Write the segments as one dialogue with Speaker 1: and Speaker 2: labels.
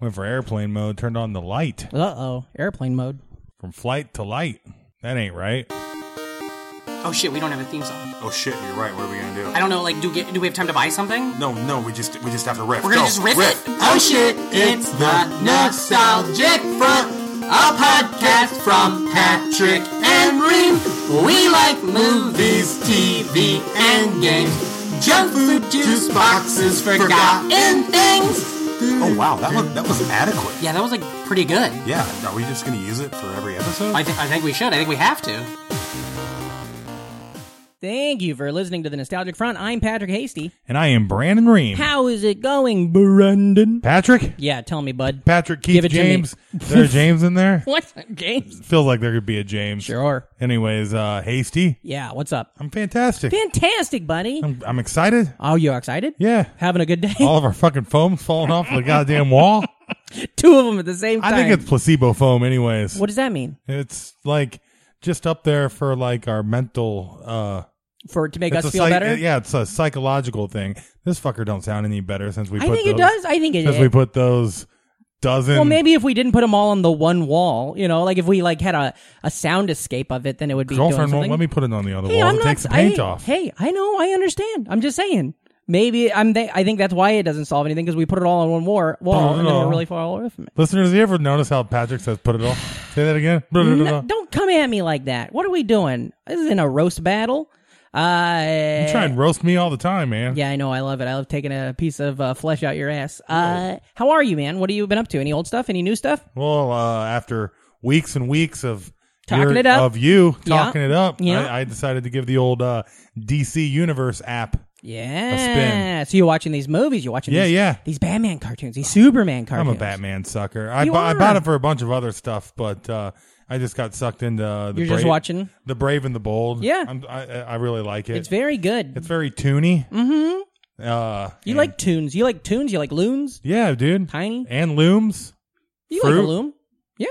Speaker 1: Went for airplane mode, turned on the light.
Speaker 2: Uh oh, airplane mode.
Speaker 1: From flight to light. That ain't right.
Speaker 3: Oh shit, we don't have a theme song.
Speaker 4: Oh shit, you're right. What are we gonna do?
Speaker 3: I don't know. Like, do get, do we have time to buy something?
Speaker 4: No, no, we just we just have to riff.
Speaker 3: We're gonna
Speaker 4: Go,
Speaker 3: just riff, it.
Speaker 4: Oh shit, it's the Nostalgic
Speaker 3: Front, a podcast from Patrick and Reem. We like movies, TV, and games, junk food, juice boxes, forgotten things.
Speaker 4: Oh wow, that was that was adequate.
Speaker 3: Yeah, that was like pretty good.
Speaker 4: Yeah, are we just gonna use it for every episode?
Speaker 3: I, th- I think we should. I think we have to.
Speaker 2: Thank you for listening to the Nostalgic Front. I'm Patrick Hasty.
Speaker 1: And I am Brandon Ream.
Speaker 2: How is it going, Brandon?
Speaker 1: Patrick?
Speaker 2: Yeah, tell me, bud.
Speaker 1: Patrick
Speaker 2: Give
Speaker 1: Keith
Speaker 2: it to me.
Speaker 1: James. Is there a James in there?
Speaker 2: What games?
Speaker 1: Feels like there could be a James.
Speaker 2: Sure.
Speaker 1: Anyways, uh Hasty.
Speaker 2: Yeah, what's up?
Speaker 1: I'm fantastic.
Speaker 2: Fantastic, buddy.
Speaker 1: I'm, I'm excited.
Speaker 2: Oh, you excited?
Speaker 1: Um, Yeah. Oh.
Speaker 2: Having a good day?
Speaker 1: All of our fucking foam's falling off the goddamn wall.
Speaker 2: Two of them at the same time.
Speaker 1: I think it's placebo foam anyways.
Speaker 2: What does that mean?
Speaker 1: It's like just up there for like our mental uh
Speaker 2: For to make
Speaker 1: it's
Speaker 2: us
Speaker 1: a
Speaker 2: feel
Speaker 1: psych-
Speaker 2: better?
Speaker 1: Yeah, it's a psychological thing. This fucker don't sound any better since we
Speaker 2: I
Speaker 1: put
Speaker 2: think
Speaker 1: those,
Speaker 2: it does. I think it
Speaker 1: Since
Speaker 2: is.
Speaker 1: we put those dozen
Speaker 2: well, maybe if we didn't put them all on the one wall, you know, like if we like had a, a sound escape of it, then it would be doing
Speaker 1: girlfriend
Speaker 2: something.
Speaker 1: won't let me put it on the other
Speaker 2: Hey,
Speaker 1: wall.
Speaker 2: I'm
Speaker 1: it
Speaker 2: not.
Speaker 1: takes the paint
Speaker 2: I,
Speaker 1: off.
Speaker 2: Hey, I know. I understand. I'm just saying. Maybe I'm. Th- I think that's why it doesn't solve anything because we put it all on one war, wall, and then
Speaker 1: no.
Speaker 2: we're really far away from it.
Speaker 1: Listeners, have you ever notice how Patrick says put it off? Say that again. Blah, blah, blah,
Speaker 2: No,
Speaker 1: blah.
Speaker 2: don't come at me like that. What are we doing? This isn't a roast battle. Uh,
Speaker 1: You try and roast me all the time, man.
Speaker 2: yeah, I know. I love it. I love taking a piece of uh, flesh out your ass.
Speaker 1: Oh.
Speaker 2: Uh, how are you, man? What have you been up to? Any old stuff? Any new stuff?
Speaker 1: Well, uh, after weeks and weeks of
Speaker 2: Talking
Speaker 1: your-
Speaker 2: it up.
Speaker 1: of you
Speaker 2: Yeah.
Speaker 1: talking it up,
Speaker 2: Yeah.
Speaker 1: I, I decided to give the old uh, DC Universe app.
Speaker 2: Yeah. So you're watching these movies? You're watching?
Speaker 1: Yeah,
Speaker 2: these,
Speaker 1: yeah.
Speaker 2: These Batman cartoons. These Superman
Speaker 1: I'm
Speaker 2: cartoons.
Speaker 1: a Batman sucker. I,
Speaker 2: You
Speaker 1: bu- I
Speaker 2: are.
Speaker 1: bought it for a bunch of other stuff, but uh, I just got sucked into the.
Speaker 2: You're just
Speaker 1: Brave-
Speaker 2: watching?
Speaker 1: the Brave and the Bold.
Speaker 2: Yeah.
Speaker 1: I'm, I, I really like it.
Speaker 2: It's very good.
Speaker 1: It's very toony. Mm-hmm. Uh,
Speaker 2: you like tunes? You like tunes? You like loons?
Speaker 1: yeah, dude.
Speaker 2: Tiny?
Speaker 1: and looms.
Speaker 2: You like
Speaker 1: Fruit?
Speaker 2: a loom? Yeah.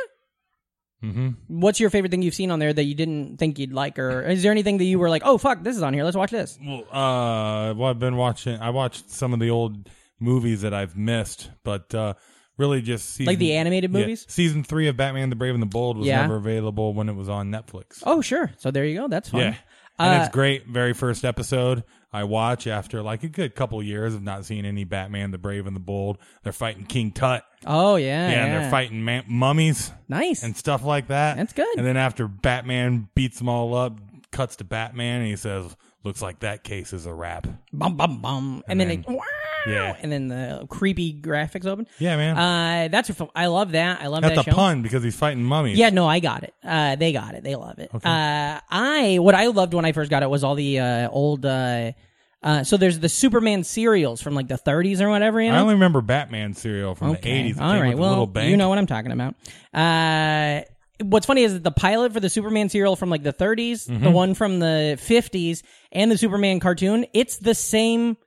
Speaker 2: Mm-hmm. What's your favorite thing you've seen on there that you didn't think you'd like, or is there anything that you were like, "Oh fuck, this is on here. Let's watch this."
Speaker 1: Well, uh, well, I've been watching. I watched some of the old movies that I've missed, but uh, really just season,
Speaker 2: Like the animated
Speaker 1: Mm-hmm. yeah,
Speaker 2: movies?
Speaker 1: season three of Batman: The Brave and the Bold was
Speaker 2: Yeah.
Speaker 1: never available when it was on Netflix.
Speaker 2: Oh sure. So there you go. That's fun. Uh,
Speaker 1: yeah, and it's great. Very first episode I watch after like a good couple years of not seeing any Batman: The Brave and the Bold. They're fighting King Tut.
Speaker 2: Oh yeah.
Speaker 1: Yeah, and they're fighting ma- mummies.
Speaker 2: Nice.
Speaker 1: and stuff like that.
Speaker 2: That's good.
Speaker 1: And then after Batman beats them all up, cuts to Batman, and he says, "Looks like that case is a wrap."
Speaker 2: bum bum bum, and, then,
Speaker 1: then-
Speaker 2: it, wow,
Speaker 1: Yeah.
Speaker 2: and then the creepy graphics open.
Speaker 1: Yeah, man.
Speaker 2: Uh, that's a, fu- I love that. I love
Speaker 1: That's
Speaker 2: that
Speaker 1: a
Speaker 2: show.
Speaker 1: pun because he's fighting mummies.
Speaker 2: Yeah, no, I got it. Uh, they got it. They love it. Uh, I what I loved when I first got it was all the uh, old. Uh, uh, so there's the Superman serials from like the 30s or whatever. You know?
Speaker 1: I only remember Batman serial from
Speaker 2: Okay.
Speaker 1: the '80s. It
Speaker 2: All
Speaker 1: came
Speaker 2: right.
Speaker 1: with a
Speaker 2: Well,
Speaker 1: little bank.
Speaker 2: you know what I'm talking about. Uh, what's funny is that the pilot for the Superman serial from like the 30s,
Speaker 1: Mm-hmm.
Speaker 2: the one from the 50s, and the Superman cartoon, it's the same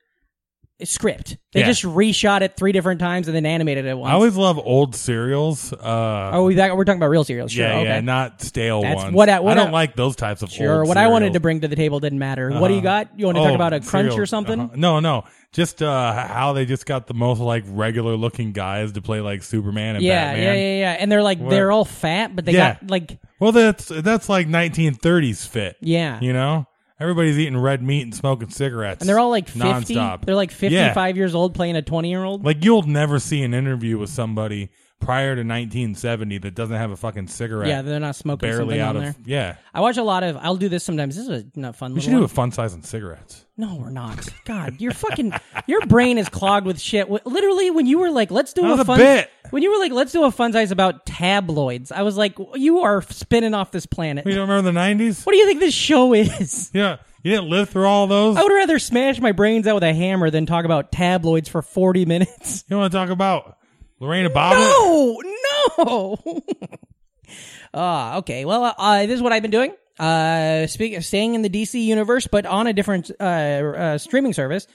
Speaker 2: script. They
Speaker 1: Yeah.
Speaker 2: just reshot it three different times and then animated it once.
Speaker 1: I always love old serials. Uh,
Speaker 2: oh, we back, we're talking about real serials. Sure.
Speaker 1: yeah,
Speaker 2: Oh, okay.
Speaker 1: yeah, not stale
Speaker 2: That's
Speaker 1: ones.
Speaker 2: what I- what
Speaker 1: I don't
Speaker 2: I-
Speaker 1: like those types of.
Speaker 2: Sure.
Speaker 1: old
Speaker 2: What I wanted to
Speaker 1: serials.
Speaker 2: bring to the table didn't matter. What do you got? You want to talk
Speaker 1: Oh,
Speaker 2: about a crunch or
Speaker 1: serials.
Speaker 2: something?
Speaker 1: Uh-huh. No, no, just uh, h- how they just got the most like regular looking guys to play like Superman and
Speaker 2: Yeah,
Speaker 1: Batman.
Speaker 2: yeah, yeah, yeah. And they're like they're all fat, but they
Speaker 1: Yeah.
Speaker 2: got like
Speaker 1: Well, that's that's like 1930s fit.
Speaker 2: Yeah.
Speaker 1: you know, everybody's eating red meat and smoking cigarettes,
Speaker 2: and they're all like 50.
Speaker 1: nonstop.
Speaker 2: They're like
Speaker 1: Yeah.
Speaker 2: 55 years old playing a 20 year old.
Speaker 1: like you'll never see an interview with somebody prior to 1970 that doesn't have a fucking cigarette.
Speaker 2: Yeah, they're not smoking
Speaker 1: barely
Speaker 2: something
Speaker 1: out
Speaker 2: on
Speaker 1: of
Speaker 2: there.
Speaker 1: yeah.
Speaker 2: I watch a lot of. I'll do this sometimes. This is a not fun.
Speaker 1: We should
Speaker 2: little
Speaker 1: do a
Speaker 2: one.
Speaker 1: fun size on cigarettes.
Speaker 2: No, we're not. God, your fucking your brain is clogged with shit. Wh- Literally, when you were like, "Let's do
Speaker 1: Not
Speaker 2: a
Speaker 1: a
Speaker 2: fun,"
Speaker 1: bit.
Speaker 2: when you were like, "Let's do a fun size about tabloids," I was like, "You are spinning off this planet."
Speaker 1: You don't remember the 90s?
Speaker 2: What do you think this show is?
Speaker 1: Yeah, you didn't live through all those.
Speaker 2: I would rather smash my brains out with a hammer than talk about tabloids for forty minutes.
Speaker 1: You want to talk about Lorena Bobbitt?
Speaker 2: No, no. Ah, okay. Well, uh, this is what I've been doing. Uh, speak, staying in the DC universe, but on a different uh, uh, streaming service.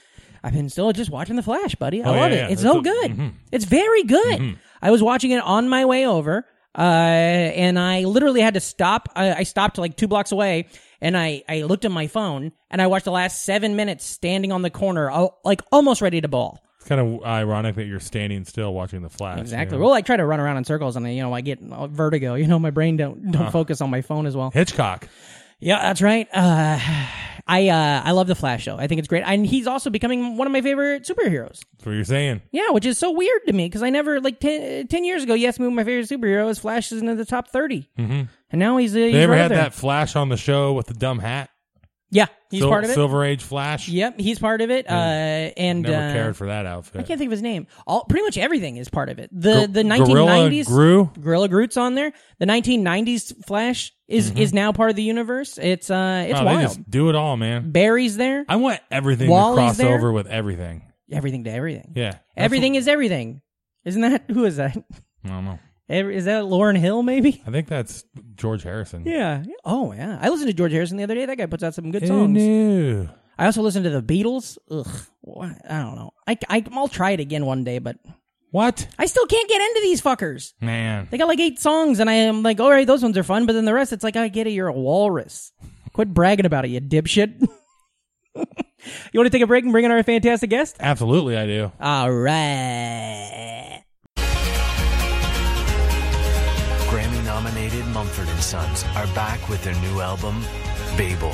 Speaker 2: I've been still just watching The Flash, buddy. I
Speaker 1: Oh,
Speaker 2: love
Speaker 1: yeah,
Speaker 2: it.
Speaker 1: yeah.
Speaker 2: It's
Speaker 1: That's Mm-hmm.
Speaker 2: so
Speaker 1: a-
Speaker 2: good. It's very good. I was watching it on my way over, uh, and I literally had to stop. I, I stopped like two blocks away, and I I looked at my phone, and I watched the last seven minutes standing on the corner, al- like uh, almost ready to ball.
Speaker 1: It's kind of ironic that you're standing still watching the Flash.
Speaker 2: Exactly.
Speaker 1: you know?
Speaker 2: Well, I try to run around in circles, and I, you know, I get uh, vertigo. You know, my brain don't
Speaker 1: Uh-huh.
Speaker 2: don't focus on my phone as well.
Speaker 1: Hitchcock.
Speaker 2: Yeah, that's right. Uh, I uh, I love the Flash show. I think it's great, and he's also becoming one of my favorite superheroes.
Speaker 1: That's what you're saying.
Speaker 2: Yeah, which is so weird to me because I never like ten, 10 years ago. Yes, movie my favorite superhero is Flash is into the top 30 mm-hmm. and now he's, uh, he's
Speaker 1: They ever
Speaker 2: right up
Speaker 1: had
Speaker 2: there.
Speaker 1: that Flash on the show with the dumb hat?
Speaker 2: Yeah, he's
Speaker 1: Sil-
Speaker 2: part of it.
Speaker 1: Silver Age Flash.
Speaker 2: Yep, he's part of it. Uh, and
Speaker 1: Never
Speaker 2: uh,
Speaker 1: cared for that
Speaker 2: I
Speaker 1: outfit.
Speaker 2: can't think of his name. All pretty much everything is part of it. The the
Speaker 1: Gorilla
Speaker 2: 1990s
Speaker 1: Gru?
Speaker 2: Gorilla Groot's on there. The 1990s Flash is is now part of the universe. It's uh it's
Speaker 1: Mm-hmm. Wow, they
Speaker 2: wild.
Speaker 1: just do it all, man.
Speaker 2: Barry's there.
Speaker 1: I want everything
Speaker 2: Wally's
Speaker 1: to cross
Speaker 2: there?
Speaker 1: over with everything.
Speaker 2: everything to everything.
Speaker 1: Yeah. That's
Speaker 2: everything is everything. Isn't that who is that?
Speaker 1: what- I don't know.
Speaker 2: Every, is that Lauren Hill maybe?
Speaker 1: I think that's George Harrison.
Speaker 2: Yeah. Oh yeah. I listened to George Harrison the other day. That guy puts out some good
Speaker 1: Who
Speaker 2: songs.
Speaker 1: knew?
Speaker 2: I also listened to the Beatles. Ugh. Wha- I don't know. I, I I'll try it again one day, but
Speaker 1: What?
Speaker 2: I still can't get into these fuckers.
Speaker 1: Man.
Speaker 2: They got like eight songs, and I am like, all right, those ones are fun, but then the rest, it's like, I get it, you're a walrus. Quit bragging about it, you dipshit. you want to take a break and bring in our fantastic guest?
Speaker 1: Absolutely, I do.
Speaker 2: All right.
Speaker 5: Grammy nominated Mumford and Sons are back with their new album, Babel.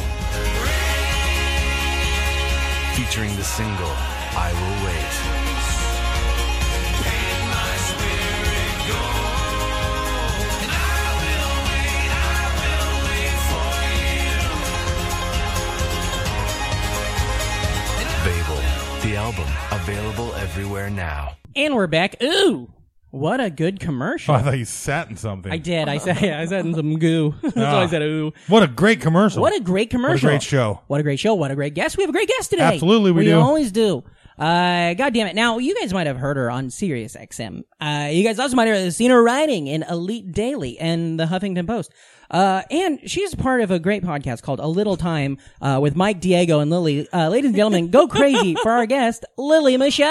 Speaker 5: Featuring the single, I Will Wait. Babel, the album, available everywhere now.
Speaker 2: And we're back. Ooh, what a good
Speaker 1: Oh,
Speaker 2: commercial.
Speaker 1: I thought you sat in something.
Speaker 2: I did. I said, yeah, I said in some goo. That's why I said, ooh.
Speaker 1: What a great commercial.
Speaker 2: What a great commercial.
Speaker 1: great show.
Speaker 2: What a great show. What a great guest. We have a great guest today.
Speaker 1: Absolutely we do.
Speaker 2: always do. Uh, God damn it. Now, you guys might have heard her on Sirius XM. Uh, you guys also might have seen her writing in Elite Daily and the Huffington Post. Uh, and she's part of a great podcast called A Little Time, uh, with Mike Diego and Lily. Uh, ladies and gentlemen, go crazy for our guest, Lily Michelle.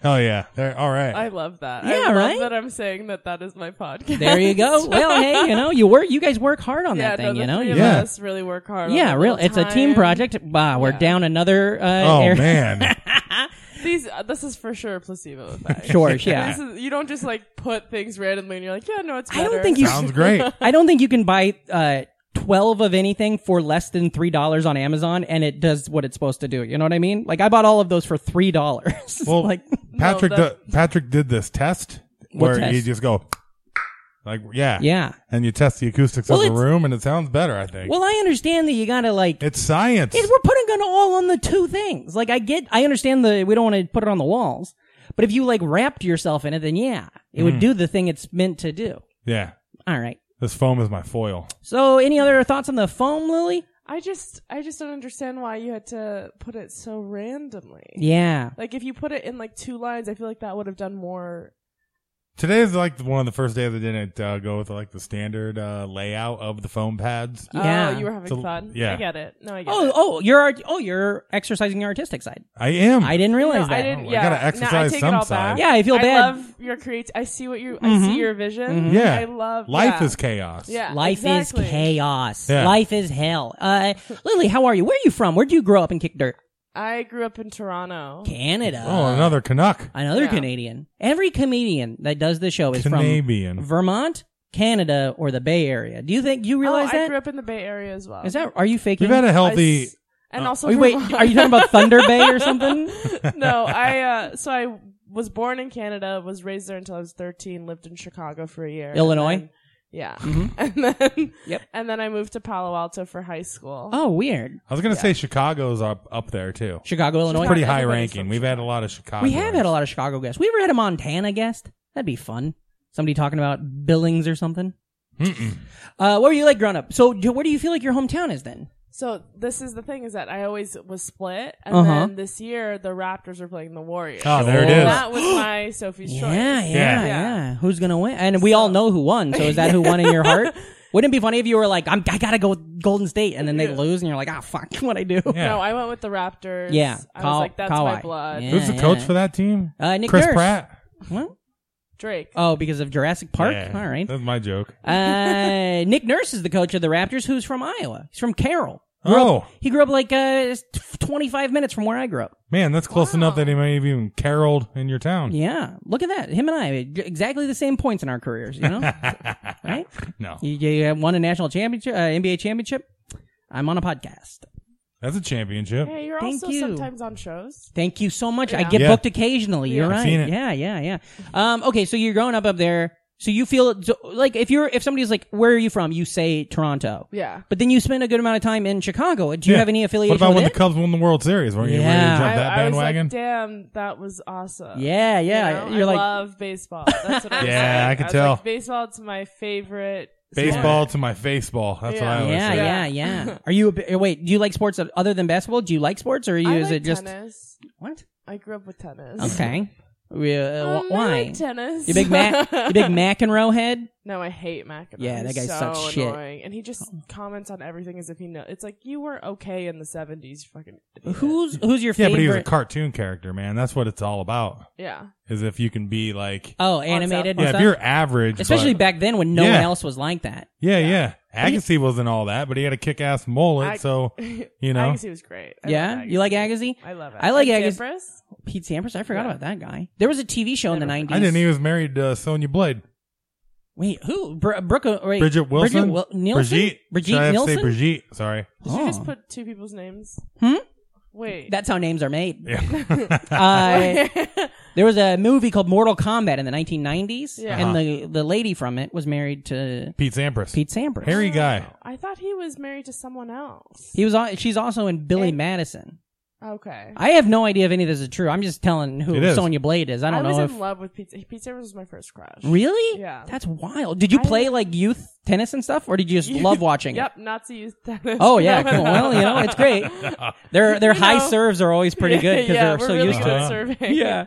Speaker 1: Hell yeah. There- all right.
Speaker 6: I love that.
Speaker 2: Yeah,
Speaker 6: I love
Speaker 2: right?
Speaker 6: that I'm saying that that is my podcast.
Speaker 2: There you go. Well, hey, you know, you work, you guys work hard on
Speaker 6: yeah,
Speaker 2: that thing,
Speaker 6: no,
Speaker 2: you
Speaker 6: the
Speaker 2: know?
Speaker 6: three of
Speaker 1: Yeah.
Speaker 6: us really work hard. on
Speaker 2: Yeah,
Speaker 6: that
Speaker 2: real.
Speaker 6: little
Speaker 2: It's a team
Speaker 6: time.
Speaker 2: project. Bah, we're down another. Uh,
Speaker 1: oh,
Speaker 2: area.
Speaker 1: man.
Speaker 6: These, uh, this is for sure a placebo effect.
Speaker 2: Sure. Yeah.
Speaker 6: This is, you don't just like put things randomly and you're like, yeah, no, it's.
Speaker 2: I
Speaker 6: Better.
Speaker 2: don't think you.
Speaker 1: Sounds great.
Speaker 2: I don't think you can buy uh, twelve of anything for less than three dollars on Amazon, and it does what it's supposed to do. You know what I mean? Like I bought all of those for three dollars.
Speaker 1: Well,
Speaker 2: like
Speaker 1: Patrick,
Speaker 6: that-
Speaker 1: do- Patrick did this test where you
Speaker 2: test?
Speaker 1: just go, like, yeah,
Speaker 2: yeah.
Speaker 1: and you test the acoustics
Speaker 2: Well,
Speaker 1: of the
Speaker 2: it's-
Speaker 1: room, and it sounds better. I think.
Speaker 2: Well, I understand that you gotta like.
Speaker 1: it's science.
Speaker 2: It- we're putting it all on the two things. Like I get, I understand the we don't want to put it on the walls, but if you like wrapped yourself in it, then yeah, it
Speaker 1: Mm.
Speaker 2: would do the thing it's meant to do.
Speaker 1: yeah,
Speaker 2: All right.
Speaker 1: this foam is my foil.
Speaker 2: So, any other thoughts on the foam, Lily?
Speaker 6: I just, I just don't understand why you had to put it so randomly.
Speaker 2: Yeah.
Speaker 6: Like if you put it in like two lines, I feel like that would have done more.
Speaker 1: Today is like one of the first days I didn't uh, go with like the standard uh, layout of the foam pads.
Speaker 2: Yeah.
Speaker 6: Oh, you were having
Speaker 1: So-
Speaker 6: fun.
Speaker 1: yeah.
Speaker 6: I get it. No, I get
Speaker 2: Oh,
Speaker 6: it.
Speaker 2: oh, you're art- oh, you're exercising your artistic side.
Speaker 1: I am.
Speaker 2: I didn't realize
Speaker 6: Hmm.
Speaker 2: that.
Speaker 6: No, I didn't.
Speaker 1: Oh, I
Speaker 6: Yeah,
Speaker 1: gotta
Speaker 6: Now
Speaker 1: exercise
Speaker 6: I take
Speaker 1: some
Speaker 6: it all
Speaker 1: side.
Speaker 6: Back.
Speaker 2: Yeah, I feel
Speaker 6: I
Speaker 2: bad. Mm-hmm.
Speaker 6: love your create. I see what you. I see your vision.
Speaker 1: Mm-hmm. Yeah.
Speaker 6: I love.
Speaker 1: Life
Speaker 6: yeah.
Speaker 1: is chaos.
Speaker 6: Yeah.
Speaker 2: Life
Speaker 6: exactly.
Speaker 2: is chaos.
Speaker 1: Yeah.
Speaker 2: Life is hell. Uh, Lily, how are you? Where are you from? Where'd you grow up and kick dirt?
Speaker 6: I grew up in Toronto.
Speaker 2: Canada.
Speaker 1: Oh, another Canuck.
Speaker 2: Another
Speaker 6: Yeah.
Speaker 2: Canadian. Every comedian that does this show is
Speaker 1: Canadian.
Speaker 2: from Vermont, Canada, or the Bay Area. Do you think you
Speaker 6: Oh,
Speaker 2: realize
Speaker 6: I
Speaker 2: that?
Speaker 6: grew up in the Bay Area as well.
Speaker 2: Is that are you faking?
Speaker 1: We've had a
Speaker 6: I
Speaker 1: healthy.
Speaker 6: s- and also
Speaker 2: Oh, wait,
Speaker 6: Vermont.
Speaker 2: are you talking about Thunder Bay or something?
Speaker 6: no, I uh, so I was born in Canada, was raised there until I was thirteen, lived in Chicago for a year, and
Speaker 2: Illinois?
Speaker 6: then- yeah,
Speaker 1: Mm-hmm.
Speaker 6: and then
Speaker 2: Yep.
Speaker 6: and then I moved to Palo Alto for high school.
Speaker 2: Oh, weird.
Speaker 1: I was gonna say Chicago's up up there too.
Speaker 2: Chicago, Illinois.
Speaker 1: Pretty
Speaker 6: Chicago,
Speaker 1: high
Speaker 6: everybody's
Speaker 1: ranking.
Speaker 6: from
Speaker 1: We've had a lot of Chicago.
Speaker 2: We have had a lot of Chicago guests. We ever had a Montana guest? That'd be fun. Somebody talking about Billings or something. Uh, where were you like growing up? So, do, where do you feel like your hometown is then?
Speaker 6: So this is the thing is that I always was split, and
Speaker 2: Uh-huh.
Speaker 6: then this year the Raptors are playing the Warriors.
Speaker 1: Oh, there it
Speaker 6: And
Speaker 1: is.
Speaker 6: That was my Sophie's choice.
Speaker 2: Yeah, yeah, yeah,
Speaker 1: Yeah.
Speaker 2: Who's gonna win? And we all know who won. So, is that who won in your heart? Wouldn't it be funny if you were like, I'm, I gotta go with Golden State, and then they lose, and you're like, ah, fuck, what I do?
Speaker 1: Yeah.
Speaker 6: No, I went with the Raptors.
Speaker 2: Yeah,
Speaker 6: I
Speaker 2: Kawhi-
Speaker 6: was like, that's
Speaker 2: Kawhi.
Speaker 6: my blood.
Speaker 2: Yeah.
Speaker 1: Who's the coach for that team?
Speaker 2: Uh, Nick
Speaker 1: Chris
Speaker 2: Nurse.
Speaker 1: Pratt.
Speaker 2: What?
Speaker 6: Drake.
Speaker 2: Oh, because of Jurassic Park.
Speaker 1: Yeah.
Speaker 2: All right.
Speaker 1: That's my joke.
Speaker 2: Uh, Nick Nurse is the coach of the Raptors, who's from Iowa. He's from Carroll.
Speaker 1: Oh
Speaker 2: He grew up like uh, t- 25 minutes from where I grew up.
Speaker 1: man, that's close enough that he may have even caroled in your town.
Speaker 2: Yeah, look at that. Him and I, exactly the same points in our careers. You know, right?
Speaker 1: No,
Speaker 2: You, you won a national championship, uh, NBA championship. I'm on a podcast.
Speaker 1: that's a championship.
Speaker 6: Hey, you're
Speaker 2: Thank
Speaker 6: also
Speaker 2: you.
Speaker 6: sometimes on shows.
Speaker 2: Thank you so much. I get
Speaker 1: Yeah.
Speaker 2: booked occasionally. You're
Speaker 1: I've
Speaker 2: right.
Speaker 1: seen it.
Speaker 2: Yeah, yeah, yeah. Um, okay, so you're growing up up there. So you feel so, like if you're if somebody's like, where are you from? You say Toronto.
Speaker 6: Yeah.
Speaker 2: But then you spend a good amount of time in Chicago. Do you
Speaker 1: Yeah.
Speaker 2: have any affiliation
Speaker 1: What about when
Speaker 2: with it?
Speaker 1: the Cubs won the World Series? Weren't you ready
Speaker 2: Yeah.
Speaker 1: to jump
Speaker 6: I,
Speaker 1: that
Speaker 6: I was like,
Speaker 1: bandwagon?
Speaker 6: damn, that was awesome.
Speaker 2: yeah,
Speaker 6: You
Speaker 2: yeah.
Speaker 6: know,
Speaker 2: you're
Speaker 6: I
Speaker 2: like,
Speaker 6: love baseball. That's what I was
Speaker 1: Yeah,
Speaker 6: saying.
Speaker 1: I could
Speaker 6: was
Speaker 1: tell.
Speaker 6: Like, Baseball's my favorite.
Speaker 1: Baseball to my faceball. That's what Oh, I
Speaker 6: Yeah.
Speaker 1: always
Speaker 2: yeah,
Speaker 1: say.
Speaker 2: yeah, yeah, Are you a, bi- wait? Do you like sports other than basketball? Do you like sports, or are you,
Speaker 6: Sport. I
Speaker 2: is
Speaker 6: like
Speaker 2: it just
Speaker 6: tennis.
Speaker 2: what?
Speaker 6: I grew up with tennis.
Speaker 2: Okay. We, uh,
Speaker 6: Um,
Speaker 2: wh-
Speaker 6: I
Speaker 2: why?
Speaker 6: like tennis.
Speaker 2: you big Mac, you big McEnroe head.
Speaker 6: No, I hate McEnroe.
Speaker 2: Yeah, that guy
Speaker 6: He's so
Speaker 2: sucks shit. Oh.
Speaker 6: annoying. And he just comments on everything as if he knows. It's like you were okay in the seventies, fucking. idiot.
Speaker 2: Who's who's your
Speaker 1: Yeah,
Speaker 2: favorite?
Speaker 1: but he was a cartoon character, man. That's what it's all about.
Speaker 6: Yeah,
Speaker 1: Is if you can be like,
Speaker 2: oh, animated.
Speaker 6: South
Speaker 2: and
Speaker 1: yeah,
Speaker 2: stuff?
Speaker 1: if you're average,
Speaker 2: especially
Speaker 1: but,
Speaker 2: back then when no one
Speaker 1: Yeah.
Speaker 2: else was like that.
Speaker 1: yeah, yeah. Agassi wasn't all that, but he had a kick-ass mullet.
Speaker 6: I-
Speaker 1: so you know,
Speaker 6: Agassi was great. I
Speaker 2: yeah,
Speaker 6: love
Speaker 2: you like Agassi?
Speaker 6: I love it.
Speaker 2: I like
Speaker 6: And
Speaker 2: Agassi.
Speaker 6: Sampras?
Speaker 2: Pete Sampras. I forgot about that guy. There was a TV show in the nineties.
Speaker 1: I didn't. He was married to Sonia Blade,
Speaker 2: Wait, who? Br- Brooke, uh, wait,
Speaker 1: Bridget Wilson,
Speaker 2: Bridget Wil- Nielsen?
Speaker 1: Brigitte.
Speaker 2: Brigitte
Speaker 1: Should I have to
Speaker 2: Nielsen?
Speaker 1: say Brigitte? Sorry.
Speaker 6: Did you
Speaker 2: Oh.
Speaker 6: just put two people's names?
Speaker 2: Hmm?
Speaker 6: Wait.
Speaker 2: That's how names are made.
Speaker 1: Yeah.
Speaker 2: Uh, there was a movie called Mortal Kombat in the 1990s,
Speaker 6: Yeah.
Speaker 2: and the
Speaker 1: Uh-huh.
Speaker 2: the lady from it was married to
Speaker 1: Pete Sampras,
Speaker 2: Pete Sampras.
Speaker 1: hairy guy.
Speaker 6: I thought he was married to someone else.
Speaker 2: He was. al- She's also in Billy
Speaker 6: And-
Speaker 2: Madison.
Speaker 6: Okay.
Speaker 2: I have no idea if any of this is true. I'm just telling
Speaker 1: It
Speaker 2: who
Speaker 1: is.
Speaker 2: Sonya Blade is. I don't
Speaker 6: was
Speaker 2: know
Speaker 6: in
Speaker 2: if
Speaker 6: love with Pete. Pete Sampras was my first crush.
Speaker 2: really.
Speaker 6: Yeah.
Speaker 2: that's wild. Did you play like youth tennis and stuff, or did you just love watching? it?
Speaker 6: Yep, Nazi youth tennis.
Speaker 2: Oh yeah, cool. well you know it's great. Their their
Speaker 6: You
Speaker 2: high
Speaker 6: know.
Speaker 2: serves are always pretty good because
Speaker 6: yeah,
Speaker 2: they're
Speaker 6: we're
Speaker 2: so
Speaker 6: really
Speaker 2: used
Speaker 1: it.
Speaker 6: good
Speaker 2: to.
Speaker 6: at
Speaker 1: Uh,
Speaker 6: serving.
Speaker 2: It. Yeah.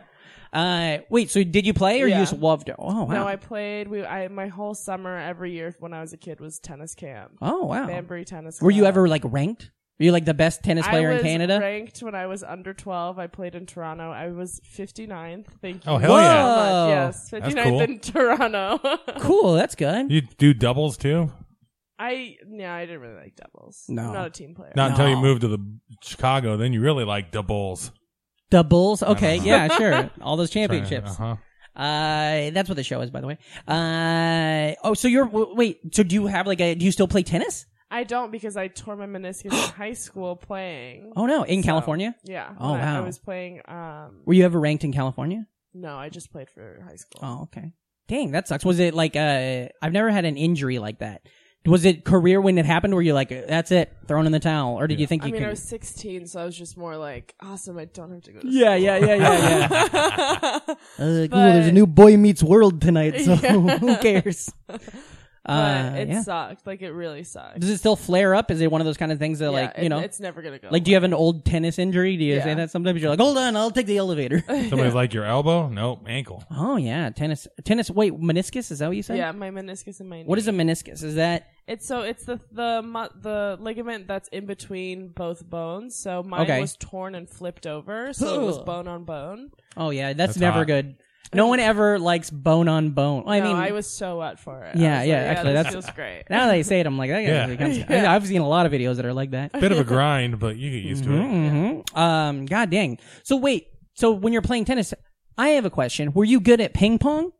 Speaker 2: Uh, wait. So did you play or
Speaker 6: Yeah.
Speaker 2: you just loved it? Oh wow.
Speaker 6: No, I played. We, I, my whole summer every year when I was a kid was tennis camp.
Speaker 2: oh wow.
Speaker 6: Banbury tennis.
Speaker 2: Were you
Speaker 6: Club.
Speaker 2: ever like ranked? Were you like the best tennis player
Speaker 6: I
Speaker 2: in
Speaker 6: was
Speaker 2: Canada?
Speaker 6: Ranked when I was under twelve. I played in Toronto. I was 59th. Thank you.
Speaker 1: Oh, hell
Speaker 6: so
Speaker 1: yeah.
Speaker 2: Whoa.
Speaker 6: Much. Yes, 59th
Speaker 1: cool.
Speaker 6: in Toronto.
Speaker 2: Cool. That's good.
Speaker 1: You do doubles too?
Speaker 6: I yeah, I didn't really like doubles.
Speaker 2: No.
Speaker 6: I'm not a team player.
Speaker 1: Not until you
Speaker 2: No.
Speaker 1: moved to the Chicago, then you really like doubles.
Speaker 2: The Bulls. Okay. Yeah. Sure. All those championships.
Speaker 1: Uh huh.
Speaker 2: Uh, that's what the show is, by the way. Uh, oh, so you're w- wait. So do you have like a? Do you still play tennis?
Speaker 6: I don't because I tore my meniscus in high school playing.
Speaker 2: Oh no, in
Speaker 6: So,
Speaker 2: California.
Speaker 6: Yeah.
Speaker 2: Oh,
Speaker 6: when I, I
Speaker 2: wow.
Speaker 6: was playing. Um,
Speaker 2: Were you ever ranked in California?
Speaker 6: no, I just played for high school.
Speaker 2: Oh, okay. Dang, that sucks. Was it like uh? I've never had an injury like that. Was it career when it happened? Were you like, that's it, thrown in the towel, or did you think
Speaker 6: I
Speaker 2: you
Speaker 6: mean,
Speaker 2: could?
Speaker 6: I was 16, so I was just more like, awesome. I don't have to go. to
Speaker 2: yeah, yeah, yeah, yeah, yeah.
Speaker 6: yeah.
Speaker 2: Uh, cool,
Speaker 6: But-
Speaker 2: there's a new Boy Meets World tonight, so who cares?
Speaker 6: but
Speaker 2: Uh,
Speaker 6: it
Speaker 2: yeah.
Speaker 6: sucked. Like it really sucked.
Speaker 2: Does it still flare up? Is it one of those kind of things that,
Speaker 6: Yeah,
Speaker 2: like, you
Speaker 6: it-
Speaker 2: know,
Speaker 6: it's never gonna go.
Speaker 2: like, do you have an old tennis injury? Do you say
Speaker 6: Yeah.
Speaker 2: that sometimes? You're like, hold on, I'll take the elevator.
Speaker 1: Somebody's like your elbow? Nope, ankle.
Speaker 2: oh yeah, tennis, tennis. Wait, meniscus? Is that what you said?
Speaker 6: Yeah, my meniscus and my. Knee.
Speaker 2: What is a meniscus? Is that
Speaker 6: It's so it's the the mu- the ligament that's in between both bones. So mine
Speaker 2: Okay.
Speaker 6: was torn and flipped over, so it was
Speaker 2: Ugh.
Speaker 6: bone on bone.
Speaker 2: Oh yeah, that's,
Speaker 1: That's
Speaker 2: never
Speaker 1: hot.
Speaker 2: good. No one ever likes bone on bone. I
Speaker 6: no,
Speaker 2: mean,
Speaker 6: I was so out for it. I
Speaker 2: Yeah,
Speaker 6: was
Speaker 2: yeah,
Speaker 6: Like,
Speaker 2: actually,
Speaker 6: this
Speaker 2: that's-
Speaker 6: feels great.
Speaker 2: now that I say it, I'm like, that
Speaker 1: Yeah.
Speaker 2: yeah. I've seen a lot of videos that are like that.
Speaker 1: Bit of a grind, but you get used to it.
Speaker 2: Mm-hmm. Um, god dang. So wait, so when you're playing tennis, I have a question. Were you good at ping pong?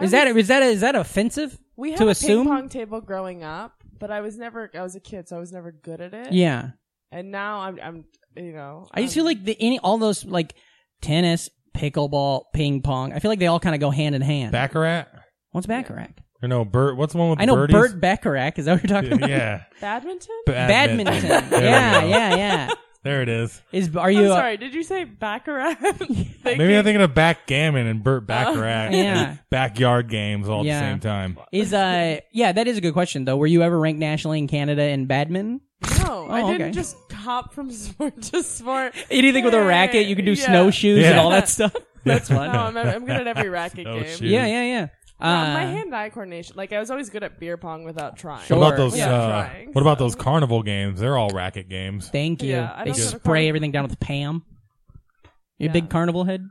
Speaker 2: Is that is that is that offensive
Speaker 6: We had
Speaker 2: to
Speaker 6: a
Speaker 2: assume?
Speaker 6: ping pong table growing up, but I was never. I was a kid, so I was never good at it.
Speaker 2: Yeah,
Speaker 6: and now I'm. I'm. You know, um,
Speaker 2: I just feel
Speaker 6: I'm-
Speaker 2: like the any all those like tennis, pickleball, ping pong. I feel like they all kind of go hand in hand.
Speaker 1: Baccarat?
Speaker 2: What's Baccarat?
Speaker 1: Or no, Bert? What's the one with
Speaker 2: I know
Speaker 1: birdies?
Speaker 2: Bert Bacharach. Is that what you're talking about?
Speaker 1: yeah.
Speaker 6: badminton.
Speaker 2: Badminton.
Speaker 1: There we
Speaker 2: yeah,
Speaker 1: go.
Speaker 2: yeah, yeah.
Speaker 1: There it is.
Speaker 2: Is are
Speaker 6: I'm
Speaker 2: you? uh,
Speaker 6: sorry. Did you say baccarat?
Speaker 1: Maybe I'm thinking of backgammon and Bert Baccarat.
Speaker 2: Oh, yeah.
Speaker 1: Backyard games all
Speaker 2: Yeah.
Speaker 1: at the same time.
Speaker 2: Is uh yeah, that is a good question though. Were you ever ranked nationally in Canada in badminton?
Speaker 6: No, I
Speaker 2: Oh,
Speaker 6: didn't
Speaker 2: okay.
Speaker 6: just hop from sport to sport.
Speaker 2: Anything with a racket, you can do
Speaker 6: Yeah.
Speaker 2: snowshoes and
Speaker 1: Yeah.
Speaker 2: all that stuff. That's
Speaker 6: No,
Speaker 2: fun.
Speaker 6: I'm, I'm good at every racket
Speaker 1: No
Speaker 6: game.
Speaker 1: shit.
Speaker 2: Yeah, yeah, yeah.
Speaker 6: Yeah,
Speaker 2: Uh,
Speaker 6: my hand-eye coordination. Like I was always good at beer pong without trying.
Speaker 2: Sure.
Speaker 1: What about those?
Speaker 6: Yeah,
Speaker 1: uh,
Speaker 6: trying,
Speaker 1: what about those carnival games? They're all racket games.
Speaker 2: Thank you.
Speaker 6: Yeah, I
Speaker 2: they
Speaker 6: don't go to
Speaker 2: spray
Speaker 6: carnival.
Speaker 2: everything down with Pam. You a
Speaker 6: Yeah.
Speaker 2: big carnival head?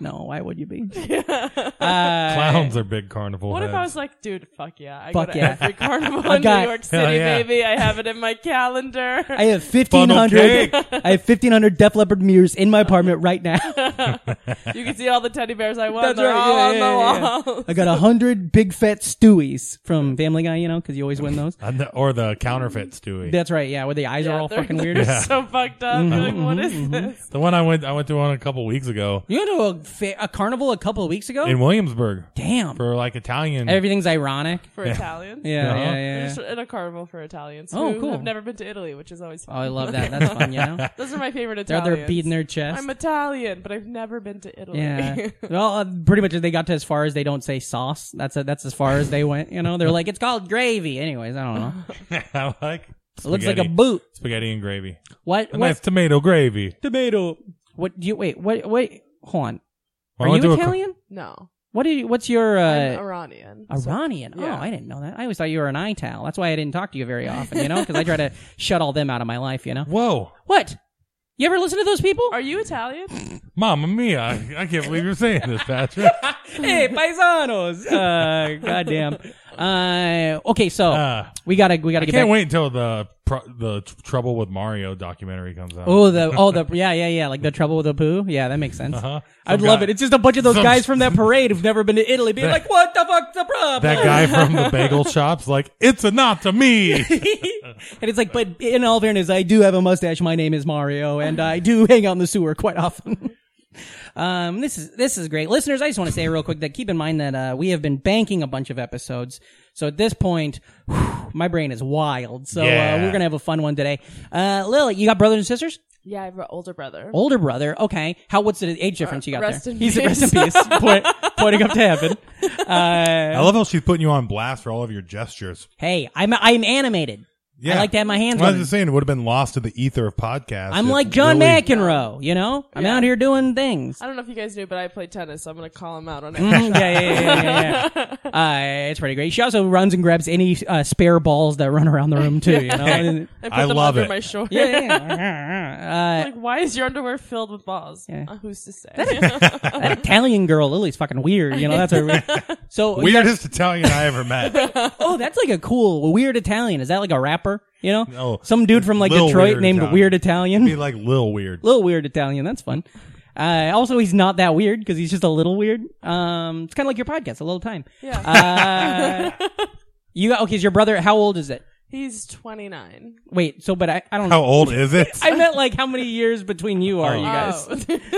Speaker 2: No, why would you be? Uh,
Speaker 1: Clowns are big carnival
Speaker 6: What if I
Speaker 1: heads.
Speaker 6: was like, dude, fuck yeah. I
Speaker 2: Fuck
Speaker 6: go to
Speaker 2: yeah.
Speaker 6: every carnival
Speaker 2: I
Speaker 6: in
Speaker 2: got-
Speaker 6: New York
Speaker 1: Hell
Speaker 6: City,
Speaker 1: yeah.
Speaker 6: baby. I have it in my calendar.
Speaker 2: I have
Speaker 1: Funnel
Speaker 2: 1,500.
Speaker 1: cake.
Speaker 2: I have 1,500 Def Leppard mirrors in my apartment right now.
Speaker 6: you can see all the teddy bears I won.
Speaker 2: That's
Speaker 6: They're
Speaker 2: right.
Speaker 6: all
Speaker 2: Yeah,
Speaker 6: on
Speaker 2: yeah,
Speaker 6: the
Speaker 2: yeah,
Speaker 6: wall.
Speaker 2: I got a 100 big fat Stewies from Family Guy, you know, because you always win those.
Speaker 1: And the- or the counterfeits, Stewie.
Speaker 2: That's right. Yeah, where the eyes are all
Speaker 6: they're-
Speaker 2: fucking
Speaker 6: they're
Speaker 2: weird. Mm-hmm,
Speaker 6: So fucked up. You're like, what is this?
Speaker 1: the one I went I went to one a couple weeks ago
Speaker 2: You went to a, fa- a carnival a couple of weeks ago?
Speaker 1: in Williamsburg
Speaker 2: Damn.
Speaker 1: for like Italian.
Speaker 2: Everything's ironic.
Speaker 6: For Italians?
Speaker 2: Yeah,
Speaker 1: Uh-huh.
Speaker 2: yeah,
Speaker 6: They're
Speaker 2: yeah.
Speaker 6: Just in a carnival for Italians.
Speaker 2: Oh,
Speaker 6: who
Speaker 2: cool.
Speaker 6: Have never been to Italy, which is always fun.
Speaker 2: Oh, I love that. That's fun, you know?
Speaker 6: Those are my favorite
Speaker 2: They're out
Speaker 6: Italians.
Speaker 2: there beating their chest.
Speaker 6: I'm Italian, but I've never been to Italy.
Speaker 2: Yeah. well, uh, pretty much they got to as far as they don't say sauce. That's a, that's as far as they went. You know, they're like it's called gravy. Anyways, I don't know.
Speaker 1: I like
Speaker 2: It looks like a
Speaker 1: spaghetti.
Speaker 2: boot.
Speaker 1: Spaghetti and gravy.
Speaker 2: What?
Speaker 1: A
Speaker 2: What?
Speaker 1: nice tomato gravy. Tomato.
Speaker 2: What? Do you wait? What? Wait. Hold on.
Speaker 1: I
Speaker 2: Are
Speaker 1: went
Speaker 2: you
Speaker 1: to a cr-
Speaker 2: Italian?
Speaker 6: No.
Speaker 2: what do you? What's your
Speaker 6: I'm
Speaker 2: uh,
Speaker 6: Iranian. so-
Speaker 2: Iranian?
Speaker 6: yeah.
Speaker 2: Oh, I didn't know that. I always thought you were an Ital. That's why I didn't talk to you very often. You know, because I try to shut all them out of my life. You know.
Speaker 1: Whoa.
Speaker 2: What? You ever listen to those people?
Speaker 6: Are you Italian?
Speaker 1: Mama mia. I, I can't believe you're saying this, Patrick.
Speaker 2: hey, paisanos. Uh, goddamn. Uh, okay, so
Speaker 1: Uh,
Speaker 2: we gotta we gotta
Speaker 1: I
Speaker 2: get
Speaker 1: can't
Speaker 2: back.
Speaker 1: wait until the pro- the tr- Trouble with Mario documentary comes out.
Speaker 2: Oh the oh the yeah yeah yeah like the trouble with the poo yeah that makes sense.
Speaker 1: Uh-huh.
Speaker 2: I'd
Speaker 1: Some
Speaker 2: love
Speaker 1: guy-
Speaker 2: it. It's just a bunch of those
Speaker 1: some-
Speaker 2: guys from that parade who've never been to Italy being like, what the fuck's the problem?
Speaker 1: That guy from the bagel shop's like, it's a not to me.
Speaker 2: and it's like, but in all fairness, I do have a mustache. My name is Mario, and I do hang out in the sewer quite often. Um, this is this is great, listeners. I just want to say real quick that keep in mind that uh, we have been banking a bunch of episodes, so at this point, whew, my brain is wild. So
Speaker 1: Yeah.
Speaker 2: uh, we're gonna have a fun one today. Uh, Lily, you got brothers and sisters?
Speaker 6: yeah, I have an older brother.
Speaker 2: older brother. Okay, how what's the age difference you got
Speaker 6: Rest
Speaker 2: there?
Speaker 6: in
Speaker 2: He's
Speaker 6: peace.
Speaker 2: rest in peace, point, pointing up to heaven. Uh,
Speaker 1: I love how she's putting you on blast for all of your gestures.
Speaker 2: Hey, I'm I'm animated.
Speaker 1: Yeah.
Speaker 2: I like to have my hands.
Speaker 1: I was
Speaker 2: on
Speaker 1: just
Speaker 2: it.
Speaker 1: saying, it would have been lost to the ether of podcasts.
Speaker 2: I'm
Speaker 1: if
Speaker 2: like John
Speaker 1: Lily-
Speaker 2: McEnroe. You know, I'm
Speaker 6: Yeah.
Speaker 2: out here doing things.
Speaker 6: I don't know if you guys knew, but I play tennis. So I'm going to call him out on it.
Speaker 2: Mhm, yeah, yeah, yeah, yeah. yeah, yeah. Uh, it's pretty great. She also runs and grabs any uh, spare balls that run around the room too. You know. And-
Speaker 6: I put
Speaker 1: I
Speaker 6: them
Speaker 1: love
Speaker 6: under
Speaker 1: it.
Speaker 6: my shorts.
Speaker 2: yeah, yeah, yeah. Uh,
Speaker 6: Like, why is your underwear filled with balls?
Speaker 2: Yeah.
Speaker 6: Uh, who's to say?
Speaker 2: that Uh, Italian girl Lily's fucking weird. You know, that's her. So we got-
Speaker 1: Weirdest Italian I ever met.
Speaker 2: Oh, that's like a cool weird Italian. Is that like a rapper? You know,
Speaker 1: No.
Speaker 2: some dude from like
Speaker 1: Lil
Speaker 2: Detroit
Speaker 1: Oh, Weird
Speaker 2: named
Speaker 1: Italian.
Speaker 2: Weird Italian,
Speaker 1: Be like Lil Weird.
Speaker 2: little weird Italian. That's fun. Uh, also, he's not that weird because he's just a little weird. Um, it's kind of like your podcast, a little time. Yeah. Uh, you got okay? Is your brother? How old is it?
Speaker 6: He's 29.
Speaker 2: Wait, so but I, I don't.
Speaker 1: How old is it?
Speaker 2: I meant like how many years between you are you guys?
Speaker 6: Oh,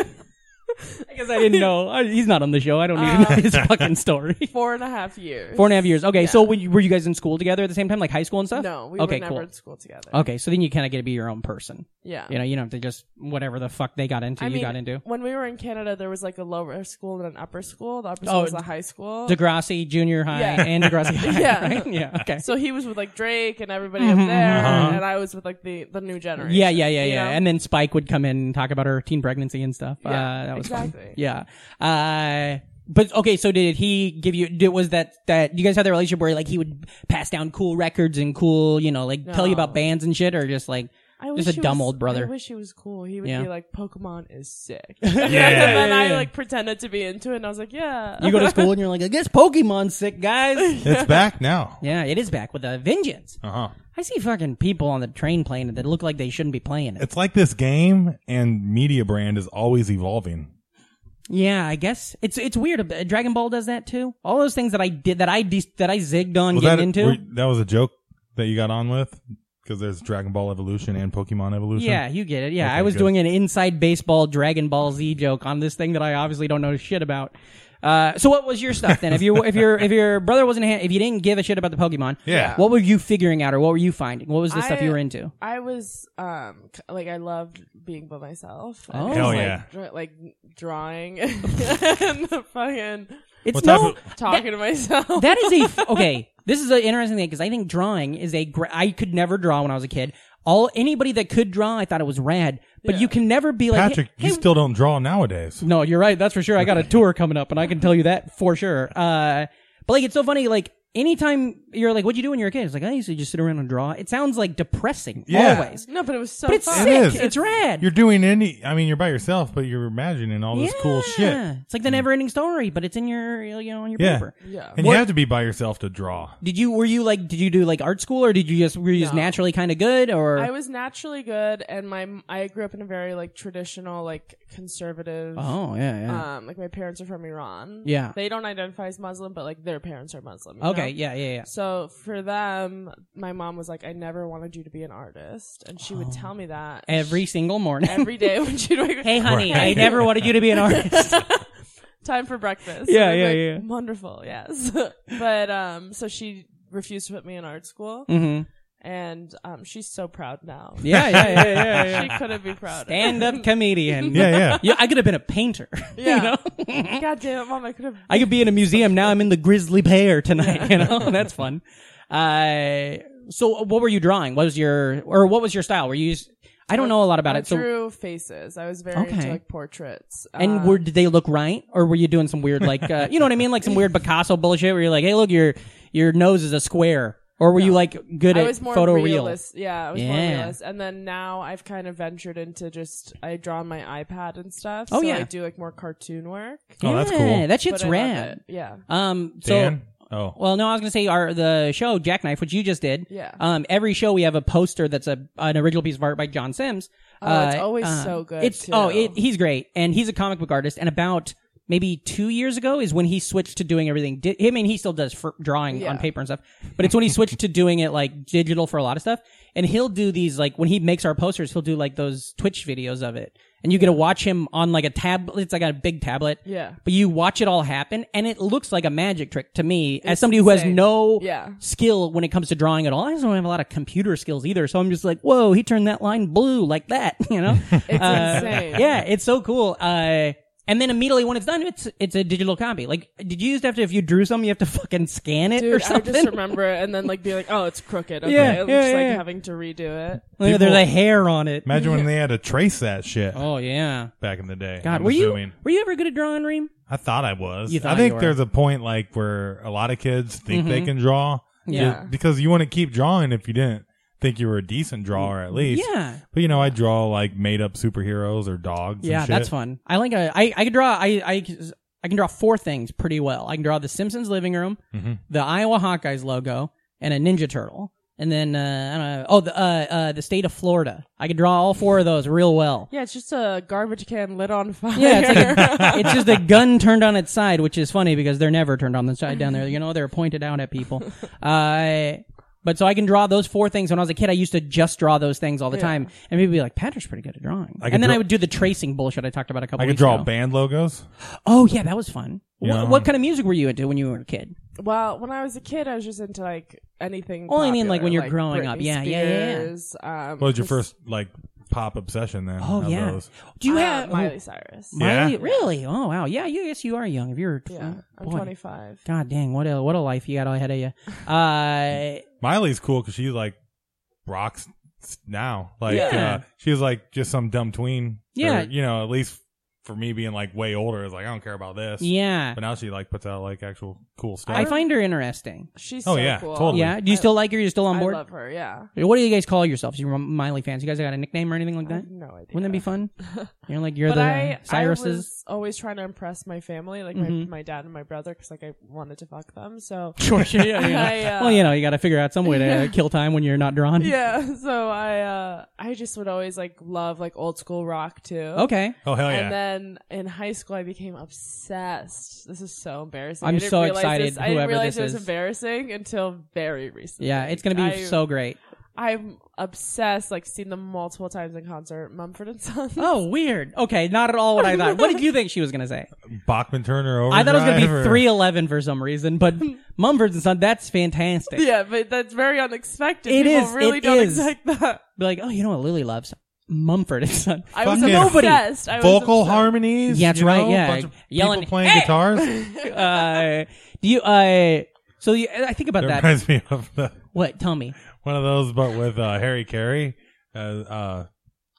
Speaker 2: I guess I didn't know. I- He's not on the show. I don't need
Speaker 6: Oh.
Speaker 2: to know his fucking story.
Speaker 6: four and a half years.
Speaker 2: Four and a half years. Okay, so when you, were you guys in school together at the same time, like high school and stuff?
Speaker 6: No, we
Speaker 2: okay,
Speaker 6: were never
Speaker 2: cool.
Speaker 6: in school together.
Speaker 2: Okay, so then you kind of get to be your own person.
Speaker 6: Yeah.
Speaker 2: You know, you don't have to just whatever the fuck they got into,
Speaker 6: I
Speaker 2: you
Speaker 6: mean,
Speaker 2: got into.
Speaker 6: When we were in Canada, there was like a lower school and an upper school. The upper school
Speaker 2: Oh,
Speaker 6: was a high school.
Speaker 2: Degrassi Junior High
Speaker 6: Yeah.
Speaker 2: and Degrassi High,
Speaker 6: Yeah.
Speaker 2: right? Yeah. Okay.
Speaker 6: so he was with like Drake and everybody up there, and I was with like the, the new generation.
Speaker 2: Mm-hmm, yeah, yeah, yeah,
Speaker 6: you
Speaker 2: yeah.
Speaker 6: know?
Speaker 2: And then Spike would come in and talk about her teen pregnancy and stuff. uh,
Speaker 6: Yeah,
Speaker 2: that was fun.
Speaker 6: exactly.
Speaker 2: Yeah. Uh, but okay, so did he give you? Did, was that that you guys had that relationship where like he would pass down cool records and cool, you know, like tell you about
Speaker 6: No.
Speaker 2: bands and shit, or just like
Speaker 6: I
Speaker 2: just
Speaker 6: wish
Speaker 2: a
Speaker 6: he
Speaker 2: dumb
Speaker 6: was-
Speaker 2: old brother?
Speaker 6: I wish he was cool. He would
Speaker 2: Yeah.
Speaker 6: be like, "Pokemon is sick." yeah, and
Speaker 1: yeah,
Speaker 6: then I
Speaker 2: yeah.
Speaker 6: like pretended to be into it, and I was like, "Yeah."
Speaker 2: you go to school and you're like, I guess Pokemon's sick, guys.
Speaker 1: It's back now.
Speaker 2: yeah, it is back with a vengeance.
Speaker 1: Uh huh.
Speaker 2: I see fucking people on the train playing it that look like they shouldn't be playing it.
Speaker 1: It's like this game and media brand is always evolving.
Speaker 2: Yeah, I guess it's it's weird. Uh, Dragon Ball does that too. All those things that I did that I de- that I zigged on
Speaker 1: Was that,
Speaker 2: getting into.
Speaker 1: were- that was a joke that you got on with because there's Dragon Ball Evolution and Pokemon Evolution.
Speaker 2: yeah, you get it. Yeah,
Speaker 1: Okay,
Speaker 2: I was
Speaker 1: good.
Speaker 2: doing an inside baseball Dragon Ball Z joke on this thing that I obviously don't know shit about. Uh, so what was your stuff then? If you if your if your brother wasn't ha- if you didn't give a shit about the Pokemon,
Speaker 1: Yeah.
Speaker 2: what were you figuring out or what were you finding? What was the stuff
Speaker 6: I-
Speaker 2: you were into?
Speaker 6: I was um c- like I loved being by myself.
Speaker 2: Oh.
Speaker 6: I
Speaker 2: Hell
Speaker 6: was,
Speaker 1: yeah.
Speaker 6: Like, dra- like drawing and fucking
Speaker 2: It's
Speaker 1: What type
Speaker 2: no,
Speaker 1: of-
Speaker 6: talking to myself.
Speaker 2: That is a f- okay. This is an interesting thing because I think drawing is a. Gra- I could never draw when I was a kid. All anybody that could draw, I thought it was rad. But you can never be like hey-
Speaker 1: Patrick,
Speaker 2: hey,
Speaker 1: you still don't draw nowadays.
Speaker 2: no, you're right. That's for sure. I got a tour coming up, and I can tell you that for sure. Uh, but like, it's so funny. Like, anytime you're like, what'd you do when you were a kid? It's like, I used to just sit around and draw. It sounds like depressing
Speaker 1: Yeah.
Speaker 2: always.
Speaker 6: No, but it was so
Speaker 2: But it's
Speaker 6: fun.
Speaker 1: It
Speaker 2: sick.
Speaker 1: is.
Speaker 2: It's rad.
Speaker 1: You're doing any. I mean, you're by yourself, but you're imagining all this cool
Speaker 2: Yeah.
Speaker 1: shit. Mm.
Speaker 2: It's like the never ending story, but it's in your you know, on your
Speaker 1: Yeah.
Speaker 2: paper.
Speaker 6: Yeah.
Speaker 1: And
Speaker 2: What-
Speaker 1: you have to be by yourself to draw.
Speaker 2: Did you were you like did you do like art school or did you just were you just
Speaker 6: No.
Speaker 2: naturally kinda good or
Speaker 6: I was naturally good, and my I grew up in a very like traditional, like conservative.
Speaker 2: Oh yeah, yeah.
Speaker 6: Um, like my parents are from Iran.
Speaker 2: Yeah.
Speaker 6: they don't identify as Muslim, but like their parents are Muslim. you
Speaker 2: okay,
Speaker 6: know?
Speaker 2: yeah, yeah, yeah.
Speaker 6: So for them, my mom was like, "I never wanted you to be an artist," and she would tell me that
Speaker 2: Oh. Every single morning.
Speaker 6: every day when she would.
Speaker 2: hey honey, I
Speaker 1: Right.
Speaker 2: never wanted you to be an artist.
Speaker 6: time for breakfast.
Speaker 2: Yeah,
Speaker 6: And
Speaker 2: yeah,
Speaker 6: I'm
Speaker 2: yeah.
Speaker 6: Wonderful, yes. but um, so she refused to put me in art school,
Speaker 2: mm-hmm.
Speaker 6: and um, she's so proud now.
Speaker 2: Yeah, yeah, yeah, yeah, yeah.
Speaker 6: she couldn't be proud.
Speaker 2: Stand up comedian.
Speaker 1: Yeah, yeah.
Speaker 2: Yeah, I could have been a painter.
Speaker 6: Yeah.
Speaker 2: You know?
Speaker 6: God damn it, mom! I could have.
Speaker 2: I could be in a museum. Now I'm in the grizzly bear tonight, you know? That's fun. Uh, so what were you drawing? What was your, or what was your style? Were you, just, I don't know a lot about
Speaker 6: I
Speaker 2: it. So,
Speaker 6: drew faces. I was very
Speaker 2: Okay.
Speaker 6: into like portraits.
Speaker 2: and
Speaker 6: Um,
Speaker 2: were, did they look right? Or were you doing some weird, like, uh, you know what I mean? Like some weird Picasso bullshit where you're like, hey, look, your, your nose is a square. Or were you like good
Speaker 6: I
Speaker 2: at
Speaker 6: was more
Speaker 2: photo
Speaker 6: realist. Yeah, I was more
Speaker 2: Yeah.
Speaker 6: realist. And then now I've kind of ventured into just I draw on my iPad and stuff.
Speaker 2: Oh,
Speaker 6: so
Speaker 2: yeah.
Speaker 6: I do like more cartoon work.
Speaker 2: reel?
Speaker 1: Oh, that's
Speaker 2: Yeah,
Speaker 1: cool.
Speaker 2: That shit's
Speaker 6: but I love
Speaker 2: rad.
Speaker 6: it. Yeah.
Speaker 2: Um, so,
Speaker 1: Dan. oh,
Speaker 2: Well, no, I was gonna say our the show Jackknife, which you just did.
Speaker 6: Yeah.
Speaker 2: Um, every show we have a poster that's a an original piece of art by John Sims. Uh,
Speaker 6: Oh, it's always so good,
Speaker 2: It's oh,
Speaker 6: too.
Speaker 2: it, he's great, and he's a comic book artist. And about maybe two years ago is when he switched to doing everything. Di- I mean, he still does for drawing on
Speaker 6: Yeah.
Speaker 2: paper and stuff, but it's when he switched to doing it like digital for a lot of stuff. And he'll do these like when he makes our posters, he'll do like those Twitch videos of it. And you get to watch him on like a tablet. It's like a big tablet.
Speaker 6: Yeah.
Speaker 2: But you watch it all happen and it looks like a magic trick to me as somebody who has
Speaker 6: insane.
Speaker 2: no
Speaker 6: Yeah.
Speaker 2: skill when it comes to drawing at all. I just don't have a lot of computer skills either. So I'm just like, whoa, he turned that line blue like that, you know?
Speaker 6: It's
Speaker 2: Uh,
Speaker 6: insane.
Speaker 2: yeah, it's so cool. Uh, and then immediately when it's done, it's it's a digital copy. Like, did you used to have to if you drew something, you have to fucking scan it or
Speaker 6: Dude, I
Speaker 2: something?
Speaker 6: just remember it and then like be like, oh, it's crooked. Okay.
Speaker 2: Yeah,
Speaker 6: and
Speaker 2: yeah,
Speaker 6: just like
Speaker 2: yeah.
Speaker 6: having to redo it.
Speaker 2: Like,
Speaker 1: People-
Speaker 2: there's a hair on it.
Speaker 1: imagine when they had to trace that shit
Speaker 2: Oh yeah,
Speaker 1: back in the day.
Speaker 2: God,
Speaker 1: I'm
Speaker 2: were
Speaker 1: assuming.
Speaker 2: you were you ever good at drawing, Reem?
Speaker 1: I thought I was.
Speaker 2: You thought
Speaker 1: I think
Speaker 2: you were.
Speaker 1: there's a point like where a lot of kids think they can draw.
Speaker 2: Yeah.
Speaker 1: ju- because you wouldn't keep drawing if you didn't think you were a decent drawer at least.
Speaker 2: Yeah.
Speaker 1: But you know, I draw like made up superheroes or dogs. and
Speaker 2: Yeah,
Speaker 1: shit.
Speaker 2: that's fun. I like a, I, I can draw I, I I can draw four things pretty well. I can draw the Simpsons living room,
Speaker 1: Mm-hmm.
Speaker 2: the Iowa Hawkeyes logo, and a Ninja Turtle. And then uh, I don't know. Oh, the uh, uh, the state of Florida. I can draw all four of those real well.
Speaker 6: Yeah, it's just a garbage can lit on fire.
Speaker 2: Yeah, it's, like a, it's just a gun turned on its side, which is funny because they're never turned on the side down there. You know, they're pointed out at people. Uh, but so I can draw those four things. When I was a kid, I used to just draw those things all the time, and people would be like, "Patrick's pretty good at drawing."
Speaker 1: I could
Speaker 2: And then I
Speaker 1: draw-
Speaker 2: would do the tracing bullshit I talked about a couple.
Speaker 1: I could
Speaker 2: weeks
Speaker 1: draw
Speaker 2: ago.
Speaker 1: band logos.
Speaker 2: Oh yeah, that was fun.
Speaker 1: Yeah.
Speaker 2: What, what kind of music were you into when you were a kid?
Speaker 6: well, when I was a kid, I was just into like anything.
Speaker 2: Oh, I mean,
Speaker 6: popular,
Speaker 2: like, when you're growing up.
Speaker 6: Britney
Speaker 2: Yeah, yeah, yeah, yeah.
Speaker 6: Spears, Um,
Speaker 1: What was your
Speaker 6: just,
Speaker 1: first like pop obsession then?
Speaker 2: Oh
Speaker 1: Of
Speaker 2: yeah.
Speaker 1: those?
Speaker 2: Do you
Speaker 6: uh,
Speaker 2: have
Speaker 6: Miley Cyrus.
Speaker 2: oh, Miley-
Speaker 1: Yeah.
Speaker 2: Really? Oh wow. Yeah. You yes, you are young. If you're
Speaker 6: yeah, I'm
Speaker 2: boy.
Speaker 6: 25.
Speaker 2: God dang, what a what a life you got ahead of you. Uh,
Speaker 1: Miley's cool because she's like rocks now. Like
Speaker 2: Yeah.
Speaker 1: uh, she was like just some dumb tween. Or,
Speaker 2: Yeah.
Speaker 1: you know, at least for me being like way older, it's like I don't care about this.
Speaker 2: yeah.
Speaker 1: But now she like puts out like actual cool stuff.
Speaker 2: I find her interesting.
Speaker 6: She's
Speaker 1: Oh,
Speaker 6: so
Speaker 1: yeah,
Speaker 6: cool.
Speaker 1: totally.
Speaker 2: Yeah. Do you still like her? You're still on
Speaker 6: I
Speaker 2: board.
Speaker 6: love her. Yeah.
Speaker 2: What do you guys call yourselves? You Miley fans? You guys got a nickname or anything like
Speaker 6: I
Speaker 2: that?
Speaker 6: have no idea.
Speaker 2: Wouldn't that be fun? You're like you're
Speaker 6: But
Speaker 2: the
Speaker 6: I, I
Speaker 2: Cyruses.
Speaker 6: was always trying to impress my family, like
Speaker 2: Mm-hmm.
Speaker 6: my, my dad and my brother, because like I wanted to fuck them. So
Speaker 2: Sure, sure, yeah, yeah.
Speaker 6: I, uh,
Speaker 2: well, you know, you got to figure out some way to kill time when you're not drawn.
Speaker 6: yeah, so I uh I just would always like love like old school rock too.
Speaker 2: Okay.
Speaker 1: oh hell yeah.
Speaker 6: And then in high school, I became obsessed. This is so embarrassing. I
Speaker 2: I'm
Speaker 6: didn't
Speaker 2: so
Speaker 6: realize
Speaker 2: excited,
Speaker 6: This, I didn't
Speaker 2: whoever
Speaker 6: realize
Speaker 2: this
Speaker 6: it was
Speaker 2: is.
Speaker 6: embarrassing until very recently.
Speaker 2: Yeah, it's gonna be
Speaker 6: I-
Speaker 2: so great.
Speaker 6: I'm obsessed. Like seen them multiple times in concert. Mumford and Sons.
Speaker 2: Oh, weird. Okay, not at all what I thought. What did you think she was going to say?
Speaker 1: Bachman Turner over.
Speaker 2: I thought it was going to be
Speaker 1: or...
Speaker 2: 311 for some reason, but Mumford and Son, that's fantastic.
Speaker 6: yeah, but that's very unexpected.
Speaker 2: It
Speaker 6: People
Speaker 2: is,
Speaker 6: Really
Speaker 2: it
Speaker 6: don't
Speaker 2: is.
Speaker 6: expect that.
Speaker 2: Be like, oh, you know what Lily loves? Mumford and Son.
Speaker 6: I was
Speaker 1: Fucking
Speaker 6: obsessed. I was
Speaker 1: vocal
Speaker 6: obsessed.
Speaker 1: harmonies.
Speaker 2: Yeah, that's
Speaker 1: you
Speaker 2: right,
Speaker 1: know,
Speaker 2: yeah.
Speaker 1: bunch of
Speaker 2: Yelling,
Speaker 1: people playing
Speaker 2: "Hey!"
Speaker 1: guitars.
Speaker 2: Uh, do you, uh, so you, I think about
Speaker 1: That
Speaker 2: that.
Speaker 1: reminds me of the,
Speaker 2: What? Tell me.
Speaker 1: one of those, but with uh, Harry Carey. Uh, uh,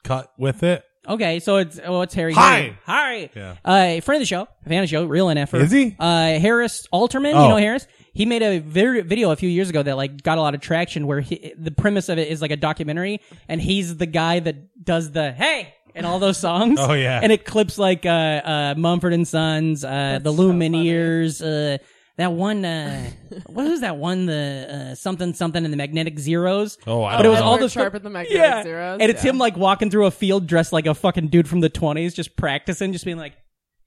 Speaker 1: cut with it.
Speaker 2: Okay, so it's oh, it's Harry.
Speaker 1: Hi.
Speaker 2: Harry. Harry.
Speaker 1: Yeah.
Speaker 2: Uh, friend of the show, fan of the show, real NF.
Speaker 1: Is he?
Speaker 2: Uh, Harris Alterman. You
Speaker 1: Oh.
Speaker 2: know Harris. He made a vi- video a few years ago that like got a lot of traction. Where he, the premise of it is like a documentary, and he's the guy that does the hey and all those songs.
Speaker 1: Oh, yeah.
Speaker 2: and it clips like uh, uh, Mumford and Sons, uh, the Lumineers, uh, that one. Uh, what was that one? The uh, something something and the Magnetic Zeros.
Speaker 1: Oh, I
Speaker 2: but it
Speaker 1: don't
Speaker 2: was
Speaker 1: know.
Speaker 2: all
Speaker 6: Edward
Speaker 2: the
Speaker 6: Sharpe and the Magnetic
Speaker 2: yeah.
Speaker 6: Zeros,
Speaker 2: and it's
Speaker 6: yeah.
Speaker 2: him like walking through a field dressed like a fucking dude from the twenties, just practicing, just being like,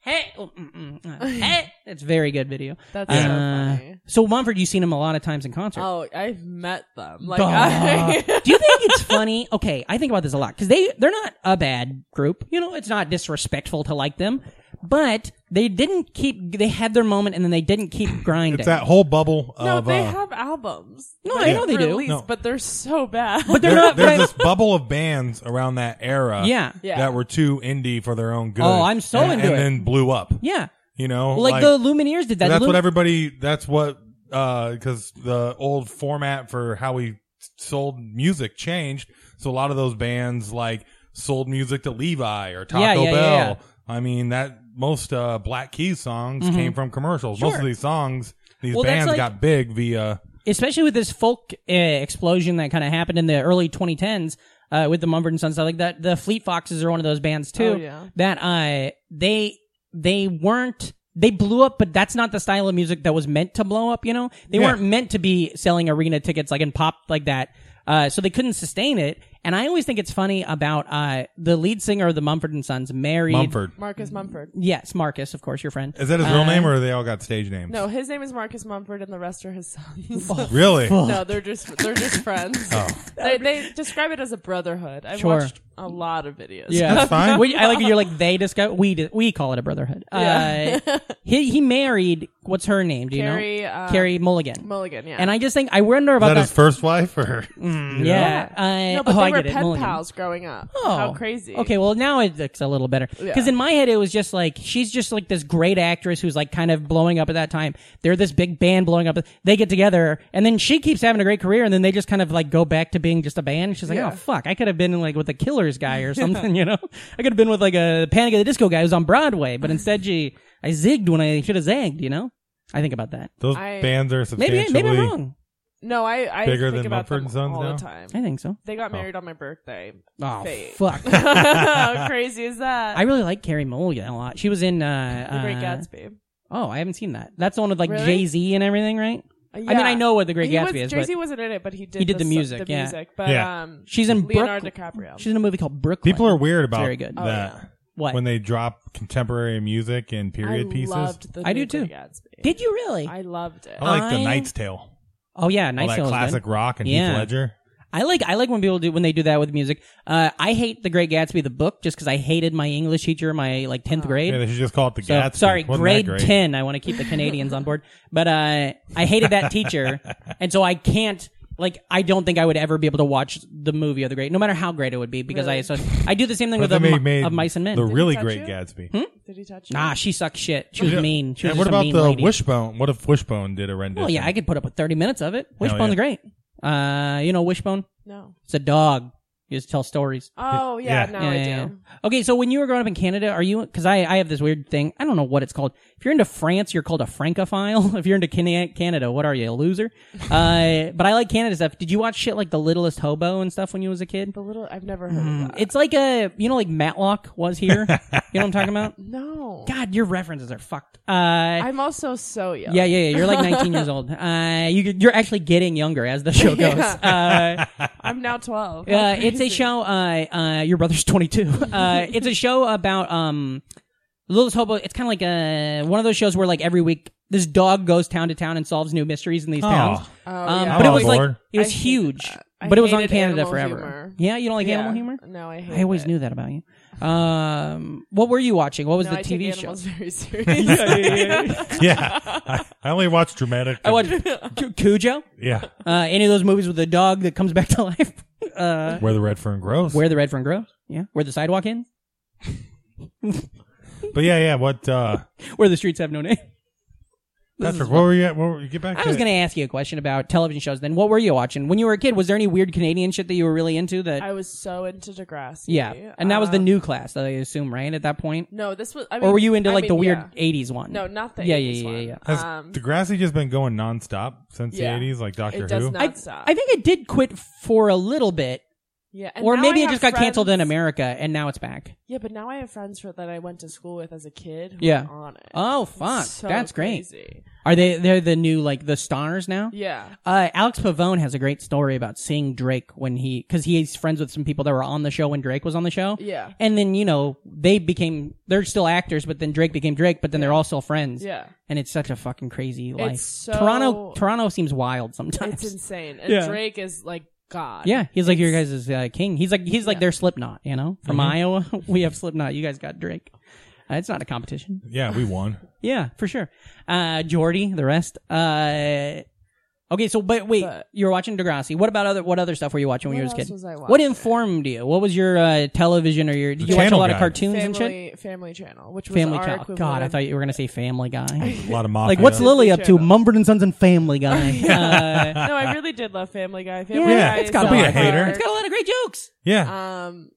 Speaker 2: "Hey, oh, mm, mm, uh, hey." It's a very good video.
Speaker 6: That's
Speaker 1: Yeah.
Speaker 6: so
Speaker 2: Uh,
Speaker 6: funny.
Speaker 2: so Mumford, you've seen him a lot of times in concert.
Speaker 6: Oh, I've met them. Like,
Speaker 2: Duh.
Speaker 6: I,
Speaker 2: Do you think it's funny? Okay, I think about this a lot because they they're not a bad group. You know, it's not disrespectful to like them, but they didn't keep. They had their moment and then they didn't keep grinding.
Speaker 1: It's that whole bubble
Speaker 6: no,
Speaker 1: of.
Speaker 6: they
Speaker 1: uh,
Speaker 6: have albums.
Speaker 2: No,
Speaker 6: that
Speaker 2: I know they do.
Speaker 6: released,
Speaker 1: No.
Speaker 6: but they're so bad.
Speaker 2: but they're
Speaker 1: there-
Speaker 2: not.
Speaker 1: there's
Speaker 2: right-
Speaker 1: this bubble of bands around that era
Speaker 2: Yeah.
Speaker 6: Yeah.
Speaker 1: that were too indie for their own good.
Speaker 2: Oh, I'm so
Speaker 1: and,
Speaker 2: into
Speaker 1: and
Speaker 2: it.
Speaker 1: then blew up.
Speaker 2: yeah,
Speaker 1: You know?
Speaker 2: like, the Lumineers did that.
Speaker 1: that's
Speaker 2: The
Speaker 1: what
Speaker 2: Lum-
Speaker 1: everybody that's what uh because the old format for how we sold music changed so a lot of those bands like sold music to levi or taco
Speaker 2: Yeah, yeah, yeah,
Speaker 1: bell
Speaker 2: yeah. Mm-hmm.
Speaker 1: i mean that most uh black keys songs came from commercials most
Speaker 2: Sure.
Speaker 1: of these songs these
Speaker 2: Well, that's
Speaker 1: bands
Speaker 2: like-
Speaker 1: got big via
Speaker 2: especially with this folk uh, explosion that kind of happened in the early 2010s uh, with the Mumford and Sons stuff like that. The Fleet Foxes are one of those bands too.
Speaker 6: Oh, yeah.
Speaker 2: That uh, they they weren't they blew up, but that's not the style of music that was meant to blow up. You know, they
Speaker 1: Yeah.
Speaker 2: weren't meant to be selling arena tickets like and pop like that. Uh, so they couldn't sustain it. And I always think it's funny about uh, the lead singer of the Mumford and Sons married.
Speaker 1: mumford
Speaker 6: Marcus Mumford.
Speaker 2: Yes, Marcus, of course, your friend.
Speaker 1: is that his real name or they all got stage names
Speaker 6: No, his name is Marcus Mumford, and the rest are his sons.
Speaker 2: Oh,
Speaker 1: really
Speaker 6: no, they're just they're just friends. They, they describe it as a brotherhood. I've
Speaker 2: Sure.
Speaker 6: watched a lot of videos.
Speaker 2: Yeah,
Speaker 1: That's fine.
Speaker 2: We- I like you're like they discuss. We di- we call it a brotherhood. Uh, he he married. What's her name? Do you
Speaker 6: Carrie,
Speaker 2: know?
Speaker 6: uh,
Speaker 2: Carrie Mulligan.
Speaker 6: Mulligan. Yeah,
Speaker 2: And I just think I wonder
Speaker 1: is
Speaker 2: about
Speaker 1: that
Speaker 2: that.
Speaker 1: his first wife or
Speaker 2: Mm. yeah. I-
Speaker 6: no, but
Speaker 2: oh,
Speaker 6: they
Speaker 2: I
Speaker 6: were
Speaker 2: get it.
Speaker 6: pen
Speaker 2: Mulligan.
Speaker 6: pals growing up.
Speaker 2: Oh,
Speaker 6: How crazy.
Speaker 2: Okay, well now it looks a little better because
Speaker 6: Yeah.
Speaker 2: in my head it was just like she's just like this great actress who's like kind of blowing up at that time. They're this big band blowing up. They get together and then she keeps having a great career and then they just kind of like go back to being just a band. She's like,
Speaker 6: Yeah.
Speaker 2: oh fuck, I could have been like with the Killers guy or something, you know? I could have been with like a Panic at the Disco guy who's on Broadway, but instead she I zigged when I should have zagged, you know? I think about that.
Speaker 1: those
Speaker 6: I-
Speaker 1: bands are
Speaker 2: Maybe
Speaker 1: substantially
Speaker 2: maybe I'm wrong.
Speaker 6: No, I I
Speaker 1: Bigger
Speaker 6: think
Speaker 1: than
Speaker 6: about
Speaker 1: Mumford and
Speaker 6: them
Speaker 1: Sons
Speaker 6: all
Speaker 1: now?
Speaker 6: the time.
Speaker 2: I think so.
Speaker 6: They got married on my birthday.
Speaker 2: Oh
Speaker 6: Fate.
Speaker 2: fuck.
Speaker 6: How crazy is that?
Speaker 2: I really like Carrie Mulligan a lot. She was in uh,
Speaker 6: the Great
Speaker 2: uh,
Speaker 6: Gatsby.
Speaker 2: Oh, I haven't seen that. That's the one with like
Speaker 6: Really?
Speaker 2: Jay Z and everything, right?
Speaker 6: Uh,
Speaker 2: I mean,
Speaker 6: yeah.
Speaker 2: I know what The Great
Speaker 6: He
Speaker 2: Gatsby
Speaker 6: was-
Speaker 2: is,
Speaker 6: Jay-Z
Speaker 2: but
Speaker 6: wasn't in it, but he did.
Speaker 2: He did the
Speaker 6: su-
Speaker 2: music,
Speaker 6: The
Speaker 2: yeah.
Speaker 6: music, but
Speaker 1: Yeah.
Speaker 6: um,
Speaker 2: she's in
Speaker 6: Leonardo
Speaker 2: Brook-
Speaker 6: DiCaprio.
Speaker 2: She's in a movie called Brooklyn.
Speaker 1: people are weird about
Speaker 2: very good. Oh,
Speaker 1: that
Speaker 6: yeah.
Speaker 2: What?
Speaker 1: when they drop contemporary music and period
Speaker 6: I
Speaker 1: pieces
Speaker 6: Loved the
Speaker 2: I
Speaker 6: new
Speaker 2: do too.
Speaker 6: Great Gatsby.
Speaker 2: Did you really?
Speaker 6: I loved it.
Speaker 1: I like
Speaker 2: I-
Speaker 1: the Knight's Tale.
Speaker 2: oh yeah,
Speaker 1: All
Speaker 2: nice.
Speaker 1: that classic rock and
Speaker 2: Yeah.
Speaker 1: Heath Ledger.
Speaker 2: I like I like when people do when they do that with music. Uh, I hate The Great Gatsby the book just because I hated my English teacher in my like tenth
Speaker 6: Uh-huh.
Speaker 2: grade.
Speaker 1: Yeah, they should just call it the
Speaker 2: So,
Speaker 1: Gatsby.
Speaker 2: sorry,
Speaker 1: Wasn't that
Speaker 2: grade
Speaker 1: great?
Speaker 2: ten. I want to keep the Canadians on board, but uh, I hated that teacher, and so I can't. Like, I don't think I would ever be able to watch the movie of the great, no matter how great it would be, because I so I do the same thing
Speaker 1: But then
Speaker 2: with the,
Speaker 1: they
Speaker 2: mi-
Speaker 1: made
Speaker 2: of mice and men.
Speaker 1: The really
Speaker 6: touch
Speaker 1: great
Speaker 6: you?
Speaker 1: Gatsby.
Speaker 6: Did he touch you?
Speaker 2: Nah, she sucks shit. She was
Speaker 1: Yeah.
Speaker 2: mean. She was
Speaker 1: And
Speaker 2: just
Speaker 1: what
Speaker 2: a
Speaker 1: about
Speaker 2: mean
Speaker 1: the
Speaker 2: lady.
Speaker 1: Wishbone? What if Wishbone did a rendition?
Speaker 2: Well, yeah, I could put up with thirty minutes of it.
Speaker 1: yeah.
Speaker 2: Wishbone's great. Uh, you know Wishbone?
Speaker 6: No.
Speaker 2: It's a dog. You just tell stories.
Speaker 6: Oh yeah,
Speaker 1: Yeah.
Speaker 6: now
Speaker 2: Yeah,
Speaker 6: I
Speaker 2: yeah,
Speaker 6: do.
Speaker 2: yeah. Okay, so when you were growing up in Canada, are you? Because I, I have this weird thing. I don't know what it's called. If you're into France, you're called a francophile. if you're into Can- Canada, what are you, a loser? uh, but I like Canada stuff. Did you watch shit like The Littlest Hobo and stuff when you was a kid?
Speaker 6: The little I've never heard
Speaker 1: Hmm.
Speaker 6: of that.
Speaker 2: It's like a you know like Matlock was here. you know what I'm talking about?
Speaker 6: No.
Speaker 2: God, your references are fucked. Uh,
Speaker 6: I'm also so young.
Speaker 2: Yeah, yeah, yeah. You're like 19 years old. Uh, you, you're actually getting younger as the show goes. Uh,
Speaker 6: I'm now 12.
Speaker 2: uh, it's a show. Uh, uh, your brother's 22. Uh, it's a show about um, Littlest Hobo. It's kind of like uh one of those shows where like every week this dog goes town to town and solves new mysteries in these
Speaker 1: Oh.
Speaker 2: towns.
Speaker 6: Oh,
Speaker 2: Um,
Speaker 6: yeah.
Speaker 2: But it
Speaker 1: I'm
Speaker 2: was
Speaker 1: on
Speaker 2: like
Speaker 1: board.
Speaker 2: it was
Speaker 6: I hated
Speaker 2: huge,
Speaker 6: that. I
Speaker 2: but it was on
Speaker 6: hated
Speaker 2: Canada
Speaker 6: animal
Speaker 2: forever.
Speaker 6: humor.
Speaker 2: Yeah, you don't like
Speaker 6: Yeah.
Speaker 2: animal humor.
Speaker 6: No, I hate
Speaker 2: I always
Speaker 6: it.
Speaker 2: knew that about you. Um, what were you watching? What was
Speaker 6: No,
Speaker 2: the
Speaker 6: I take
Speaker 2: TV show?
Speaker 6: animals very serious.
Speaker 1: yeah, I, I only watch dramatic.
Speaker 2: I watched Cu- Cujo.
Speaker 1: Yeah,
Speaker 2: Uh, any of those movies with a dog that comes back to life? Uh,
Speaker 1: where the red fern grows.
Speaker 2: where the red fern grows? Yeah. Where the sidewalk ends?
Speaker 1: but yeah, yeah. What? uh
Speaker 2: Where the streets have no name?
Speaker 1: Patrick, where were you at? Where were you? Get back
Speaker 2: I
Speaker 1: to
Speaker 2: was
Speaker 1: it.
Speaker 2: going to ask you a question about television shows. Then, what were you watching when you were a kid? Was there any weird Canadian shit that you were really into? That
Speaker 6: I was so into Degrassi.
Speaker 2: yeah, and that was the
Speaker 6: Um,
Speaker 2: new class that I assume, right? At that point,
Speaker 6: No, this was. I
Speaker 2: or
Speaker 6: mean-
Speaker 2: were you into
Speaker 6: I
Speaker 2: like the
Speaker 6: mean,
Speaker 2: weird
Speaker 6: yeah.
Speaker 2: '80s one?
Speaker 6: No, not the
Speaker 2: Yeah,
Speaker 6: 80s
Speaker 2: yeah, yeah,
Speaker 6: one.
Speaker 2: yeah,
Speaker 1: Has
Speaker 6: Um,
Speaker 1: Degrassi just been going nonstop since
Speaker 6: Yeah.
Speaker 1: the 80s, like Doctor
Speaker 6: it does
Speaker 1: Who?
Speaker 6: not
Speaker 2: I,
Speaker 6: stop.
Speaker 2: I think it did quit for a little bit,
Speaker 6: yeah, and
Speaker 2: or
Speaker 6: now
Speaker 2: maybe
Speaker 6: I
Speaker 2: it
Speaker 6: have
Speaker 2: just got canceled in
Speaker 6: friends-
Speaker 2: America, and now it's back.
Speaker 6: Yeah, but now I have friends for, that I went to school with as a kid. Who
Speaker 2: Yeah.
Speaker 6: are on it.
Speaker 2: Oh
Speaker 6: It's
Speaker 2: fuck,
Speaker 6: so
Speaker 2: that's great.
Speaker 6: crazy.
Speaker 2: Are they? They're the new like the stars now.
Speaker 6: Yeah,
Speaker 2: Uh, Alex Pavone has a great story about seeing Drake when he, because he's friends with some people that were on the show when Drake was on the show.
Speaker 6: yeah,
Speaker 2: And then, you know, they became, they're still actors, but then Drake became Drake, but then they're all still friends.
Speaker 6: yeah.
Speaker 2: And it's such a fucking crazy life.
Speaker 6: so-
Speaker 2: Toronto, Toronto seems wild sometimes.
Speaker 6: It's insane. And
Speaker 2: Yeah.
Speaker 6: Drake is like God.
Speaker 2: yeah. He's like your guys' is, uh, king. He's like, he's like their Slipknot, you know? From
Speaker 6: Mm-hmm.
Speaker 2: Iowa, we have Slipknot. You guys got Drake. Uh, it's not a competition.
Speaker 1: yeah, we won.
Speaker 2: Yeah, for sure. Uh, Jordy, the rest. Uh, okay, so but wait,
Speaker 6: But-
Speaker 2: you were watching Degrassi. What about other? What other stuff were you watching when you
Speaker 6: What
Speaker 2: were a
Speaker 6: else
Speaker 2: kid?
Speaker 6: was I
Speaker 2: what
Speaker 6: watching?
Speaker 2: informed you? What was your uh, television or your? Did
Speaker 1: The
Speaker 2: you watch a
Speaker 1: Channel
Speaker 2: lot of
Speaker 1: Guy.
Speaker 2: cartoons and shit?
Speaker 6: Family Family Channel, which was
Speaker 2: Family
Speaker 6: our
Speaker 2: Child.
Speaker 6: equivalent
Speaker 2: God, I
Speaker 6: of-
Speaker 2: thought you were gonna say Family Guy.
Speaker 1: A lot of mafia.
Speaker 2: like, what's Lily up to?
Speaker 6: Channel.
Speaker 2: Mumford and Sons and Family Guy. uh,
Speaker 6: No, I really did love Family Guy. Family
Speaker 1: Yeah,
Speaker 6: Guy
Speaker 1: it's
Speaker 6: is
Speaker 1: gotta
Speaker 6: so
Speaker 1: be a
Speaker 6: hard.
Speaker 1: hater.
Speaker 2: it's got a lot of great jokes.
Speaker 1: Yeah.
Speaker 6: um,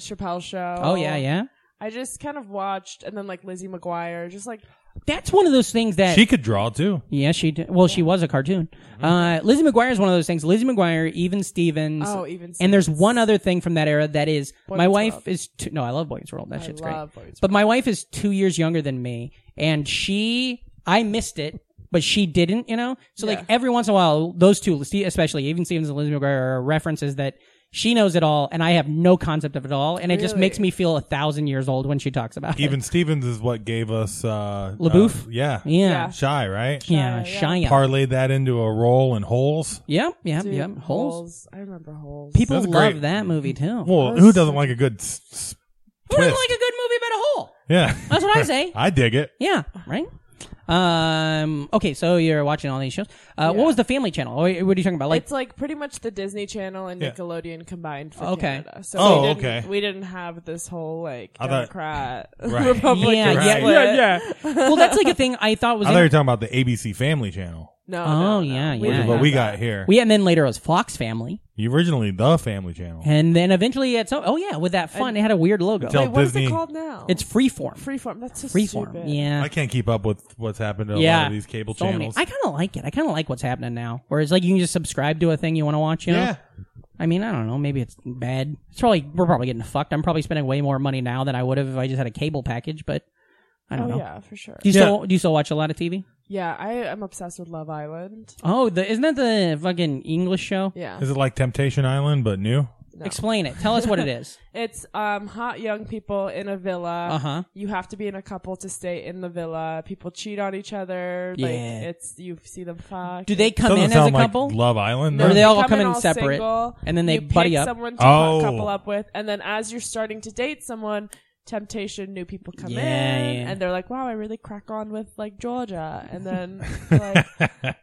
Speaker 6: Chappelle Show.
Speaker 2: Oh yeah, yeah.
Speaker 6: I just kind of watched, and then like Lizzie McGuire, just like
Speaker 2: That's one of those things that
Speaker 1: she could draw too.
Speaker 2: Yeah, she did. Well, she was a cartoon.
Speaker 6: Mm-hmm.
Speaker 2: Uh, Lizzie McGuire is one of those things. Lizzie McGuire, even Stevens.
Speaker 6: Oh, Even
Speaker 2: And there's
Speaker 6: Stevens.
Speaker 2: one other thing from that era that is
Speaker 6: Boy
Speaker 2: my
Speaker 6: Meets
Speaker 2: wife
Speaker 6: World.
Speaker 2: is two, no, I love Boy Meets World. That shit's
Speaker 6: love Boy
Speaker 2: great.
Speaker 6: Meets
Speaker 2: But my wife is two years younger than me, and she I missed it, but she didn't. You know, so like
Speaker 6: Yeah.
Speaker 2: every once in a while, those two, Ste- especially even Stevens and Lizzie McGuire, are references that. She knows it all, and I have no concept of it all, and it just
Speaker 6: Really?
Speaker 2: makes me feel a thousand years old when she talks about
Speaker 1: Even
Speaker 2: it.
Speaker 1: Stevens is what gave us uh,
Speaker 2: LaBeouf?
Speaker 1: uh, yeah.
Speaker 2: Yeah,
Speaker 1: Shy, right?
Speaker 2: yeah,
Speaker 6: Shia,
Speaker 2: Shia.
Speaker 1: Parlayed that into a role in Holes.
Speaker 2: yep, yep,
Speaker 6: dude,
Speaker 2: yep. Holes.
Speaker 6: I remember holes.
Speaker 2: People
Speaker 1: That's
Speaker 2: love
Speaker 1: great.
Speaker 2: that movie too.
Speaker 1: Well, who doesn't like a good s- s-
Speaker 2: Who doesn't
Speaker 1: twist?
Speaker 2: like a good movie about a hole?
Speaker 1: yeah.
Speaker 2: That's what I say.
Speaker 1: I dig it.
Speaker 2: yeah, right. Um. Okay, so you're watching all these shows. Uh, What was the Family Channel? Or What are you talking about? Like,
Speaker 6: it's like pretty much the Disney Channel and
Speaker 1: Yeah.
Speaker 6: Nickelodeon combined for
Speaker 2: Okay.
Speaker 6: Canada. So
Speaker 1: Oh,
Speaker 6: we didn't,
Speaker 1: okay.
Speaker 6: We didn't have this whole like
Speaker 1: I thought-
Speaker 6: Democrat
Speaker 1: Right.
Speaker 6: Republican.
Speaker 2: yeah,
Speaker 1: Right.
Speaker 2: yeah,
Speaker 1: Yeah,
Speaker 2: well, that's like a thing I thought was.
Speaker 1: I thought you
Speaker 2: in-
Speaker 1: were talking about the ABC Family Channel,
Speaker 6: No.
Speaker 2: Oh,
Speaker 6: no, no.
Speaker 2: yeah,
Speaker 6: We
Speaker 2: yeah,
Speaker 1: which
Speaker 6: didn't
Speaker 1: is
Speaker 2: yeah.
Speaker 1: what
Speaker 6: have
Speaker 1: we
Speaker 6: that.
Speaker 1: got here.
Speaker 2: we and then later it was Fox Family,
Speaker 1: You originally the Family Channel.
Speaker 2: and then eventually it's oh, oh yeah, with that fun, it had a weird logo.
Speaker 1: Tell-
Speaker 6: Wait, what is
Speaker 1: Disney-
Speaker 6: it called now?
Speaker 2: It's Freeform.
Speaker 6: Freeform. That's so
Speaker 2: Freeform.
Speaker 6: Stupid.
Speaker 2: Yeah.
Speaker 1: I can't keep up with what's happened to a
Speaker 2: yeah,
Speaker 1: lot of these cable
Speaker 2: So many.
Speaker 1: channels.
Speaker 2: I kind of like it. I kind of like what's happening now. Whereas, like, you can just subscribe to a thing you want to watch. You know,
Speaker 1: yeah.
Speaker 2: I mean, I don't know. Maybe it's bad. It's probably we're probably getting fucked. I'm probably spending way more money now than I would have if I just had a cable package. But I
Speaker 6: Oh
Speaker 2: don't know.
Speaker 6: yeah, for sure.
Speaker 2: Do you
Speaker 1: Yeah.
Speaker 2: still do you still watch a lot of TV?
Speaker 6: Yeah, I am obsessed with Love Island.
Speaker 2: Oh, the, isn't that the fucking English show?
Speaker 6: Yeah.
Speaker 1: Is it like Temptation Island but new?
Speaker 6: No.
Speaker 2: Explain it. Tell us what it is.
Speaker 6: It's um hot young people in a villa.
Speaker 2: Uh-huh.
Speaker 6: You have to be in a couple to stay in the villa. People cheat on each other. Like
Speaker 2: Yeah.
Speaker 6: it's you see them fuck.
Speaker 2: Do they come
Speaker 1: Doesn't
Speaker 2: in as
Speaker 1: sound
Speaker 2: a couple?
Speaker 1: like Love Island.
Speaker 2: No, Or
Speaker 1: though.
Speaker 2: they all come in
Speaker 6: all
Speaker 2: separate,
Speaker 6: single,
Speaker 2: and then they
Speaker 6: you
Speaker 2: buddy
Speaker 6: pick
Speaker 2: up.
Speaker 6: someone to cou-
Speaker 1: Oh.
Speaker 6: couple up with, and then as you're starting to date someone, temptation, new people come
Speaker 2: Yeah,
Speaker 6: in,
Speaker 2: yeah.
Speaker 6: and they're like, "Wow, I really crack on with like Georgia," and then like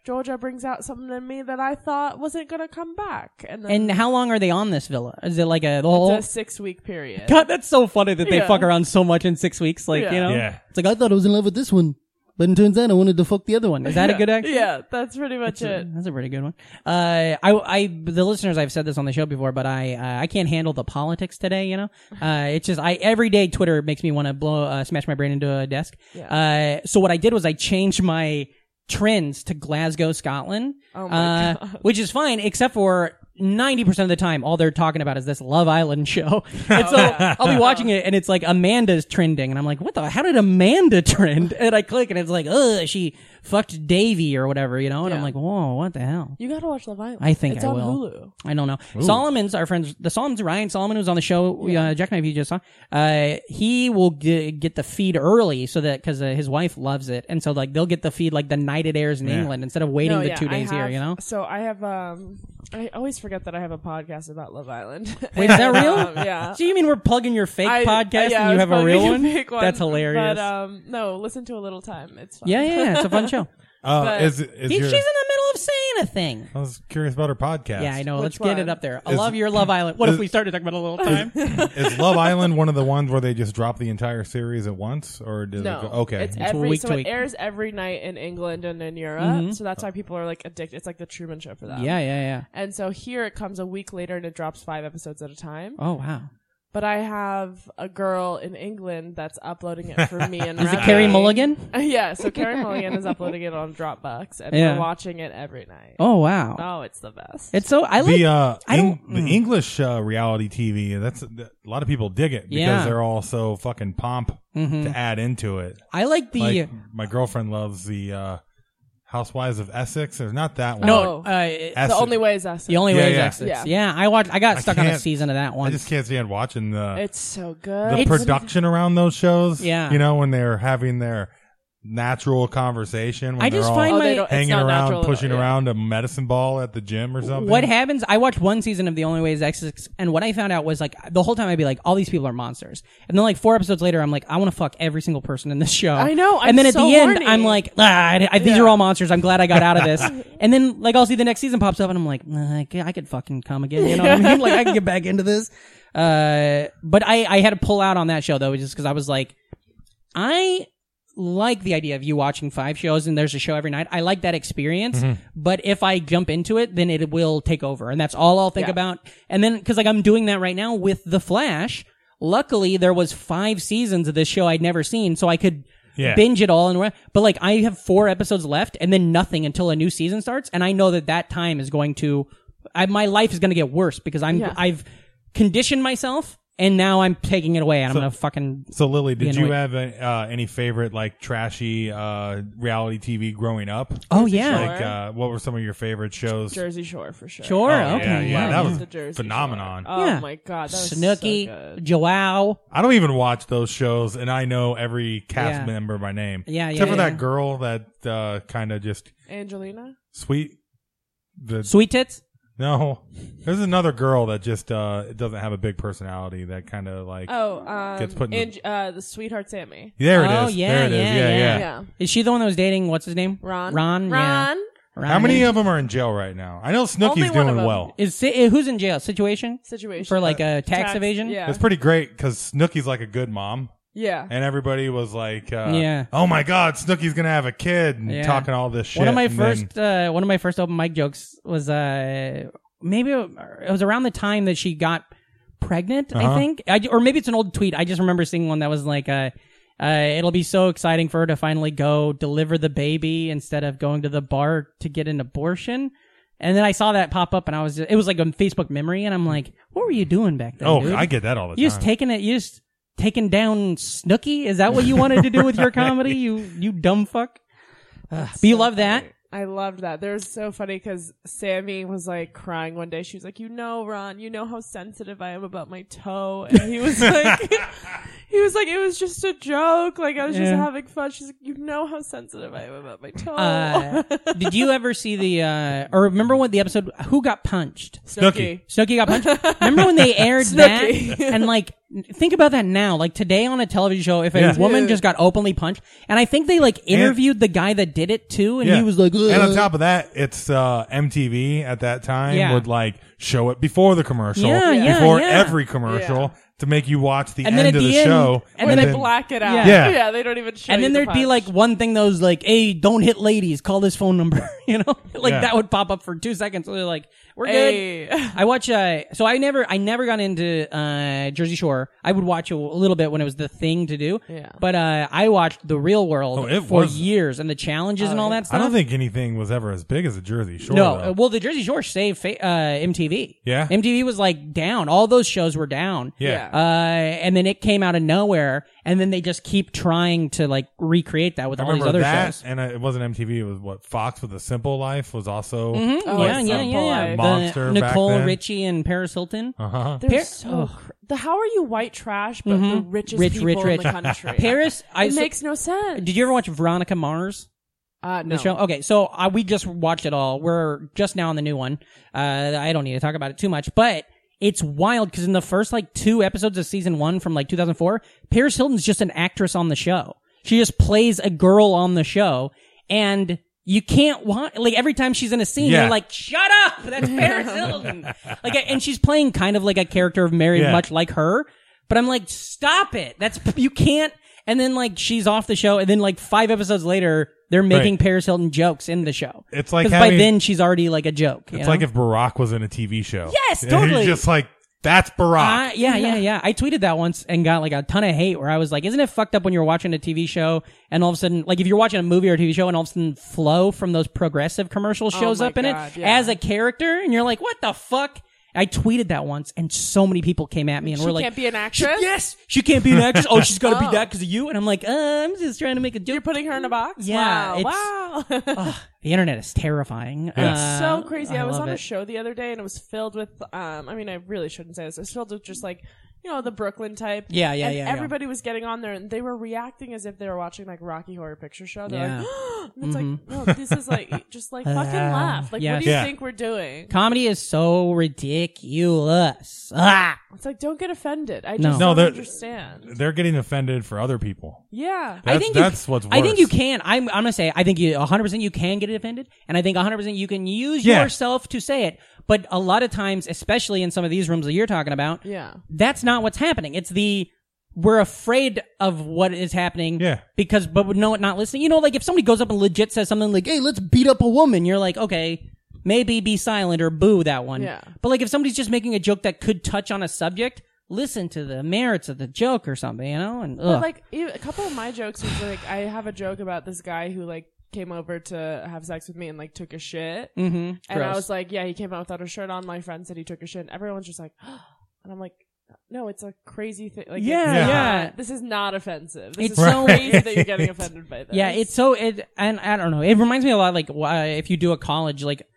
Speaker 6: Georgia brings out something in me that I thought wasn't gonna come back, and then
Speaker 2: And how long are they on this villa? Is it like a the whole?
Speaker 6: it's a six week period.
Speaker 2: God, that's so funny that they
Speaker 6: Yeah.
Speaker 2: fuck around so much in six weeks. Like you
Speaker 6: Yeah.
Speaker 2: know,
Speaker 1: Yeah.
Speaker 2: it's like I thought I was in love with this one, but it turns out I wanted to fuck the other one. Is that a good accent?
Speaker 6: Yeah, that's pretty much
Speaker 2: That's a-
Speaker 6: it.
Speaker 2: That's a pretty good one. Uh, I, I, the listeners, I've said this on the show before, but I, uh, I can't handle the politics today. You know, uh, it's just I every day Twitter makes me want to blow, uh, smash my brain into a desk. Uh, so what I did was I changed my trends to Glasgow, Scotland,
Speaker 6: Oh my
Speaker 2: uh, which is fine, except for. 90% of the time, all they're talking about is this Love Island show. And so I'll be watching it and it's like Amanda's trending. And I'm like, what the, how did Amanda trend? And I click and it's like, ugh, she fucked Davey or whatever, you know? And I'm
Speaker 6: Yeah.
Speaker 2: like, whoa, what the hell?
Speaker 6: You gotta watch Love Island.
Speaker 2: I think
Speaker 6: it's
Speaker 2: I
Speaker 6: on
Speaker 2: will.
Speaker 6: Hulu.
Speaker 2: I don't know. Solomon's our friends. The Solomons, Ryan Solomon, who's on the show, uh, Jack and I, you just saw. Uh, he will g- get the feed early so that because uh, his wife loves it, and so like they'll get the feed like the night it airs in England instead of waiting
Speaker 6: No,
Speaker 2: the
Speaker 6: Oh, yeah,
Speaker 2: two
Speaker 6: I
Speaker 2: days here.
Speaker 6: have-
Speaker 2: You know,
Speaker 6: So I have um, I always forget that I have a podcast about Love Island.
Speaker 2: wait, is that real?
Speaker 6: Um, yeah.
Speaker 2: So you mean we're plugging your fake
Speaker 6: I-
Speaker 2: podcast
Speaker 6: yeah, I
Speaker 2: and you
Speaker 6: was
Speaker 2: have a
Speaker 6: probably
Speaker 2: real
Speaker 6: gonna
Speaker 2: one?
Speaker 6: pick
Speaker 2: That's hilarious.
Speaker 6: uh, But um, no, listen to a little time. It's fun.
Speaker 2: yeah, yeah, yeah, it's a fun show.
Speaker 1: Uh,
Speaker 6: but-
Speaker 1: is, is
Speaker 2: He-
Speaker 1: your,
Speaker 2: she's in the middle of saying a thing.
Speaker 1: I was curious about her podcast.
Speaker 2: Yeah, I know. Let's
Speaker 6: Which
Speaker 2: get it
Speaker 6: one?
Speaker 2: up there. I
Speaker 1: Is-
Speaker 2: love your Love Island. What if
Speaker 1: is-
Speaker 2: we started talking about it a little time?
Speaker 1: Is Love Island one of the ones where they just drop the entire series at once, or does
Speaker 6: No,
Speaker 1: it go? Okay,
Speaker 6: It's every
Speaker 2: week
Speaker 6: so
Speaker 2: to
Speaker 6: it
Speaker 2: week. Mm-hmm.
Speaker 6: airs every night in England and in Europe, so that's why people are like addicted. It's like the Truman Show for them.
Speaker 2: yeah, yeah, yeah.
Speaker 6: And so here it comes a week later and it drops five episodes at a time.
Speaker 2: Oh wow.
Speaker 6: But I have a girl in England that's uploading it for me and
Speaker 2: Is it
Speaker 6: Remy.
Speaker 2: Carrie Mulligan?
Speaker 6: yeah, so Carrie Mulligan is uploading it on Dropbox and
Speaker 2: Yeah.
Speaker 6: we're watching it every night.
Speaker 2: Oh wow.
Speaker 6: Oh, it's the best.
Speaker 2: It's so I like.
Speaker 1: the uh,
Speaker 2: I
Speaker 1: Eng-
Speaker 2: don't-
Speaker 1: the
Speaker 2: mm.
Speaker 1: English uh, reality TV. That's that- a lot of people dig it because
Speaker 2: Yeah.
Speaker 1: they're all so fucking pomp
Speaker 2: Mhm.
Speaker 1: to add into it.
Speaker 2: I like the. uh,
Speaker 1: Like my girlfriend loves the uh, Housewives of Essex. Or not that one.
Speaker 2: no,
Speaker 6: Oh.
Speaker 2: uh,
Speaker 1: Essex.
Speaker 6: the only way is us.
Speaker 2: the only
Speaker 1: Yeah,
Speaker 2: way is
Speaker 1: yeah.
Speaker 2: Essex. Yeah.
Speaker 6: Yeah.
Speaker 2: I watched. I got
Speaker 1: I
Speaker 2: stuck on a
Speaker 1: can't-
Speaker 2: season of that
Speaker 1: I
Speaker 2: one.
Speaker 1: just can't stand watching the
Speaker 6: It's so good.
Speaker 1: the production around those shows.
Speaker 2: Yeah.
Speaker 1: you know when they're having their natural conversation. When
Speaker 2: I
Speaker 1: they're
Speaker 2: just
Speaker 1: all
Speaker 2: find
Speaker 6: Oh,
Speaker 2: my
Speaker 6: they don't- it's
Speaker 1: hanging
Speaker 6: not
Speaker 1: around,
Speaker 6: natural at all,
Speaker 1: pushing
Speaker 6: yeah.
Speaker 1: around a medicine ball at the gym or something.
Speaker 2: What happens? I watched one season of The Only Way is Essex, and what I found out was like the whole time I'd be like, all these people are monsters, and then like four episodes later, I'm like, I want to fuck every single person in this show.
Speaker 6: I know, I'm
Speaker 2: and then at
Speaker 6: so
Speaker 2: the end,
Speaker 6: horny.
Speaker 2: I'm like, ah, I, I- these
Speaker 6: Yeah.
Speaker 2: are all monsters. I'm glad I got out of this. and then like I'll see the next season pops up, and I'm like, "Nah, I c- I could fucking come again. You know what I mean? Like I can get back into this. Uh, but I I had to pull out on that show though, just because I was like, I like the idea of you watching five shows and there's a show every night. I like that experience. But if I jump into it, then it will take over. And that's all I'll think
Speaker 6: Yeah.
Speaker 2: about. And then, cause like I'm doing that right now with The Flash. Luckily, there was five seasons of this show I'd never seen, so I could
Speaker 1: Yeah.
Speaker 2: binge it all. And but like I have four episodes left, and then nothing until a new season starts. And I know that that time is going to, I, my life is going to get worse because I'm
Speaker 6: Yeah.
Speaker 2: I've conditioned myself, and now I'm taking it away, and I'm gonna fucking
Speaker 1: So Lily, did
Speaker 2: annoyed.
Speaker 1: you have uh, any favorite like trashy uh, reality TV growing up?
Speaker 2: oh yeah.
Speaker 1: Like, uh, what were some of your favorite shows?
Speaker 6: Jersey Shore for sure.
Speaker 2: Sure.
Speaker 1: Oh,
Speaker 2: okay.
Speaker 1: yeah, yeah,
Speaker 2: yeah.
Speaker 1: that was
Speaker 6: The Jersey
Speaker 1: phenomenon.
Speaker 6: Shore. Oh
Speaker 2: Yeah.
Speaker 6: my god, that was
Speaker 2: Snooki,
Speaker 6: So good.
Speaker 2: Joao.
Speaker 1: I don't even watch those shows, and I know every cast
Speaker 2: Yeah.
Speaker 1: member by name.
Speaker 2: Yeah, yeah,
Speaker 1: Except for
Speaker 2: yeah.
Speaker 1: that girl that uh, kind of just
Speaker 6: Angelina.
Speaker 1: sweet. The
Speaker 2: Sweet tits.
Speaker 1: no, there's another girl that just uh, doesn't have a big personality. That kind of like
Speaker 6: Oh, um,
Speaker 1: Gets put in the-
Speaker 6: Ang- uh, the sweetheart Sammy.
Speaker 1: there it is.
Speaker 2: Oh, yeah,
Speaker 1: there it is.
Speaker 2: yeah,
Speaker 1: yeah,
Speaker 2: yeah.
Speaker 1: yeah.
Speaker 6: Yeah,
Speaker 2: Is she the one that was dating? What's his name?
Speaker 6: Ron.
Speaker 2: Ron. yeah.
Speaker 6: Ron.
Speaker 2: Ron.
Speaker 1: How many uh, of them are in jail right now? I know Snooki's
Speaker 6: Only one of
Speaker 1: doing
Speaker 6: them.
Speaker 1: well.
Speaker 2: Is si- who's in jail? Situation
Speaker 6: Situation
Speaker 2: for like a tax, evasion.
Speaker 6: Uh, Yeah.
Speaker 1: It's pretty great because Snooki's like a good mom.
Speaker 6: yeah.
Speaker 1: and everybody was like, uh,
Speaker 2: Yeah.
Speaker 1: oh my God, Snooki's gonna have a kid, and
Speaker 2: Yeah.
Speaker 1: talking all this shit.
Speaker 2: One of my
Speaker 1: and
Speaker 2: first
Speaker 1: then-
Speaker 2: uh, one of my first open mic jokes was uh, maybe it was around the time that she got pregnant. I
Speaker 1: Uh-huh.
Speaker 2: think, I, or maybe it's an old tweet. I just remember seeing one that was like, uh, uh, "It'll be so exciting for her to finally go deliver the baby instead of going to the bar to get an abortion." And then I saw that pop up, and I was it was like a Facebook memory, and I'm like, "What were you doing back then?"
Speaker 1: oh,
Speaker 2: dude?
Speaker 1: I get that all the
Speaker 2: You just
Speaker 1: time.
Speaker 2: taking it. You just taking down Snooky. Is that what you wanted to do with your comedy? You you dumb fuck.
Speaker 1: Ah,
Speaker 2: Ugh, but you love that.
Speaker 6: I loved that. There was so funny because Sammy was like crying one day. She was like, "You know, Ron, you know how sensitive I am about my toe," and he was like, "He was like, it was just a joke. Like I was just
Speaker 2: Yeah.
Speaker 6: having fun." She's like, "You know how sensitive I am about my toe."
Speaker 2: Uh, did you ever see the uh, or remember what the episode who got punched?
Speaker 1: Snooki.
Speaker 2: Snooki got punched. remember when they aired that?
Speaker 6: Snooki.
Speaker 2: And like think about that now. Like today on a television show, if a
Speaker 1: Yeah.
Speaker 2: woman just got openly punched, and I think they like interviewed the guy that did it too, and
Speaker 1: Yeah.
Speaker 2: he was like,
Speaker 1: and on
Speaker 2: "Ugh."
Speaker 1: top of that, it's uh, MTV at that time
Speaker 2: Yeah.
Speaker 1: would like show it before the commercial,
Speaker 2: Yeah, Yeah. yeah,
Speaker 1: before
Speaker 2: yeah.
Speaker 1: every commercial
Speaker 6: Yeah.
Speaker 1: to make you watch the end
Speaker 2: And then
Speaker 1: of
Speaker 2: at
Speaker 1: the,
Speaker 2: the end-
Speaker 1: show.
Speaker 2: and
Speaker 6: Or
Speaker 2: then
Speaker 6: they
Speaker 2: then-
Speaker 6: black it out.
Speaker 1: Yeah.
Speaker 6: yeah. They don't even. Show
Speaker 2: and then
Speaker 6: you the
Speaker 2: there'd be like
Speaker 6: punch.
Speaker 2: one thing that was like, "Hey, don't hit ladies. Call this phone number." You know, like
Speaker 1: Yeah.
Speaker 2: that would pop up for two seconds. So they're like, "We're good."
Speaker 6: Hey.
Speaker 2: I watch. Uh, so I never, I never got into uh, Jersey Shore. I would watch a, little bit when it was the thing to do.
Speaker 6: Yeah.
Speaker 2: But uh, I watched The Real World
Speaker 1: Oh, it
Speaker 2: for
Speaker 1: was-
Speaker 2: years and the challenges
Speaker 6: Oh,
Speaker 2: and all
Speaker 1: I
Speaker 2: that stuff.
Speaker 1: don't think anything was ever as big as a Jersey Shore.
Speaker 2: No,
Speaker 1: though.
Speaker 2: uh, well, the Jersey Shore saved fa- uh, MTV.
Speaker 1: Yeah.
Speaker 2: MTV was like down. All those shows were down.
Speaker 1: yeah.
Speaker 2: Uh, and then it came out of nowhere, and then they just keep trying to like recreate that with
Speaker 1: I
Speaker 2: all these
Speaker 1: remember
Speaker 2: other
Speaker 1: that,
Speaker 2: shows.
Speaker 1: and uh, it wasn't MTV. It was what Fox with the Simple Life was also.
Speaker 6: Oh,
Speaker 2: Mm-hmm. yeah,
Speaker 6: it's
Speaker 2: yeah,
Speaker 6: Simple
Speaker 2: yeah, yeah. Uh-huh.
Speaker 6: Life.
Speaker 2: The
Speaker 1: Monster back
Speaker 2: Nicole
Speaker 1: then.
Speaker 2: Richie and Paris Hilton.
Speaker 1: Uh huh.
Speaker 6: They're
Speaker 2: Par-
Speaker 6: so
Speaker 2: Ugh. Mm-hmm.
Speaker 6: cr- the how are you white trash, but the richest
Speaker 2: Rich,
Speaker 6: people
Speaker 2: rich, rich.
Speaker 6: in the country.
Speaker 2: Paris, I
Speaker 6: it
Speaker 2: so-
Speaker 6: makes no sense.
Speaker 2: Did you ever watch Veronica Mars?
Speaker 6: uh, no.
Speaker 2: The show. Okay, so uh, we just watched it all. We're just now on the new one. Uh, I don't need to talk about it too much, but it's wild because in the first like two episodes of season one from like 2004, Paris Hilton's just an actress on the show. She just plays a girl on the show, and You can't want like every time she's in a scene,
Speaker 1: Yeah.
Speaker 2: you're like, "Shut up!" That's Paris Hilton. Like, and she's playing kind of like a character of Mary,
Speaker 1: Yeah.
Speaker 2: much like her. But I'm like, "Stop it!" That's you can't. And then like she's off the show, and then like five episodes later, they're making
Speaker 1: Right.
Speaker 2: Paris Hilton jokes in the show.
Speaker 1: It's like
Speaker 2: 'Cause by
Speaker 1: having-
Speaker 2: then she's already like a joke. you
Speaker 1: It's
Speaker 2: know?
Speaker 1: like if Barack was in a TV show.
Speaker 2: Yes,
Speaker 1: And you're
Speaker 2: totally.
Speaker 1: just like that's Barack.
Speaker 2: I- yeah, yeah, yeah. I tweeted that once and got like a ton of hate where I was like, isn't it fucked up when you're watching a TV show and all of a sudden, like if you're watching a movie or a TV show and all of a sudden flow from those progressive commercials shows
Speaker 6: Oh my
Speaker 2: up in
Speaker 6: God,
Speaker 2: it
Speaker 6: yeah.
Speaker 2: as a character and you're like, what the fuck? I tweeted that once and so many people came at me and
Speaker 6: She
Speaker 2: were like,
Speaker 6: can't be an actress?
Speaker 2: "She- yes, she can't be an actress. Oh, she's got to
Speaker 6: Oh.
Speaker 2: be that because of you. And I'm like, uh, I'm just trying to make a joke.
Speaker 6: You're putting her in a box?
Speaker 2: Yeah,
Speaker 6: Wow. wow.
Speaker 2: Ugh, the internet is terrifying. Uh,
Speaker 6: so crazy. I, was
Speaker 2: love
Speaker 6: on a
Speaker 2: it.
Speaker 6: show the other day and it was filled with um I mean I really shouldn't say this. It was filled with just like you know, the Brooklyn type.
Speaker 2: Yeah, yeah,
Speaker 6: and
Speaker 2: yeah, yeah.
Speaker 6: Everybody was getting on there and they were reacting as if they were watching like Rocky Horror Picture Show. They're
Speaker 2: Yeah. Mm-hmm. Uh,
Speaker 6: like, and it's like, no, this is like, just like fucking laugh. Like, what
Speaker 2: yes.
Speaker 6: do you
Speaker 1: Yeah.
Speaker 6: think we're doing?
Speaker 2: Comedy is so ridiculous. Ah.
Speaker 6: It's like, don't get offended. I
Speaker 2: No.
Speaker 6: just
Speaker 1: No,
Speaker 6: don't
Speaker 1: they're-
Speaker 6: understand.
Speaker 1: They're getting offended for other people.
Speaker 6: Yeah.
Speaker 2: I
Speaker 1: That's-
Speaker 2: think
Speaker 1: that's
Speaker 2: you,
Speaker 1: what's
Speaker 2: I think
Speaker 1: worse.
Speaker 2: you can. I'm, I'm gonna say I think you 100 percent you can get it offended, and I think 100 percent you can use
Speaker 1: Yeah.
Speaker 2: yourself to say it. But a lot of times, especially in some of these rooms that you're talking about,
Speaker 6: Yeah.
Speaker 2: that's not what's happening. It's the we're afraid of what is happening.
Speaker 1: Yeah.
Speaker 2: Because but we're no not listening. You know, like if somebody goes up and legit says something like, "Hey, let's beat up a woman," you're like, okay. Maybe be silent or boo that one.
Speaker 6: Yeah.
Speaker 2: But like if somebody's just making a joke that could touch on a subject, listen to the merits of the joke or something, you know? And
Speaker 6: But
Speaker 2: ugh.
Speaker 6: like e- a couple of my jokes was like I have a joke about this guy who like came over to have sex with me and like took a shit. Mm-hmm. And I
Speaker 2: Gross.
Speaker 6: was like, yeah, he came out without a shirt on. My friend said he took a shit. And everyone's just like, and I'm like, no, it's a crazy thing. Like,
Speaker 2: Yeah,
Speaker 6: it's
Speaker 2: yeah.
Speaker 6: not- This is not offensive. This
Speaker 2: It's
Speaker 6: is
Speaker 2: so-
Speaker 6: so crazy that you're getting offended by this.
Speaker 2: Yeah, it's so it, and I don't know. It reminds me a lot like why if you do a college, like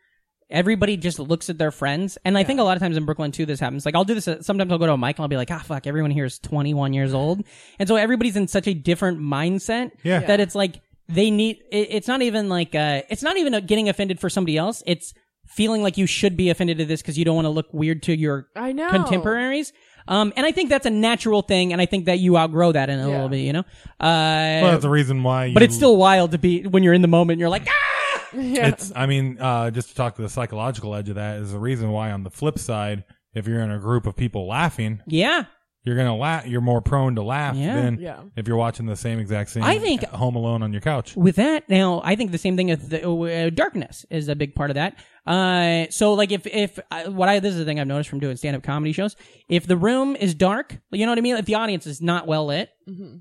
Speaker 2: everybody just looks at their friends, and I think a lot of times in Brooklyn too, this happens. Like I'll do this at- sometimes. I'll go to a mic and I'll be like, ah, fuck, everyone here is twenty one years old, and so everybody's in such a different mindset
Speaker 1: Yeah.
Speaker 2: that it's like they need. It, it's not even like uh, it's not even uh, getting offended for somebody else. It's feeling like you should be offended at this because you don't want to look weird to your
Speaker 6: I know.
Speaker 2: contemporaries. Um, and I think that's a natural thing, and I think that you outgrow that in a
Speaker 6: Yeah.
Speaker 2: little bit, you know. Uh,
Speaker 1: Well, that's the reason why. You,
Speaker 2: but it's still wild to be when you're in the moment. You're like, ah!
Speaker 6: Yeah.
Speaker 1: It's. I mean, uh, just to talk to the psychological edge of that is the reason why. On the flip side, if you're in a group of people laughing,
Speaker 2: yeah.
Speaker 1: you're gonna laugh. You're more prone to laugh
Speaker 2: Yeah.
Speaker 1: than
Speaker 6: Yeah.
Speaker 1: if you're watching the same exact scene.
Speaker 2: I think-
Speaker 1: at home alone on your couch.
Speaker 2: With that, now I think the same thing with the, uh, darkness is a big part of that. Uh, so like if if I, what I this is the thing I've noticed from doing stand up comedy shows, if the room is dark, you know what I mean. If the audience is not well lit,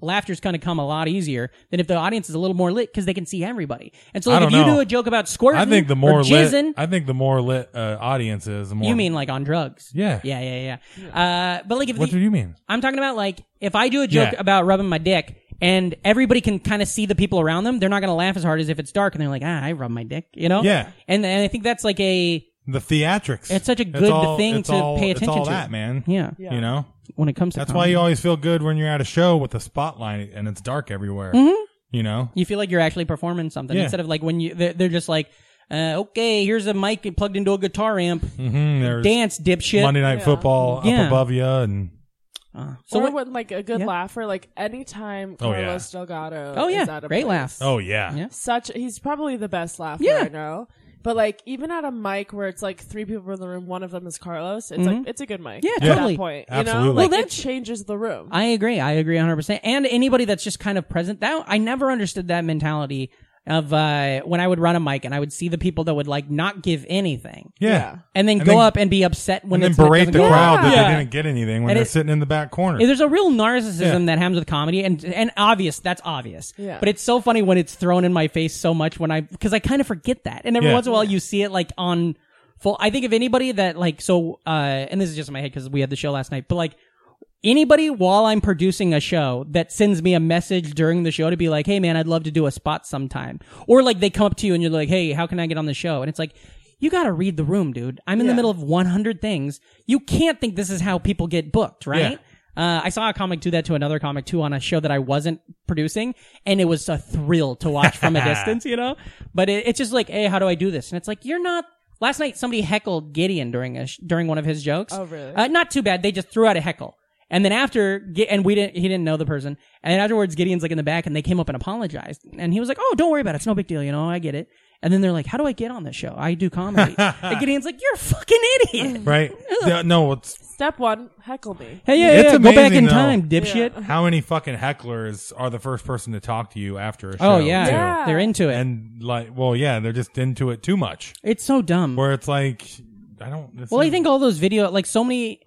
Speaker 2: laughter's going to come a lot easier than if the audience is a little more lit because they can see everybody. And so
Speaker 1: I
Speaker 2: like if
Speaker 1: don't
Speaker 2: you
Speaker 1: know.
Speaker 2: do a joke about squirting,
Speaker 1: I think the
Speaker 2: or
Speaker 1: more
Speaker 2: jizzing,
Speaker 1: lit. I think the more lit uh, audience is. The more
Speaker 2: you mean like on drugs?
Speaker 1: Yeah.
Speaker 2: yeah, yeah, yeah. Uh, but like if
Speaker 1: What
Speaker 2: the,
Speaker 1: do you mean?
Speaker 2: I'm talking about like if I do a joke
Speaker 1: Yeah.
Speaker 2: about rubbing my dick and everybody can kind of see the people around them, they're not going to laugh as hard as if it's dark and they're like, ah, I rub my dick, you know?
Speaker 1: Yeah.
Speaker 2: And, and I think that's like a
Speaker 1: The theatrics.
Speaker 2: It's such a good
Speaker 1: all-
Speaker 2: thing
Speaker 1: it's
Speaker 2: to
Speaker 1: all-
Speaker 2: pay
Speaker 1: It's
Speaker 2: attention
Speaker 1: all
Speaker 2: to.
Speaker 1: that, man.
Speaker 2: yeah.
Speaker 6: Yeah.
Speaker 1: You know.
Speaker 2: When it comes to
Speaker 1: That's why
Speaker 2: comedy.
Speaker 1: you always feel good when you're at a show with the spotlight and it's dark everywhere.
Speaker 2: Mm-hmm.
Speaker 1: You know.
Speaker 2: you feel like you're actually performing something
Speaker 1: Yeah.
Speaker 2: instead of like when you they're, they're just like, uh, okay, here's a mic plugged into a guitar amp,
Speaker 1: Mm, there's
Speaker 2: dance, dipshit.
Speaker 1: Monday Night Football
Speaker 2: Yeah.
Speaker 1: up above you, and
Speaker 2: So
Speaker 6: or
Speaker 2: what-
Speaker 6: when like a good
Speaker 2: Yeah.
Speaker 6: laugher, like anytime
Speaker 1: Oh,
Speaker 6: Carlos
Speaker 1: yeah.
Speaker 6: Delgado.
Speaker 2: oh
Speaker 6: is
Speaker 2: yeah,
Speaker 6: at a
Speaker 2: great
Speaker 6: place,
Speaker 2: laugh.
Speaker 1: oh yeah,
Speaker 2: Yeah.
Speaker 6: such he's probably the best laugher
Speaker 2: Yeah.
Speaker 6: I know. But like even at a mic where it's like three people in the room, one of them is Carlos. It's like it's a good mic.
Speaker 2: Mm-hmm. Yeah,
Speaker 6: at
Speaker 2: totally.
Speaker 6: That point, you know,
Speaker 1: Absolutely.
Speaker 6: like
Speaker 2: Well,
Speaker 6: it changes the room.
Speaker 2: I agree. I agree 100%. And anybody that's just kind of present, that I never understood that mentality of uh, when I would run a mic and I would see the people that would like not give anything
Speaker 1: yeah.
Speaker 6: Yeah.
Speaker 2: and then
Speaker 1: And
Speaker 2: go
Speaker 1: then-
Speaker 2: up and be upset
Speaker 1: And
Speaker 2: when
Speaker 1: then
Speaker 2: it's, when it
Speaker 1: berate
Speaker 2: doesn't
Speaker 1: the
Speaker 2: go well.
Speaker 1: crowd that
Speaker 2: Yeah.
Speaker 1: they didn't get anything when
Speaker 2: And
Speaker 1: they're
Speaker 2: it-
Speaker 1: sitting in the back corner.
Speaker 2: Yeah, There's a real narcissism
Speaker 1: Yeah.
Speaker 2: that happens with comedy, and and obvious that's obvious.
Speaker 6: Yeah.
Speaker 2: But it's so funny when it's thrown in my face so much when I because I kind of forget that, and every
Speaker 1: Yeah.
Speaker 2: once in a while you see it like on full. I think if anybody that like so, uh, and this is just in my head because we had the show last night, but like anybody while I'm producing a show that sends me a message during the show to be like, hey man, I'd love to do a spot sometime, or like they come up to you and you're like, hey, how can I get on the show? And it's like. You gotta read the room, dude. I'm in the middle of 100 things. You can't think this is how people get booked, right?
Speaker 1: Yeah.
Speaker 2: Uh, I saw a comic do that to another comic too on a show that I wasn't producing, and it was a thrill to watch from a distance, you know. But it, it's just like, hey, how do I do this? And it's like you're not. Last night, somebody heckled Gideon during a sh- during one of his jokes.
Speaker 6: Oh, really?
Speaker 2: Uh, not too bad. They just threw out a heckle, and then after, Gi- and we didn't. He didn't know the person, and afterwards, Gideon's like in the back, and they came up and apologized, and he was like, "Oh, don't worry about it. It's no big deal. You know, I get it." And then they're like, "How do I get on this show? I do comedy." and Gideon's like, "You're a fucking idiot."
Speaker 1: right? Yeah, no, it's
Speaker 6: Step one, heckle me.
Speaker 2: Hey, yeah,
Speaker 1: It's
Speaker 2: yeah, go back
Speaker 1: amazing,
Speaker 2: in
Speaker 1: though.
Speaker 2: time, dipshit.
Speaker 1: how many fucking hecklers are the first person to talk to you after a show?
Speaker 2: Oh yeah.
Speaker 1: too?
Speaker 6: Yeah.
Speaker 2: they're into it.
Speaker 1: and like, well, yeah, they're just into it too much.
Speaker 2: it's so dumb.
Speaker 1: Where it's like, I don't. this
Speaker 2: Well, I
Speaker 1: is-
Speaker 2: think all those video, like so many,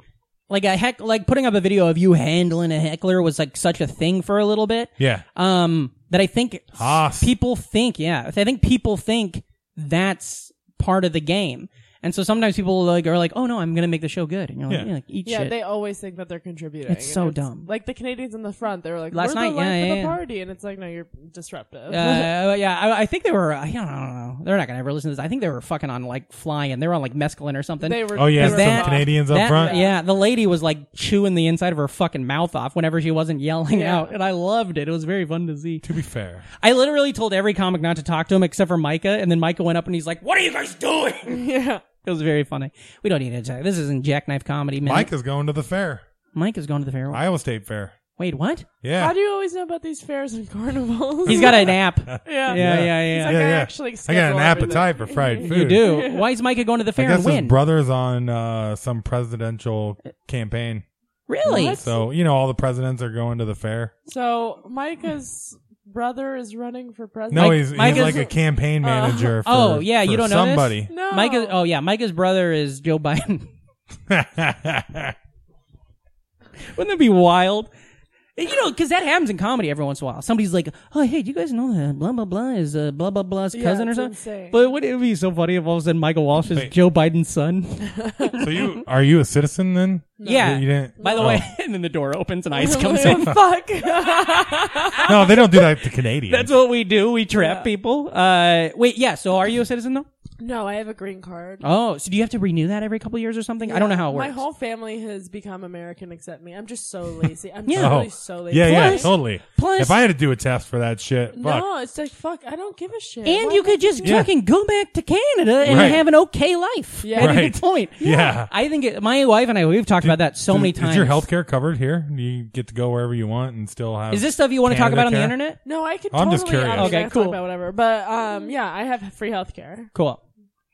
Speaker 2: like a heck, like putting up a video of you handling a heckler was like such a thing for a little bit.
Speaker 1: yeah,
Speaker 2: Um, that I think
Speaker 1: Haas.
Speaker 2: people think, yeah, I think people think that's part of the game, and so sometimes people like are like, oh no, I'm gonna make the show good, and you're like,
Speaker 1: Yeah.
Speaker 2: yeah, like eat
Speaker 6: Yeah,
Speaker 2: shit.
Speaker 6: they always think that they're contributing.
Speaker 2: It's so
Speaker 6: and
Speaker 2: dumb.
Speaker 6: Like the Canadians in the front, they were like,
Speaker 2: Last
Speaker 6: "We're
Speaker 2: night,
Speaker 6: the
Speaker 2: yeah,
Speaker 6: life of
Speaker 2: yeah,
Speaker 6: the
Speaker 2: yeah.
Speaker 6: party," and it's like, "No, you're disruptive."
Speaker 2: uh, yeah, I, I think they were. I don't, I don't know. They're not gonna ever listen to this. I think they were fucking on like flying. They were on like mescaline or something.
Speaker 6: they were.
Speaker 1: Oh yeah,
Speaker 6: they
Speaker 1: some
Speaker 6: were
Speaker 2: that-
Speaker 1: Canadians up
Speaker 2: That-
Speaker 1: front.
Speaker 2: Yeah, the lady was like chewing the inside of her fucking mouth off whenever she wasn't yelling
Speaker 6: Yeah.
Speaker 2: out, and I loved it. It was very fun to see.
Speaker 1: To be fair,
Speaker 2: I literally told every comic not to talk to him except for Micah, and then Micah went up and he's like, "What are you guys doing?"
Speaker 6: Yeah,
Speaker 2: It was very funny. We don't need to talk. This isn't jackknife comedy, man.
Speaker 1: Mike is going to the fair,
Speaker 2: Mike is going to the fair.
Speaker 1: Iowa State Fair.
Speaker 2: Wait, what?
Speaker 1: Yeah,
Speaker 6: how do you always know about these fairs and carnivals?
Speaker 2: He's got an app. Yeah,
Speaker 6: yeah,
Speaker 2: yeah,
Speaker 6: He's
Speaker 2: yeah.
Speaker 6: like,
Speaker 1: Yeah,
Speaker 6: I
Speaker 1: yeah.
Speaker 6: actually
Speaker 1: I got an
Speaker 6: schedule
Speaker 1: appetite for
Speaker 6: everything."
Speaker 1: fried food.
Speaker 2: You do. Why is Micah going to the
Speaker 1: I
Speaker 2: fair
Speaker 1: guess
Speaker 2: and
Speaker 1: his
Speaker 2: win?
Speaker 1: brother's on uh, some presidential campaign,
Speaker 2: really?
Speaker 1: so you know all the presidents are going to the fair.
Speaker 6: So Micah's brother is running for president.
Speaker 1: No,
Speaker 2: Mike-
Speaker 1: he's, he's
Speaker 2: Mike is-
Speaker 1: like a campaign manager. for,
Speaker 2: Oh, yeah, you
Speaker 1: for
Speaker 2: don't know this?
Speaker 1: somebody.
Speaker 6: no,
Speaker 2: Micah. Oh yeah, Micah's brother is Joe Biden. Wouldn't that be wild? You know, because that happens in comedy every once in a while. Somebody's like, "Oh, hey, do you guys know that blah blah blah is uh, blah blah blah's
Speaker 6: Yeah,
Speaker 2: cousin or
Speaker 6: it's
Speaker 2: something?"
Speaker 6: insane.
Speaker 2: But wouldn't it be so funny if all of a sudden Michael Walsh is Joe Biden's son?
Speaker 1: so you are you a citizen then?
Speaker 2: Yeah.
Speaker 1: You didn't.
Speaker 2: By the
Speaker 1: oh.
Speaker 2: way, and then the door opens and ice comes in.
Speaker 6: Oh, Fuck.
Speaker 1: Oh. no, they don't do that to Canadians.
Speaker 2: That's what we do. We trap people. Uh, wait, yeah. So are you a citizen though?
Speaker 6: no, I have a green card.
Speaker 2: Oh, so do you have to renew that every couple years or something? I don't know how it works.
Speaker 6: My whole family has become American except me. I'm just so lazy. I'm
Speaker 2: Yeah.
Speaker 6: yeah.
Speaker 1: Oh.
Speaker 6: really so lazy.
Speaker 1: yeah, yeah,
Speaker 2: Plus-
Speaker 1: totally.
Speaker 2: plus-
Speaker 1: if I had to do a test for that shit, fuck.
Speaker 6: No, it's like fuck. I don't give a shit.
Speaker 2: and
Speaker 6: Why
Speaker 2: you could just
Speaker 1: Yeah.
Speaker 2: fucking go back to Canada and
Speaker 1: Right.
Speaker 2: have an okay life.
Speaker 6: Yeah.
Speaker 2: At any
Speaker 1: Right.
Speaker 2: point.
Speaker 1: Yeah.
Speaker 2: I think it, my wife and I we've talked about that so
Speaker 1: Is-
Speaker 2: many times.
Speaker 1: Is your healthcare covered here? Do you get to go wherever you want and still have?
Speaker 2: Is this stuff you want to talk
Speaker 1: Canada
Speaker 2: about on the
Speaker 1: care?
Speaker 2: internet?
Speaker 6: No, I could.
Speaker 1: I'm
Speaker 6: totally,
Speaker 1: just curious.
Speaker 6: I mean,
Speaker 2: Okay,
Speaker 6: I can
Speaker 2: cool.
Speaker 6: Talk about whatever, but um, yeah, I have free healthcare.
Speaker 2: Cool.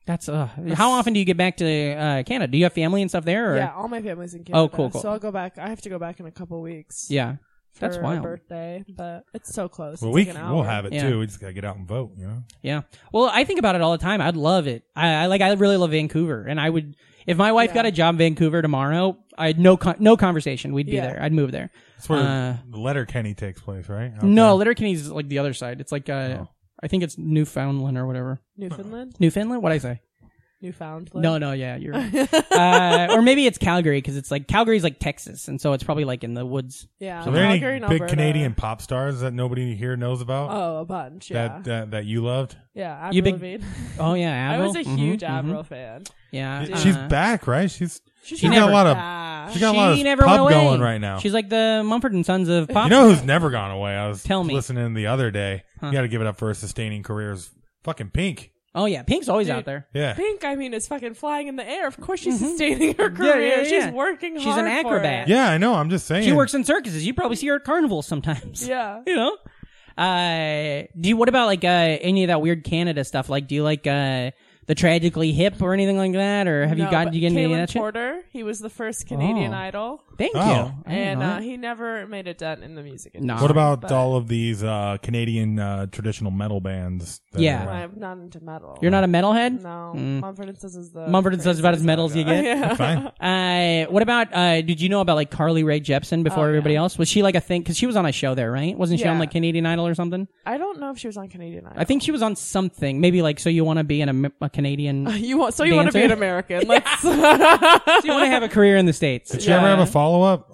Speaker 2: That's uh. How often do you get back to uh, Canada? Do you have family and stuff there? Or?
Speaker 6: Yeah, all my family's in Canada.
Speaker 2: Oh, cool, cool.
Speaker 6: So I'll go back. I have to go back in a couple weeks.
Speaker 2: Yeah.
Speaker 6: for
Speaker 2: That's
Speaker 6: a
Speaker 2: wild.
Speaker 6: birthday, but it's so close.
Speaker 1: Well,
Speaker 6: It's
Speaker 1: we
Speaker 6: like an
Speaker 1: can, we'll
Speaker 6: hour.
Speaker 1: have it
Speaker 2: Yeah.
Speaker 1: too. We just gotta get out and vote. You know.
Speaker 2: Yeah. Well, I think about it all the time. I'd love it. I, I like. I really love Vancouver, and I would. If my wife got a job in Vancouver tomorrow, I'd no con- no conversation. We'd be
Speaker 6: Yeah.
Speaker 2: there. I'd move there.
Speaker 1: That's where
Speaker 2: Uh,
Speaker 1: the letter Kenny takes place, right? Out
Speaker 2: No,
Speaker 1: there.
Speaker 2: Letterkenny's is, like the other side. It's like uh,
Speaker 1: Oh.
Speaker 2: I think it's Newfoundland or whatever.
Speaker 6: Newfoundland,
Speaker 2: Newfoundland? What would I say?
Speaker 6: Newfoundland.
Speaker 2: no, no, yeah, you're. Right. uh, or maybe it's Calgary because it's like Calgary's like Texas, and so it's probably like in the woods.
Speaker 6: yeah.
Speaker 1: Are there any
Speaker 6: Calgary and
Speaker 1: big
Speaker 6: Alberta.
Speaker 1: Canadian pop stars that nobody here knows about?
Speaker 6: Oh, a bunch. Yeah,
Speaker 1: That, uh, that that you loved.
Speaker 6: yeah.
Speaker 2: You
Speaker 6: You
Speaker 2: big-
Speaker 6: big?
Speaker 2: Oh yeah,
Speaker 6: I was a
Speaker 2: Avril? Mhm,
Speaker 6: huge
Speaker 2: mhm.
Speaker 6: Avril fan.
Speaker 2: Yeah,
Speaker 1: She's
Speaker 2: uh,
Speaker 1: back, right? She's
Speaker 6: She's
Speaker 1: she's got
Speaker 2: never
Speaker 1: a lot of
Speaker 6: back.
Speaker 1: she's got a lot
Speaker 2: she
Speaker 1: of
Speaker 2: never
Speaker 1: pub
Speaker 2: went away.
Speaker 1: going right now.
Speaker 2: She's like the Mumford and Sons of pop.
Speaker 1: you know who's never gone away? I was
Speaker 2: Tell me.
Speaker 1: listening the other day.
Speaker 2: Huh.
Speaker 1: You got to give it up for her sustaining careers. Fucking Pink.
Speaker 2: oh yeah, Pink's always
Speaker 6: Dude.
Speaker 2: out there.
Speaker 1: Yeah.
Speaker 6: Pink, I mean, is fucking flying in the air. Of course, she's sustaining her career.
Speaker 2: Mm-hmm. yeah, yeah.
Speaker 6: She's working
Speaker 2: She's
Speaker 6: hard
Speaker 2: an
Speaker 6: for
Speaker 2: acrobat.
Speaker 6: it.
Speaker 1: Yeah, I know. I'm just saying.
Speaker 2: She works in circuses. You probably see her at carnivals sometimes.
Speaker 6: Yeah.
Speaker 2: you know. Uh, do you, what about like uh, any of that weird Canada stuff? Like, do you like uh, the tragically hip or anything like that? Or have you
Speaker 6: No,
Speaker 2: gotten
Speaker 6: but
Speaker 2: you get any of
Speaker 6: Kalen
Speaker 2: that shit?
Speaker 6: Porter, he was the first Canadian
Speaker 2: Oh.
Speaker 6: Idol,
Speaker 2: Thank
Speaker 1: Oh.
Speaker 2: you. I didn't
Speaker 6: and
Speaker 2: know
Speaker 6: uh,
Speaker 2: that.
Speaker 6: he never made a dent in the music
Speaker 2: No.
Speaker 6: industry.
Speaker 1: What about
Speaker 6: but-
Speaker 1: all of these uh, Canadian uh, traditional metal bands? that
Speaker 2: Yeah.
Speaker 1: are-
Speaker 6: I'm not into metal.
Speaker 2: you're not a metalhead.
Speaker 6: No,
Speaker 2: Mm.
Speaker 6: Mumford and Sons is the
Speaker 2: Mumford and Sons is about as
Speaker 6: craziest
Speaker 2: metal as you
Speaker 6: I've
Speaker 2: get?
Speaker 6: got. Yeah.
Speaker 1: Fine.
Speaker 2: Uh, what about? Uh, did you know about like Carly Rae Jepsen before
Speaker 6: Oh, yeah.
Speaker 2: everybody else? Was she like a thing? Because she was on a show there, right? Wasn't she on
Speaker 6: Yeah.
Speaker 2: like Canadian Idol or something?
Speaker 6: I don't know if she was on Canadian Idol.
Speaker 2: I think she was on something. Maybe like so you want to be an, Am- a Canadian. so
Speaker 6: you want so you want to be an
Speaker 2: Dancer?
Speaker 6: American. Let's
Speaker 2: Oh, you want to have a career in the states.
Speaker 1: Did she ever have a follow up?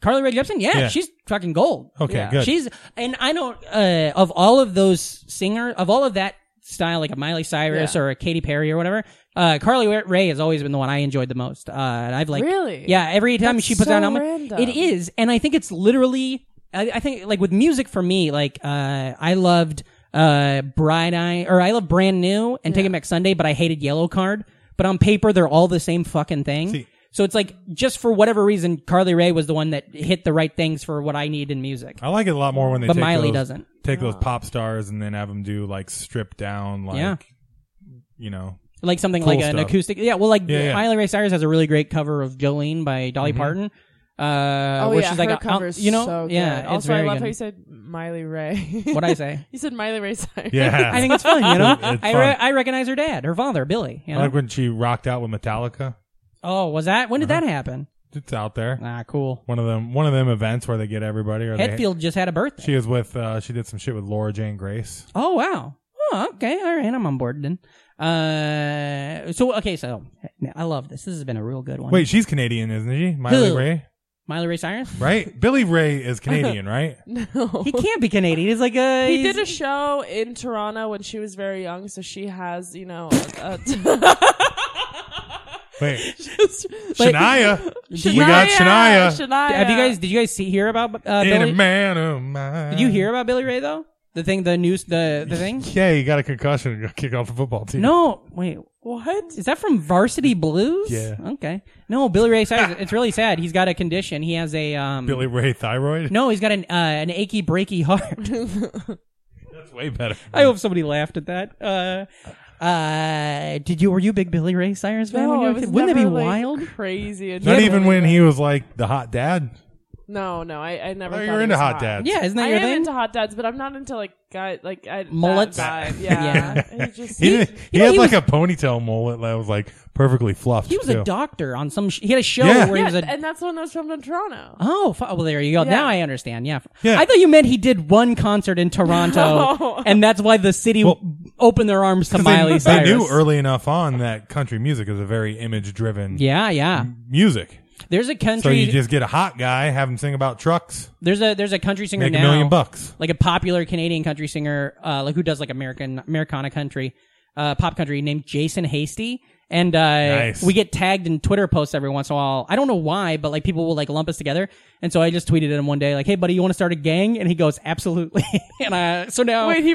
Speaker 2: Carly Rae Jepsen, yeah,
Speaker 1: Yeah.
Speaker 2: she's fucking gold.
Speaker 1: Okay,
Speaker 6: Yeah.
Speaker 1: good.
Speaker 2: She's and I don't uh, of all of those singer of all of that style like a Miley Cyrus
Speaker 6: Yeah.
Speaker 2: or a Katy Perry or whatever. Uh, Carly Rae has always been the one I enjoyed the most. Uh, and I've like
Speaker 6: Really?
Speaker 2: yeah. Every time
Speaker 6: That's
Speaker 2: she puts
Speaker 6: so
Speaker 2: out an album,
Speaker 6: random.
Speaker 2: it is, and I think it's literally. I, I think like with music for me, like uh, I loved uh Bright Eye or I love Brand New and Taking Back Sunday, but I hated Yellow Card. But on paper, they're all the same fucking thing.
Speaker 1: See,
Speaker 2: So it's like just for whatever reason, Carly Rae was the one that hit the right things for what I need in music.
Speaker 1: I like it a lot more when they
Speaker 2: But
Speaker 1: take
Speaker 2: Miley
Speaker 1: those,
Speaker 2: doesn't.
Speaker 1: take those pop stars and then have them do like stripped down, like
Speaker 2: Oh. Yeah.
Speaker 1: you know,
Speaker 2: Like something
Speaker 1: Cool
Speaker 2: like an
Speaker 1: stuff.
Speaker 2: acoustic. Yeah, well, like
Speaker 1: Yeah, Mm-hmm. yeah.
Speaker 2: Miley Ray Cyrus has a really great cover of Jolene by Dolly Parton. Uh,
Speaker 6: oh
Speaker 2: where she's
Speaker 6: yeah, her
Speaker 2: like, I'll-
Speaker 6: cover's
Speaker 2: you know,
Speaker 6: so
Speaker 2: yeah,
Speaker 6: good.
Speaker 2: it's
Speaker 6: also,
Speaker 2: very
Speaker 6: I love
Speaker 2: good.
Speaker 6: how you said Miley Ray.
Speaker 2: What'd I say?
Speaker 6: you said Miley Ray Cyrus.
Speaker 1: yeah.
Speaker 2: I think it's fun, you know.
Speaker 1: It's
Speaker 2: I,
Speaker 1: fun.
Speaker 2: re- I recognize her dad, her father, Billy. You
Speaker 1: I
Speaker 2: know?
Speaker 1: like when she rocked out with Metallica.
Speaker 2: oh, was that when did that happen?
Speaker 1: It's out there.
Speaker 2: Ah, cool.
Speaker 1: One of them, one of them events where they get everybody. Or they,
Speaker 2: Hetfield just had a birthday.
Speaker 1: she is with. Uh, she did some shit with Laura Jane Grace.
Speaker 2: Oh wow. Oh, okay. All right. I'm on board then. Uh, so okay. So I love this. This has been a real good one.
Speaker 1: Wait, she's Canadian, isn't she? Miley
Speaker 2: Who?
Speaker 1: Ray,
Speaker 2: Miley Ray Cyrus?
Speaker 1: right? Billy Ray is Canadian, right?
Speaker 6: No.
Speaker 2: He can't be Canadian. He's like a.
Speaker 6: He
Speaker 2: he's-
Speaker 6: did a show in Toronto when she was very young, so she has, you know, a,
Speaker 1: Wait,
Speaker 6: just,
Speaker 1: Shania. We got Shania.
Speaker 6: Shania.
Speaker 2: Have you guys? Did you guys see hear about uh,
Speaker 1: In a
Speaker 2: Billy?
Speaker 1: man of mine.
Speaker 2: Did you hear about Billy Ray though? The thing, the news, the the thing.
Speaker 1: Yeah, he got a concussion and got kicked off the football team.
Speaker 2: No, wait.
Speaker 6: What?
Speaker 2: Is that from Varsity Blues?
Speaker 1: Yeah.
Speaker 2: Okay. No, Billy Ray Cyrus. it's really sad. He's got a condition. He has a um.
Speaker 1: Billy Ray thyroid.
Speaker 2: No, he's got an uh, an achy breaky heart.
Speaker 1: That's way better.
Speaker 2: I hope somebody laughed at that. Uh, uh, did you? Were you a big Billy Ray Cyrus fan? when you
Speaker 6: No, I
Speaker 2: were a
Speaker 6: was
Speaker 2: kid? Wouldn't that be
Speaker 6: never, like,
Speaker 2: wild?
Speaker 6: Crazy. and
Speaker 1: Not
Speaker 6: never
Speaker 1: even
Speaker 6: really
Speaker 1: when
Speaker 6: like-
Speaker 1: he was like the hot dad.
Speaker 6: No, no, I, I never.
Speaker 1: Oh,
Speaker 6: thought
Speaker 1: you were
Speaker 6: he
Speaker 1: into
Speaker 6: was
Speaker 1: hot
Speaker 6: hot
Speaker 1: dads.
Speaker 2: Yeah, isn't that
Speaker 6: I
Speaker 2: your
Speaker 6: am
Speaker 2: thing?
Speaker 6: into hot dads, but I'm not into like guy like I, that
Speaker 2: Mullets?
Speaker 6: vibe.
Speaker 2: Yeah.
Speaker 6: Yeah, He just-
Speaker 1: He, didn't- he
Speaker 2: know,
Speaker 1: had
Speaker 2: he
Speaker 1: like a ponytail mullet that was like perfectly fluffed.
Speaker 2: he was
Speaker 1: too.
Speaker 2: a doctor on some. Sh- he had a show
Speaker 1: Yeah.
Speaker 2: where he
Speaker 6: Yeah,
Speaker 2: was a.
Speaker 6: and that's the one that was filmed in Toronto.
Speaker 2: Oh, fu- well, there you go.
Speaker 6: Yeah.
Speaker 2: Now I understand. Yeah.
Speaker 1: Yeah.
Speaker 2: I thought you meant he did one concert in Toronto,
Speaker 6: No.
Speaker 2: and that's why the city
Speaker 1: Well,
Speaker 2: opened their arms to
Speaker 1: 'Cause they-
Speaker 2: Miley
Speaker 1: they,
Speaker 2: Cyrus.
Speaker 1: knew early enough on that country music is a very image driven
Speaker 2: Yeah, yeah.
Speaker 1: music.
Speaker 2: There's a
Speaker 1: So
Speaker 2: country.
Speaker 1: you just get a hot guy, have him sing about trucks,
Speaker 2: there's a there's a country singer
Speaker 1: make
Speaker 2: now.
Speaker 1: a million bucks.
Speaker 2: like a popular Canadian country singer, uh, like who does like American Americana country, uh, pop country named Jason Hasty. And uh,
Speaker 1: Nice.
Speaker 2: we get tagged in Twitter posts every once in a while. I don't know why, but like people will like lump us together. And so I just tweeted at him one day, like, "Hey, buddy, you want to start a gang?" And he goes, "Absolutely." and uh, so now,
Speaker 6: Wait, he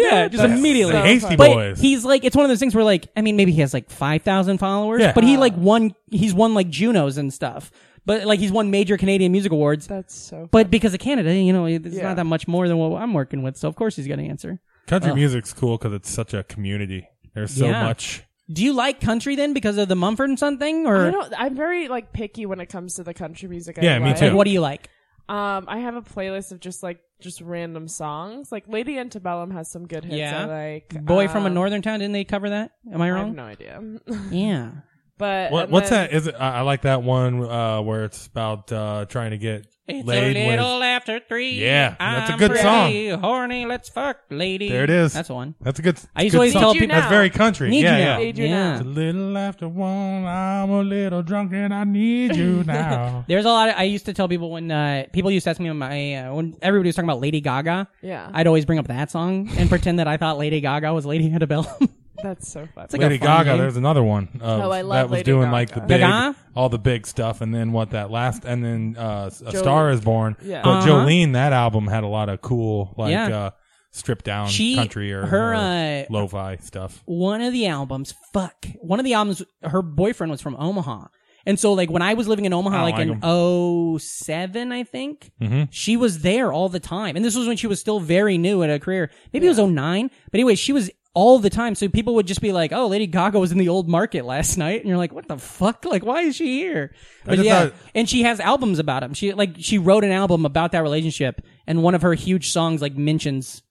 Speaker 2: yeah, just
Speaker 6: That's
Speaker 2: immediately.
Speaker 1: The
Speaker 6: so
Speaker 1: Hasty
Speaker 6: funny.
Speaker 2: but
Speaker 1: Boys.
Speaker 2: he's like, it's one of those things where like, I mean, maybe he has like five thousand followers,
Speaker 1: Yeah.
Speaker 2: but he like won, he's won like Junos and stuff. But like, he's won major Canadian music awards.
Speaker 6: That's so.
Speaker 2: But because of Canada, you know, it's
Speaker 6: Yeah.
Speaker 2: not that much more than what I'm working with. So of course he's going to answer.
Speaker 1: Country music's cool because it's such a community. There's so
Speaker 2: Yeah.
Speaker 1: much.
Speaker 2: Do you like country then because of the Mumford and Son thing,
Speaker 6: I
Speaker 2: or
Speaker 6: don't. I'm very like picky when it comes to the country music. I
Speaker 1: Yeah, me
Speaker 6: like.
Speaker 1: too.
Speaker 2: like what do you like?
Speaker 6: Um, I have a playlist of just like just random songs. Like Lady Antebellum has some good hits.
Speaker 2: Yeah.
Speaker 6: I like
Speaker 2: Boy from a
Speaker 6: Um,
Speaker 2: northern town, didn't they cover that? Am I
Speaker 6: I have
Speaker 2: wrong?
Speaker 6: no idea.
Speaker 2: Yeah.
Speaker 6: but
Speaker 1: What,
Speaker 6: and
Speaker 1: what's
Speaker 6: then-
Speaker 1: that? Is it? I, I like that one uh, where it's about uh, trying to get laid with.
Speaker 2: after three.
Speaker 1: Yeah, that's a good song.
Speaker 2: Horny, let's fuck, lady.
Speaker 1: There it is.
Speaker 2: That's the one.
Speaker 1: That's a good.
Speaker 2: I used
Speaker 1: good
Speaker 2: to always
Speaker 1: song.
Speaker 2: tell
Speaker 6: Need you
Speaker 2: people.
Speaker 6: now.
Speaker 1: That's very country.
Speaker 2: Need
Speaker 1: yeah,
Speaker 2: you
Speaker 1: yeah.
Speaker 2: now.
Speaker 6: Need you
Speaker 2: yeah.
Speaker 6: now.
Speaker 1: It's a little after one. I'm a little drunk and I need you now.
Speaker 2: There's a lot. Of, I used to tell people when uh, people used to ask me when my uh, when everybody was talking about Lady Gaga,
Speaker 6: Yeah,
Speaker 2: I'd always bring up that song and pretend that I thought Lady Gaga was Lady Annabelle.
Speaker 6: that's so funny.
Speaker 2: like a
Speaker 1: Lady
Speaker 2: fun
Speaker 1: Gaga.
Speaker 2: name.
Speaker 1: There's another one. Of,
Speaker 6: Oh, I love
Speaker 1: that was
Speaker 6: Lady
Speaker 1: doing
Speaker 6: Gaga.
Speaker 1: like the big,
Speaker 2: Gaga?
Speaker 1: all the big stuff, and then what that last, and then uh, A
Speaker 6: Jo-
Speaker 1: Star Is Born.
Speaker 6: Yeah.
Speaker 1: But
Speaker 2: Uh-huh.
Speaker 1: Jolene, that album had a lot of cool, like
Speaker 2: Yeah.
Speaker 1: uh, stripped down
Speaker 2: She-
Speaker 1: country or
Speaker 2: her,
Speaker 1: or
Speaker 2: uh,
Speaker 1: lo-fi stuff.
Speaker 2: one of the albums, fuck, one of the albums, her boyfriend was from Omaha. And so, like, when I was living in Omaha,
Speaker 1: I
Speaker 2: like,
Speaker 1: don't
Speaker 2: in oh seven, I think,
Speaker 1: Mhm.
Speaker 2: she was there all the time. And this was when she was still very new at her career. Maybe it was 09. But anyway, she was all the time. So people would just be like, oh, Lady Gaga was in the old market last night. And you're like, what the fuck? Like, why is she here? But
Speaker 1: just
Speaker 2: yeah.
Speaker 1: thought-
Speaker 2: and she has albums about him. She, like, she wrote an album about that relationship. And one of her huge songs, like, mentions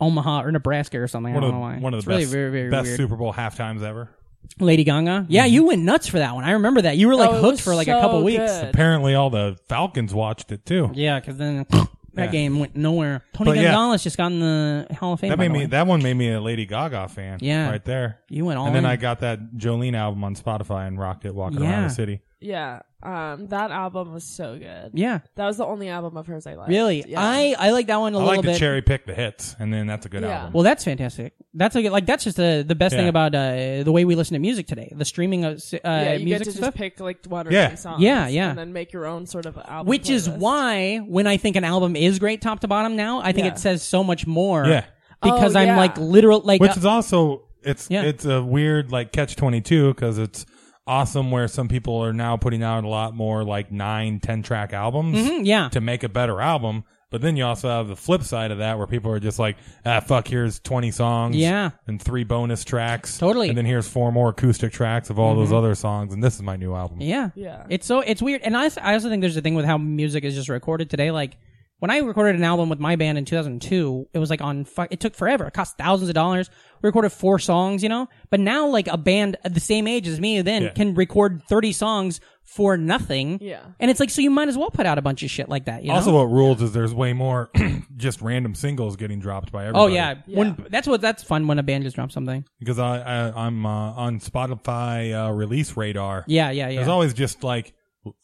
Speaker 2: Omaha or Nebraska or something.
Speaker 1: One
Speaker 2: I
Speaker 1: of
Speaker 2: don't
Speaker 1: the,
Speaker 2: know why.
Speaker 1: one of
Speaker 2: It's
Speaker 1: the
Speaker 2: really
Speaker 1: best,
Speaker 2: very, very
Speaker 1: best
Speaker 2: weird.
Speaker 1: Super Bowl halftimes ever.
Speaker 2: Lady Gaga. Yeah, you went nuts for that one. I remember that. You were like
Speaker 6: Mm-hmm. Oh, it
Speaker 2: hooked
Speaker 6: was
Speaker 2: for like a
Speaker 6: so
Speaker 2: couple weeks.
Speaker 6: good.
Speaker 1: Apparently, all the Falcons watched it too.
Speaker 2: Yeah, because then that game went nowhere. Tony
Speaker 1: But yeah.
Speaker 2: Gonzalez just got in the Hall of Fame.
Speaker 1: That
Speaker 2: by
Speaker 1: made
Speaker 2: the
Speaker 1: me.
Speaker 2: way.
Speaker 1: That one made me a Lady Gaga fan.
Speaker 2: Yeah.
Speaker 1: right there.
Speaker 2: you went all
Speaker 1: and then
Speaker 2: in.
Speaker 1: I got that Jolene album on Spotify and rocked it walking around
Speaker 2: Yeah.
Speaker 1: the city.
Speaker 6: Yeah, um, that album was so good.
Speaker 2: yeah,
Speaker 6: That was the only album of hers I liked.
Speaker 2: really.
Speaker 6: Yeah.
Speaker 2: I uh, I like that one
Speaker 1: I
Speaker 2: a little
Speaker 1: like to
Speaker 2: bit.
Speaker 1: cherry pick the hits, and then that's a good
Speaker 6: Yeah.
Speaker 1: album.
Speaker 2: Well, that's fantastic. That's like like that's just the the best thing
Speaker 1: Yeah.
Speaker 2: about uh, the way we listen to music today. The streaming of uh,
Speaker 6: yeah, you
Speaker 2: music
Speaker 6: get to just
Speaker 2: stuff.
Speaker 6: pick like one or
Speaker 1: Yeah.
Speaker 6: two songs.
Speaker 2: Yeah, yeah.
Speaker 6: and then make your own sort of album.
Speaker 2: which is
Speaker 6: playlist.
Speaker 2: why when I think an album is great top to bottom now, I think
Speaker 6: Yeah.
Speaker 2: it says so much more.
Speaker 1: Yeah.
Speaker 2: Because
Speaker 6: Oh,
Speaker 2: I'm
Speaker 6: yeah.
Speaker 2: like uh, literal like
Speaker 1: Which is also it's
Speaker 2: Yeah.
Speaker 1: it's a weird like catch twenty two because it's awesome where some people are now putting out a lot more like nine, ten track albums
Speaker 2: Mhm, yeah.
Speaker 1: to make a better album. But then you also have the flip side of that where people are just like, ah, fuck, here's 20 songs.
Speaker 2: Yeah.
Speaker 1: And three bonus tracks.
Speaker 2: Totally. Mm-hmm.
Speaker 1: And then here's four more acoustic tracks of all those other songs. And this is my new album.
Speaker 2: Yeah.
Speaker 6: Yeah.
Speaker 2: It's so it's weird. And I, I also think there's a thing with how music is just recorded today. Like when I recorded an album with my band in 2002, it was like on fu- it took forever. It cost thousands of dollars. We recorded four songs, you know? But now like a band at the same age as me then
Speaker 1: Yeah.
Speaker 2: can record 30 songs for nothing.
Speaker 6: Yeah.
Speaker 2: And it's like so you might as well put out a bunch of shit like that, you know?
Speaker 1: Also, what rules is there's way more just random singles getting dropped by
Speaker 2: Oh
Speaker 1: everybody.
Speaker 2: yeah. When, that's what that's fun when a band just drops something.
Speaker 1: because I, I I'm uh, on Spotify uh, release radar.
Speaker 2: Yeah, yeah, yeah.
Speaker 1: There's always just like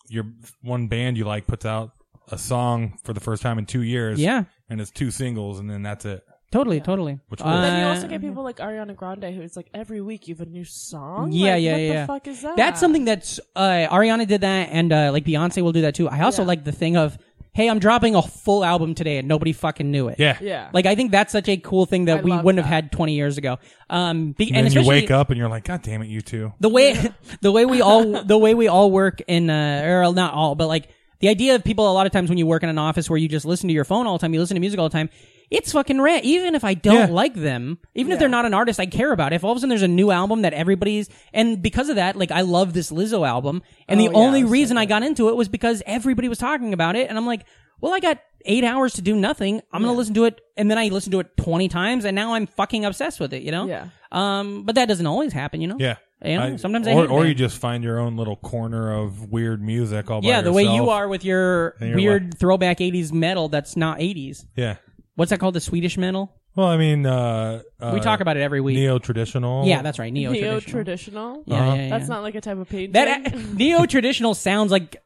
Speaker 1: your one band you like puts out a song for the first time in two years.
Speaker 2: Yeah.
Speaker 1: and it's two singles, and then that's it.
Speaker 2: totally, totally.
Speaker 1: Which
Speaker 6: But then you
Speaker 2: Uh,
Speaker 6: also get people like Ariana Grande, who's like every week you have a new song.
Speaker 2: Yeah,
Speaker 6: Like,
Speaker 2: yeah,
Speaker 6: what
Speaker 2: yeah.
Speaker 6: the fuck is that?
Speaker 2: That's something that's uh, Ariana did that, and uh, like Beyonce will do that too. I also like the thing of, hey, I'm dropping a full album today, and nobody fucking knew it.
Speaker 1: Yeah,
Speaker 6: Yeah.
Speaker 2: Like I think that's such a cool thing that
Speaker 6: I
Speaker 2: we
Speaker 6: love
Speaker 2: wouldn't have
Speaker 6: that.
Speaker 2: had 20 years ago. Um, be-
Speaker 1: And,
Speaker 2: and
Speaker 1: then you
Speaker 2: especially
Speaker 1: wake up and you're like, God damn it, you two.
Speaker 2: the way the way we all the way we all work in uh, or not all, but like the idea of people a lot of times when you work in an office where you just listen to your phone all the time, you listen to music all the time. It's fucking rare. Even if I don't
Speaker 1: Yeah.
Speaker 2: like them, even if they're not an artist I care about, if all of a sudden there's a new album that everybody's, and because of that, like I love this Lizzo album, and the only reason I got into it was because everybody was talking about it, and I'm like, well, I got eight hours to do nothing. I'm gonna listen to it, and then I listened to it 20 times, and now I'm fucking obsessed with it, you know?
Speaker 6: Yeah.
Speaker 2: Um, but that doesn't always happen, you know?
Speaker 1: Yeah.
Speaker 2: You know, sometimes I
Speaker 1: or,
Speaker 2: hate
Speaker 1: or
Speaker 2: that.
Speaker 1: you just find your own little corner of weird music all
Speaker 2: Yeah,
Speaker 1: by
Speaker 2: the way
Speaker 1: yourself.
Speaker 2: you are with your
Speaker 1: And you're
Speaker 2: weird throwback 80s metal that's not 80s.
Speaker 1: Yeah.
Speaker 2: What's that called? The Swedish metal?
Speaker 1: Well, I mean, uh, uh,
Speaker 2: We talk about it every week.
Speaker 1: neo Uh-huh. traditional.
Speaker 2: yeah, that's right. Neo
Speaker 6: neo
Speaker 2: traditional.
Speaker 6: traditional.
Speaker 2: Yeah, yeah, yeah.
Speaker 6: That's not like a type of painting.
Speaker 2: that neo traditional sounds like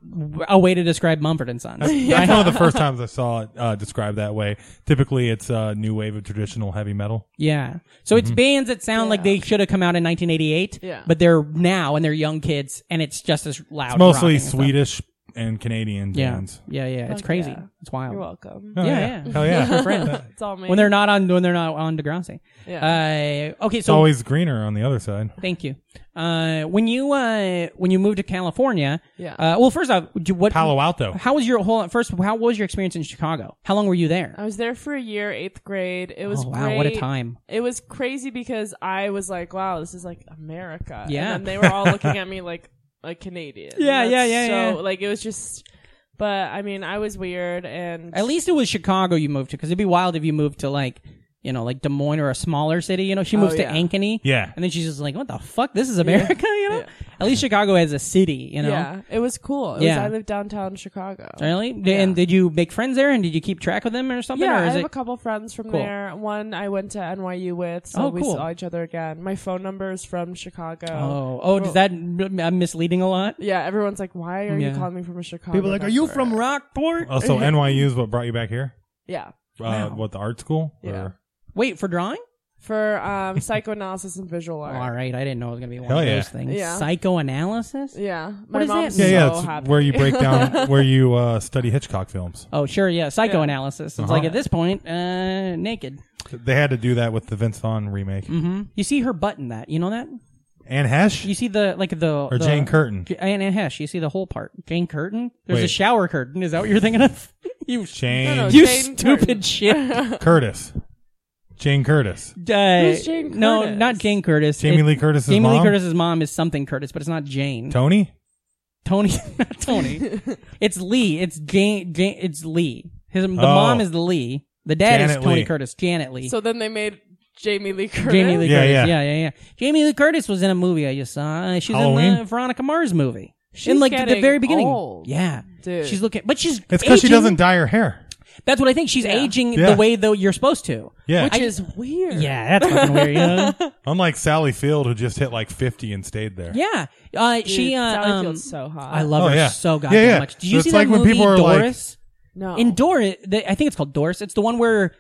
Speaker 2: a way to describe Mumford and Sons.
Speaker 1: That's one of the first times I saw it uh, described that way. Typically, it's uh, new wave of traditional heavy metal.
Speaker 2: Yeah. So
Speaker 1: Mm-hmm.
Speaker 2: it's bands that sound like they should have come out in 1988,
Speaker 6: Yeah.
Speaker 2: but they're now and they're young kids and it's just as loud.
Speaker 1: It's mostly
Speaker 2: rocking and stuff.
Speaker 1: Swedish and Canadian
Speaker 2: Yeah.
Speaker 1: bands.
Speaker 2: Yeah, yeah. It's
Speaker 6: Fuck
Speaker 2: crazy.
Speaker 6: yeah.
Speaker 2: It's wild.
Speaker 6: You're welcome.
Speaker 1: Oh,
Speaker 2: Yeah, yeah.
Speaker 1: yeah. Hell yeah.
Speaker 2: Friend.
Speaker 6: It's all me.
Speaker 2: when they're not on when they're not on Degrassi. Uh, okay,
Speaker 1: It's
Speaker 2: so
Speaker 1: always greener on the other side.
Speaker 2: Thank you. Uh, when you uh, when you moved to California,
Speaker 6: Yeah.
Speaker 2: Uh, well, first off, do- what
Speaker 1: Palo Alto.
Speaker 2: How was your whole first? How was your experience in Chicago? How long were you there?
Speaker 6: I was there for a year, eighth grade. It was
Speaker 2: oh wow,
Speaker 6: great.
Speaker 2: what a time!
Speaker 6: It was crazy because I was like, "Wow, this is like America."
Speaker 2: Yeah.
Speaker 6: and then they were all looking at me like a Canadian.
Speaker 2: Yeah,
Speaker 6: And
Speaker 2: yeah,
Speaker 6: that's
Speaker 2: yeah,
Speaker 6: So
Speaker 2: yeah.
Speaker 6: like it was just, but I mean, I was weird and
Speaker 2: At least it was Chicago you moved to, because it'd be wild if you moved to like you know like Des Moines or a smaller city. You know, she moves
Speaker 6: Oh, yeah.
Speaker 2: to Ankeny,
Speaker 1: Yeah.
Speaker 2: and then she's just like, "What the fuck? This is America." You know, at least Chicago has a city. You know,
Speaker 6: yeah, it was cool. It
Speaker 2: Yeah.
Speaker 6: was, I lived downtown Chicago.
Speaker 2: really. And did you make friends there, and did you keep track of them or something?
Speaker 6: Yeah,
Speaker 2: or
Speaker 6: I
Speaker 2: is
Speaker 6: have
Speaker 2: it-
Speaker 6: a couple friends from
Speaker 2: Cool.
Speaker 6: there. One I went to NYU with, so
Speaker 2: Oh,
Speaker 6: we
Speaker 2: cool.
Speaker 6: saw each other again. My phone number is from Chicago.
Speaker 2: Oh, oh, does that I'm misleading a lot?
Speaker 6: Yeah, everyone's like, "Why are
Speaker 2: Yeah.
Speaker 6: you calling me from a Chicago?" number?"
Speaker 2: Rockport?
Speaker 1: Also, NYU is what brought you back here?
Speaker 6: Yeah,
Speaker 1: Uh, What, the art school?
Speaker 6: Yeah.
Speaker 1: Or-
Speaker 2: Wait for drawing.
Speaker 6: for um, psychoanalysis and visual art.
Speaker 2: All right, I didn't know it was gonna be one
Speaker 1: Hell
Speaker 2: of
Speaker 1: yeah.
Speaker 2: those things.
Speaker 6: Yeah.
Speaker 2: Psychoanalysis.
Speaker 6: Yeah,
Speaker 2: What
Speaker 6: my
Speaker 2: is that
Speaker 6: mom's
Speaker 1: yeah,
Speaker 6: so
Speaker 1: yeah. It's
Speaker 6: happy.
Speaker 1: where you break down, where you uh, study Hitchcock films.
Speaker 2: Oh, sure, yeah, psychoanalysis. It's
Speaker 1: Uh-huh.
Speaker 2: like at this point, uh, naked. Mm-hmm.
Speaker 1: They had to do that with the Vince Vaughn remake.
Speaker 2: You see her butt in that. You know that.
Speaker 1: Anne Hesh?
Speaker 2: Mm. You see the like the
Speaker 1: or
Speaker 2: the-
Speaker 1: Jane Curtin?
Speaker 2: J- Anne and Hesh. You see the whole part. Jane Curtin. There's a
Speaker 1: Wait.
Speaker 2: shower curtain. Is that what you're thinking of? you
Speaker 1: Jane
Speaker 6: no,
Speaker 2: you
Speaker 6: Jane Curtin.
Speaker 2: stupid shit. Uh,
Speaker 1: Curtis. Jane Curtis.
Speaker 2: Who's
Speaker 6: Jane
Speaker 2: No,
Speaker 6: Curtis?
Speaker 2: not Jane Curtis.
Speaker 1: Jamie Lee Curtis's
Speaker 2: Jamie Lee
Speaker 1: mom?
Speaker 2: Curtis's mom is something Curtis, but it's not Jane.
Speaker 1: Tony?
Speaker 2: Tony, not Tony. it's Lee. It's Jane. Jane it's Lee. His the
Speaker 1: Oh.
Speaker 2: mom is Lee. The dad is
Speaker 1: Janet
Speaker 2: Tony
Speaker 1: Lee.
Speaker 2: Curtis. Janet Lee.
Speaker 6: So then they made Jamie Lee Curtis.
Speaker 2: Jamie Lee
Speaker 1: Yeah,
Speaker 2: Curtis. Yeah.
Speaker 1: yeah.
Speaker 2: yeah, yeah, Jamie Lee Curtis was in a movie I just saw. Uh, She's in the
Speaker 1: Halloween?
Speaker 2: Veronica Mars movie.
Speaker 6: She's
Speaker 2: in like the- the
Speaker 6: getting
Speaker 2: very beginning.
Speaker 6: old,
Speaker 2: yeah,
Speaker 6: dude.
Speaker 2: She's looking, but she's
Speaker 1: It's because she
Speaker 2: aging-
Speaker 1: doesn't dye her hair.
Speaker 2: That's what I think. She's aging
Speaker 1: Yeah.
Speaker 2: the way though you're supposed to.
Speaker 1: Yeah.
Speaker 6: which is weird.
Speaker 2: Yeah, that's fucking weird. You know?
Speaker 1: Unlike Sally Field, who just hit like 50 and stayed there.
Speaker 2: Yeah, uh,
Speaker 6: Dude,
Speaker 2: she. Uh,
Speaker 6: Sally
Speaker 2: um,
Speaker 6: Field's so hot.
Speaker 2: I love
Speaker 1: Oh,
Speaker 2: her
Speaker 1: yeah.
Speaker 2: so
Speaker 1: Yeah,
Speaker 2: goddamn
Speaker 1: yeah.
Speaker 2: much. Do you
Speaker 1: It's
Speaker 2: see
Speaker 1: like
Speaker 2: that
Speaker 1: when
Speaker 2: movie
Speaker 1: people are like-
Speaker 2: Doris?
Speaker 6: no.
Speaker 2: In Doris, the, I think it's called Doris. It's the one where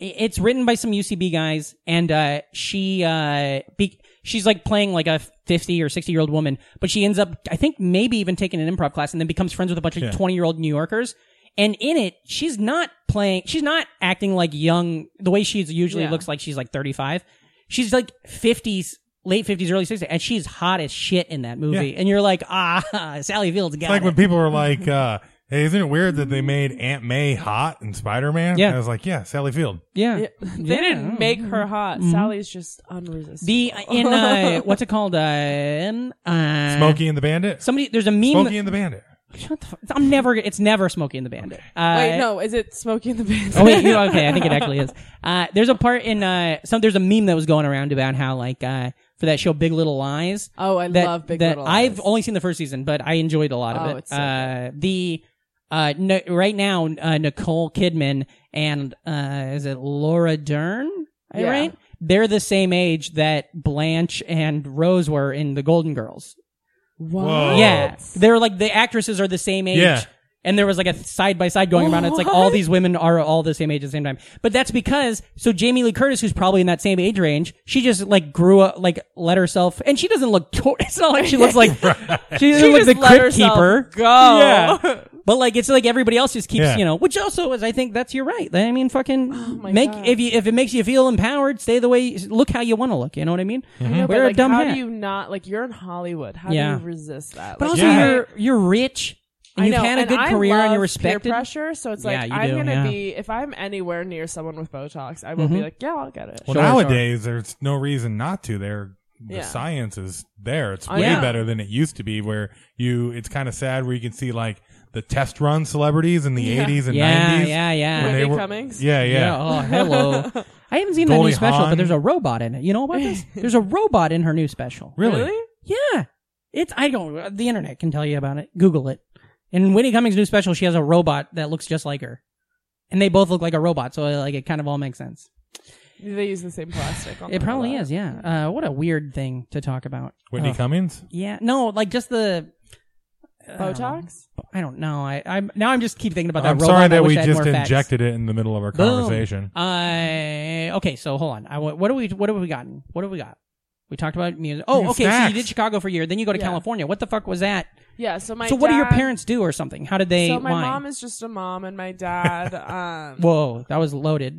Speaker 2: i- it's written by some UCB guys, and uh, she uh, be, she's like playing like a fifty or sixty year old woman, but she ends up, I think, maybe even taking an improv class, and then becomes friends with a bunch of twenty year old New Yorkers. And in it, she's not playing, she's not acting like young the way she usually
Speaker 6: Yeah.
Speaker 2: looks like. She's like thirty five. She's like fifties late 50s, early 60s, and she's hot as shit in that movie. And you're like, ah, Sally Fields got
Speaker 1: like
Speaker 2: it.
Speaker 1: when people are like, uh, "Hey, isn't it weird that they made Aunt May hot in Spider Man?"
Speaker 2: Yeah. Mm-hmm.
Speaker 1: I was like, "Yeah, Sally Field."
Speaker 2: yeah. Mm-hmm.
Speaker 6: Yeah, They didn't make her hot. Sally's just unresistible.
Speaker 2: The in uh, what's it called? Uh, in, uh,
Speaker 1: Smokey and the Bandit.
Speaker 2: Somebody, there's a meme.
Speaker 1: Smokey and the Bandit.
Speaker 2: Shut the fuck. I'm never. It's never Smokey and the Bandit. Uh,
Speaker 6: Wait, no, is it Smokey and the Bandit?
Speaker 2: oh wait, you okay? I think it actually is. Uh, there's a part in uh, some. There's a meme that was going around about how like uh, for that show Big Little Lies.
Speaker 6: Oh, I
Speaker 2: that,
Speaker 6: love Big
Speaker 2: that
Speaker 6: Little
Speaker 2: I've
Speaker 6: Lies.
Speaker 2: only seen the first season, but I enjoyed a lot of
Speaker 6: Oh,
Speaker 2: it.
Speaker 6: it's so
Speaker 2: uh, the uh, no, right now uh, Nicole Kidman and uh, is it Laura Dern? Am I
Speaker 6: Yeah.
Speaker 2: Right, they're the same age that Blanche and Rose were in The Golden Girls.
Speaker 6: What?
Speaker 1: Whoa.
Speaker 2: Yeah, they're like the actresses are the same age.
Speaker 1: Oh. Yeah.
Speaker 2: And there was like a side by side going around. It's like all these women are all the same age at the same time. But that's because so Jamie Lee Curtis, who's probably in that same age range, she just like grew up, like let herself, and she doesn't look. To- it's not like she looks like she doesn't
Speaker 6: She
Speaker 2: look
Speaker 6: just
Speaker 2: the
Speaker 6: let
Speaker 2: crypt
Speaker 6: herself
Speaker 2: keeper.
Speaker 6: go.
Speaker 2: Yeah. But like it's like everybody else just keeps
Speaker 1: Yeah.
Speaker 2: you know, which also is I think that's you're right. I mean,
Speaker 6: Oh
Speaker 2: fucking make if you if it makes you feel empowered, stay the way look how you want to look. You know what I mean?
Speaker 1: Mm-hmm.
Speaker 6: I know, but,
Speaker 2: Wear
Speaker 6: like,
Speaker 2: a dumb
Speaker 6: how
Speaker 2: hat.
Speaker 6: do you not like you're in Hollywood? How
Speaker 2: Yeah.
Speaker 6: do you resist that?
Speaker 2: But
Speaker 6: Like,
Speaker 2: also,
Speaker 1: Yeah.
Speaker 2: you're you're rich. And
Speaker 6: I
Speaker 2: you've
Speaker 6: know,
Speaker 2: had a
Speaker 6: and
Speaker 2: good
Speaker 6: I
Speaker 2: career and
Speaker 6: love
Speaker 2: you're
Speaker 6: peer
Speaker 2: respected.
Speaker 6: pressure, so it's like
Speaker 2: Yeah, you
Speaker 6: I'm
Speaker 2: do,
Speaker 6: gonna
Speaker 2: yeah. Mm-hmm.
Speaker 6: be if I'm anywhere near someone with Botox, I will be like, yeah, I'll get it.
Speaker 1: Well,
Speaker 2: Sure,
Speaker 1: nowadays there's no reason not to. There, the
Speaker 6: Yeah.
Speaker 1: science is there. It's
Speaker 6: Oh,
Speaker 1: way
Speaker 2: yeah.
Speaker 1: better than it used to be. Where you, it's kind of sad where you can see like the test run celebrities in the '80s and
Speaker 2: yeah,
Speaker 1: '90s.
Speaker 2: yeah, yeah,
Speaker 1: when
Speaker 6: Whitney
Speaker 1: they were-
Speaker 6: Cummings?
Speaker 1: Yeah, yeah.
Speaker 2: Oh, hello. I haven't seen the new
Speaker 1: Goldie
Speaker 2: special, but
Speaker 1: Hawn.
Speaker 2: there's a robot in it. You know about this? There's a robot in her new special.
Speaker 1: Really?
Speaker 2: Yeah, it's I don't. The internet can tell you about it. Google it. In Winnie Cummings' new special, she has a robot that looks just like her, and they both look like a robot. So like it kind of all makes sense.
Speaker 6: They use the same plastic. On
Speaker 2: It
Speaker 6: the
Speaker 2: probably
Speaker 6: robot.
Speaker 2: is. Yeah. Uh, what a weird thing to talk about.
Speaker 1: Whitney
Speaker 2: Oh.
Speaker 1: Cummings.
Speaker 2: Yeah. No, like just the.
Speaker 6: Botox.
Speaker 2: I don't know. I I'm now I'm just keep thinking about that.
Speaker 1: I'm
Speaker 2: robot.
Speaker 1: sorry
Speaker 2: I
Speaker 1: that
Speaker 2: wish
Speaker 1: we
Speaker 2: I had
Speaker 1: just
Speaker 2: more facts.
Speaker 1: injected it in the middle of our
Speaker 2: Boom.
Speaker 1: conversation.
Speaker 2: Uh, okay, so hold on. I, wa- what do we? What have we gotten? What have we got? We talked about music. Oh,
Speaker 1: Yeah,
Speaker 2: okay. So
Speaker 1: snacks.
Speaker 2: you did Chicago for a year, then you go to
Speaker 6: Yeah.
Speaker 2: California. What the fuck was that?
Speaker 6: Yeah. So my
Speaker 2: so what do your
Speaker 6: dad-
Speaker 2: parents do or something? How did they?
Speaker 6: So my
Speaker 2: why?
Speaker 6: mom is just a mom, and my dad. um
Speaker 2: Whoa, that was loaded.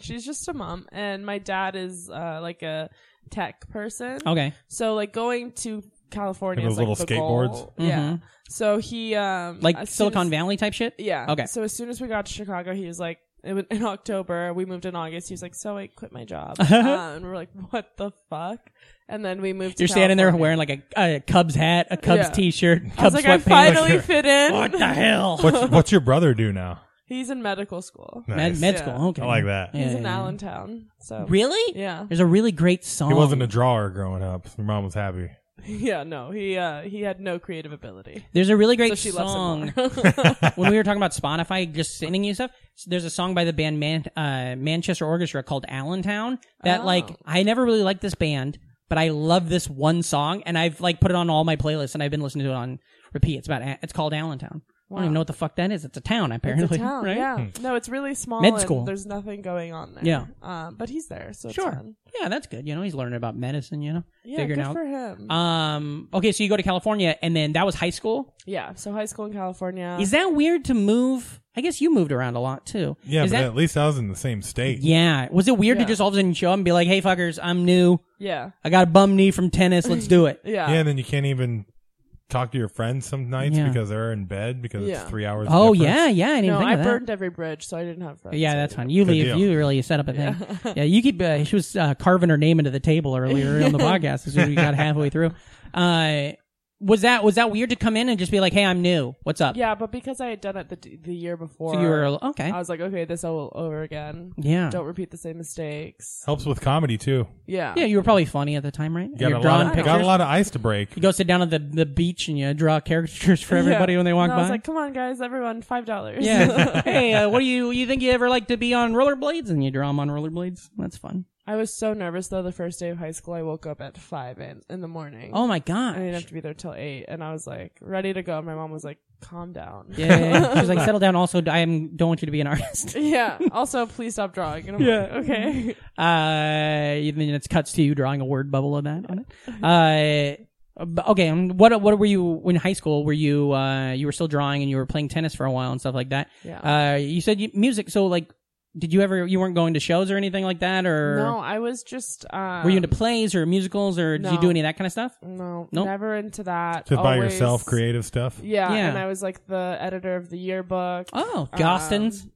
Speaker 6: she's just a mom and my dad is uh like a tech person
Speaker 2: Okay.
Speaker 6: so like going to california
Speaker 1: Like
Speaker 6: is,
Speaker 1: those
Speaker 6: like,
Speaker 1: little
Speaker 6: the goal.
Speaker 1: skateboards?
Speaker 6: yeah so he um
Speaker 2: Mm-hmm. Like
Speaker 6: as soon
Speaker 2: Silicon
Speaker 6: as-
Speaker 2: Valley type shit.
Speaker 6: yeah
Speaker 2: Okay.
Speaker 6: so as soon as we got to chicago he was like it was in october we moved in august he was like so i quit my job um, and we're like what the fuck and then we moved to
Speaker 2: You're standing there
Speaker 6: California.
Speaker 2: wearing like a, a Cubs hat, a Cubs
Speaker 6: Yeah.
Speaker 2: T-shirt,
Speaker 6: I was
Speaker 2: Cubs
Speaker 6: like, I
Speaker 2: sweatpants.
Speaker 6: finally fit in.
Speaker 2: what the hell?
Speaker 1: What's, what's your brother do now?
Speaker 6: He's in medical school.
Speaker 1: Nice.
Speaker 2: Med, med
Speaker 6: Yeah.
Speaker 2: school. Okay.
Speaker 1: I like that.
Speaker 2: Yeah,
Speaker 6: He's in
Speaker 2: yeah, yeah.
Speaker 6: Allentown. So
Speaker 2: Really?
Speaker 6: Yeah.
Speaker 2: There's a really great song.
Speaker 1: He wasn't a drawer growing up. Your mom was happy.
Speaker 6: Yeah, no, he uh he had no creative ability.
Speaker 2: There's a really great
Speaker 6: So she
Speaker 2: song.
Speaker 6: loves him more.
Speaker 2: when we were talking about Spotify, just sending you stuff, so there's a song by the band Man- uh, Manchester Orchestra called Allentown that,
Speaker 6: Oh.
Speaker 2: like, I never really liked this band, but I love this one song, and I've, like, put it on all my playlists, and I've been listening to it on repeat. It's about, A- it's called Allentown. I don't even know what the fuck that is. It's a town, apparently.
Speaker 6: It's a town,
Speaker 2: right? Hmm.
Speaker 6: yeah. No, it's really small.
Speaker 2: Med
Speaker 6: and
Speaker 2: school.
Speaker 6: there's nothing going on there.
Speaker 2: Yeah.
Speaker 6: Um, but he's there, so
Speaker 2: Sure.
Speaker 6: It's fun.
Speaker 2: Yeah, that's good. You know, he's learning about medicine, you know,
Speaker 6: Yeah,
Speaker 2: figuring
Speaker 6: good
Speaker 2: out.
Speaker 6: for him.
Speaker 2: Um, okay, so you go to California, and then that was high school.
Speaker 6: yeah. So high school in California.
Speaker 2: Is that weird to move? I guess you moved around a lot too.
Speaker 1: Yeah,
Speaker 2: Is
Speaker 1: but
Speaker 2: that-
Speaker 1: at least I was in the same state.
Speaker 2: Yeah. Was it weird
Speaker 6: Yeah.
Speaker 2: to just all of a sudden show up and be like, hey, fuckers, I'm new.
Speaker 6: yeah.
Speaker 2: I got a bum knee from tennis. Let's do it.
Speaker 6: Yeah.
Speaker 1: Yeah, and then you can't even talk to your friends some nights
Speaker 2: Yeah.
Speaker 1: because they're in bed because
Speaker 6: Yeah.
Speaker 1: it's three hours.
Speaker 2: oh,
Speaker 1: difference.
Speaker 2: yeah, yeah. I didn't
Speaker 6: no,
Speaker 2: think
Speaker 6: I
Speaker 2: of that.
Speaker 6: burned every bridge, so I didn't have friends.
Speaker 2: yeah,
Speaker 6: so-
Speaker 2: that's fine. You leave.
Speaker 1: deal.
Speaker 2: You really set up a thing. Yeah, you keep. Uh, she was uh, carving her name into the table earlier on the podcast as soon as we got halfway through. Uh, was that was that weird to come in and just be like, "Hey, I'm new. What's up?"
Speaker 6: Yeah, but because I had done it the the year before,
Speaker 2: So you were okay.
Speaker 6: I was like, okay, this all over again.
Speaker 2: Yeah. Oh.
Speaker 6: Don't repeat the same mistakes.
Speaker 1: Helps with comedy too.
Speaker 6: Yeah.
Speaker 2: yeah, you were probably funny at the time, right?
Speaker 1: You got
Speaker 2: You're
Speaker 1: a
Speaker 2: drawing
Speaker 1: lot. Of,
Speaker 2: pictures.
Speaker 1: got a lot of ice to break.
Speaker 2: You go sit down at the, the beach and you draw caricatures for everybody
Speaker 6: Yeah.
Speaker 2: when they walk
Speaker 6: And
Speaker 2: by.
Speaker 6: I was like, come on, guys, everyone, five dollars.
Speaker 2: Yeah. hey, uh, what do you you think you ever like to be on rollerblades? And you draw them on rollerblades. That's fun.
Speaker 6: I was so nervous though. The first day of high school, I woke up at five in, in the morning.
Speaker 2: Oh my
Speaker 6: I didn't have
Speaker 2: gosh.
Speaker 6: to be there till eight, and I was like ready to go. My mom was like, "Calm down."
Speaker 2: Yeah, yeah, yeah. she was like, settle down. Also, I am don't want you to be an artist.
Speaker 6: Yeah. Also, please stop drawing. And I'm like, okay.
Speaker 2: Uh, and then it's cuts to you drawing a word bubble of that. On it. Uh, but- okay. Um, what what were you in high school? Were you uh you were still drawing and you were playing tennis for a while and stuff like that?
Speaker 6: Yeah.
Speaker 2: Uh, you said you, music. So like, Did you ever? You weren't going to shows or anything like that, or
Speaker 6: No, I was just. Um,
Speaker 2: were you into plays or musicals, or did you
Speaker 6: no.
Speaker 2: do any of that kind of stuff?
Speaker 6: No,
Speaker 2: Nope.
Speaker 6: never into that.
Speaker 1: Just by
Speaker 6: Always-
Speaker 1: yourself, creative stuff.
Speaker 6: Yeah,
Speaker 2: Yeah.
Speaker 6: and I was like the editor of the yearbook.
Speaker 2: Oh, Jostins.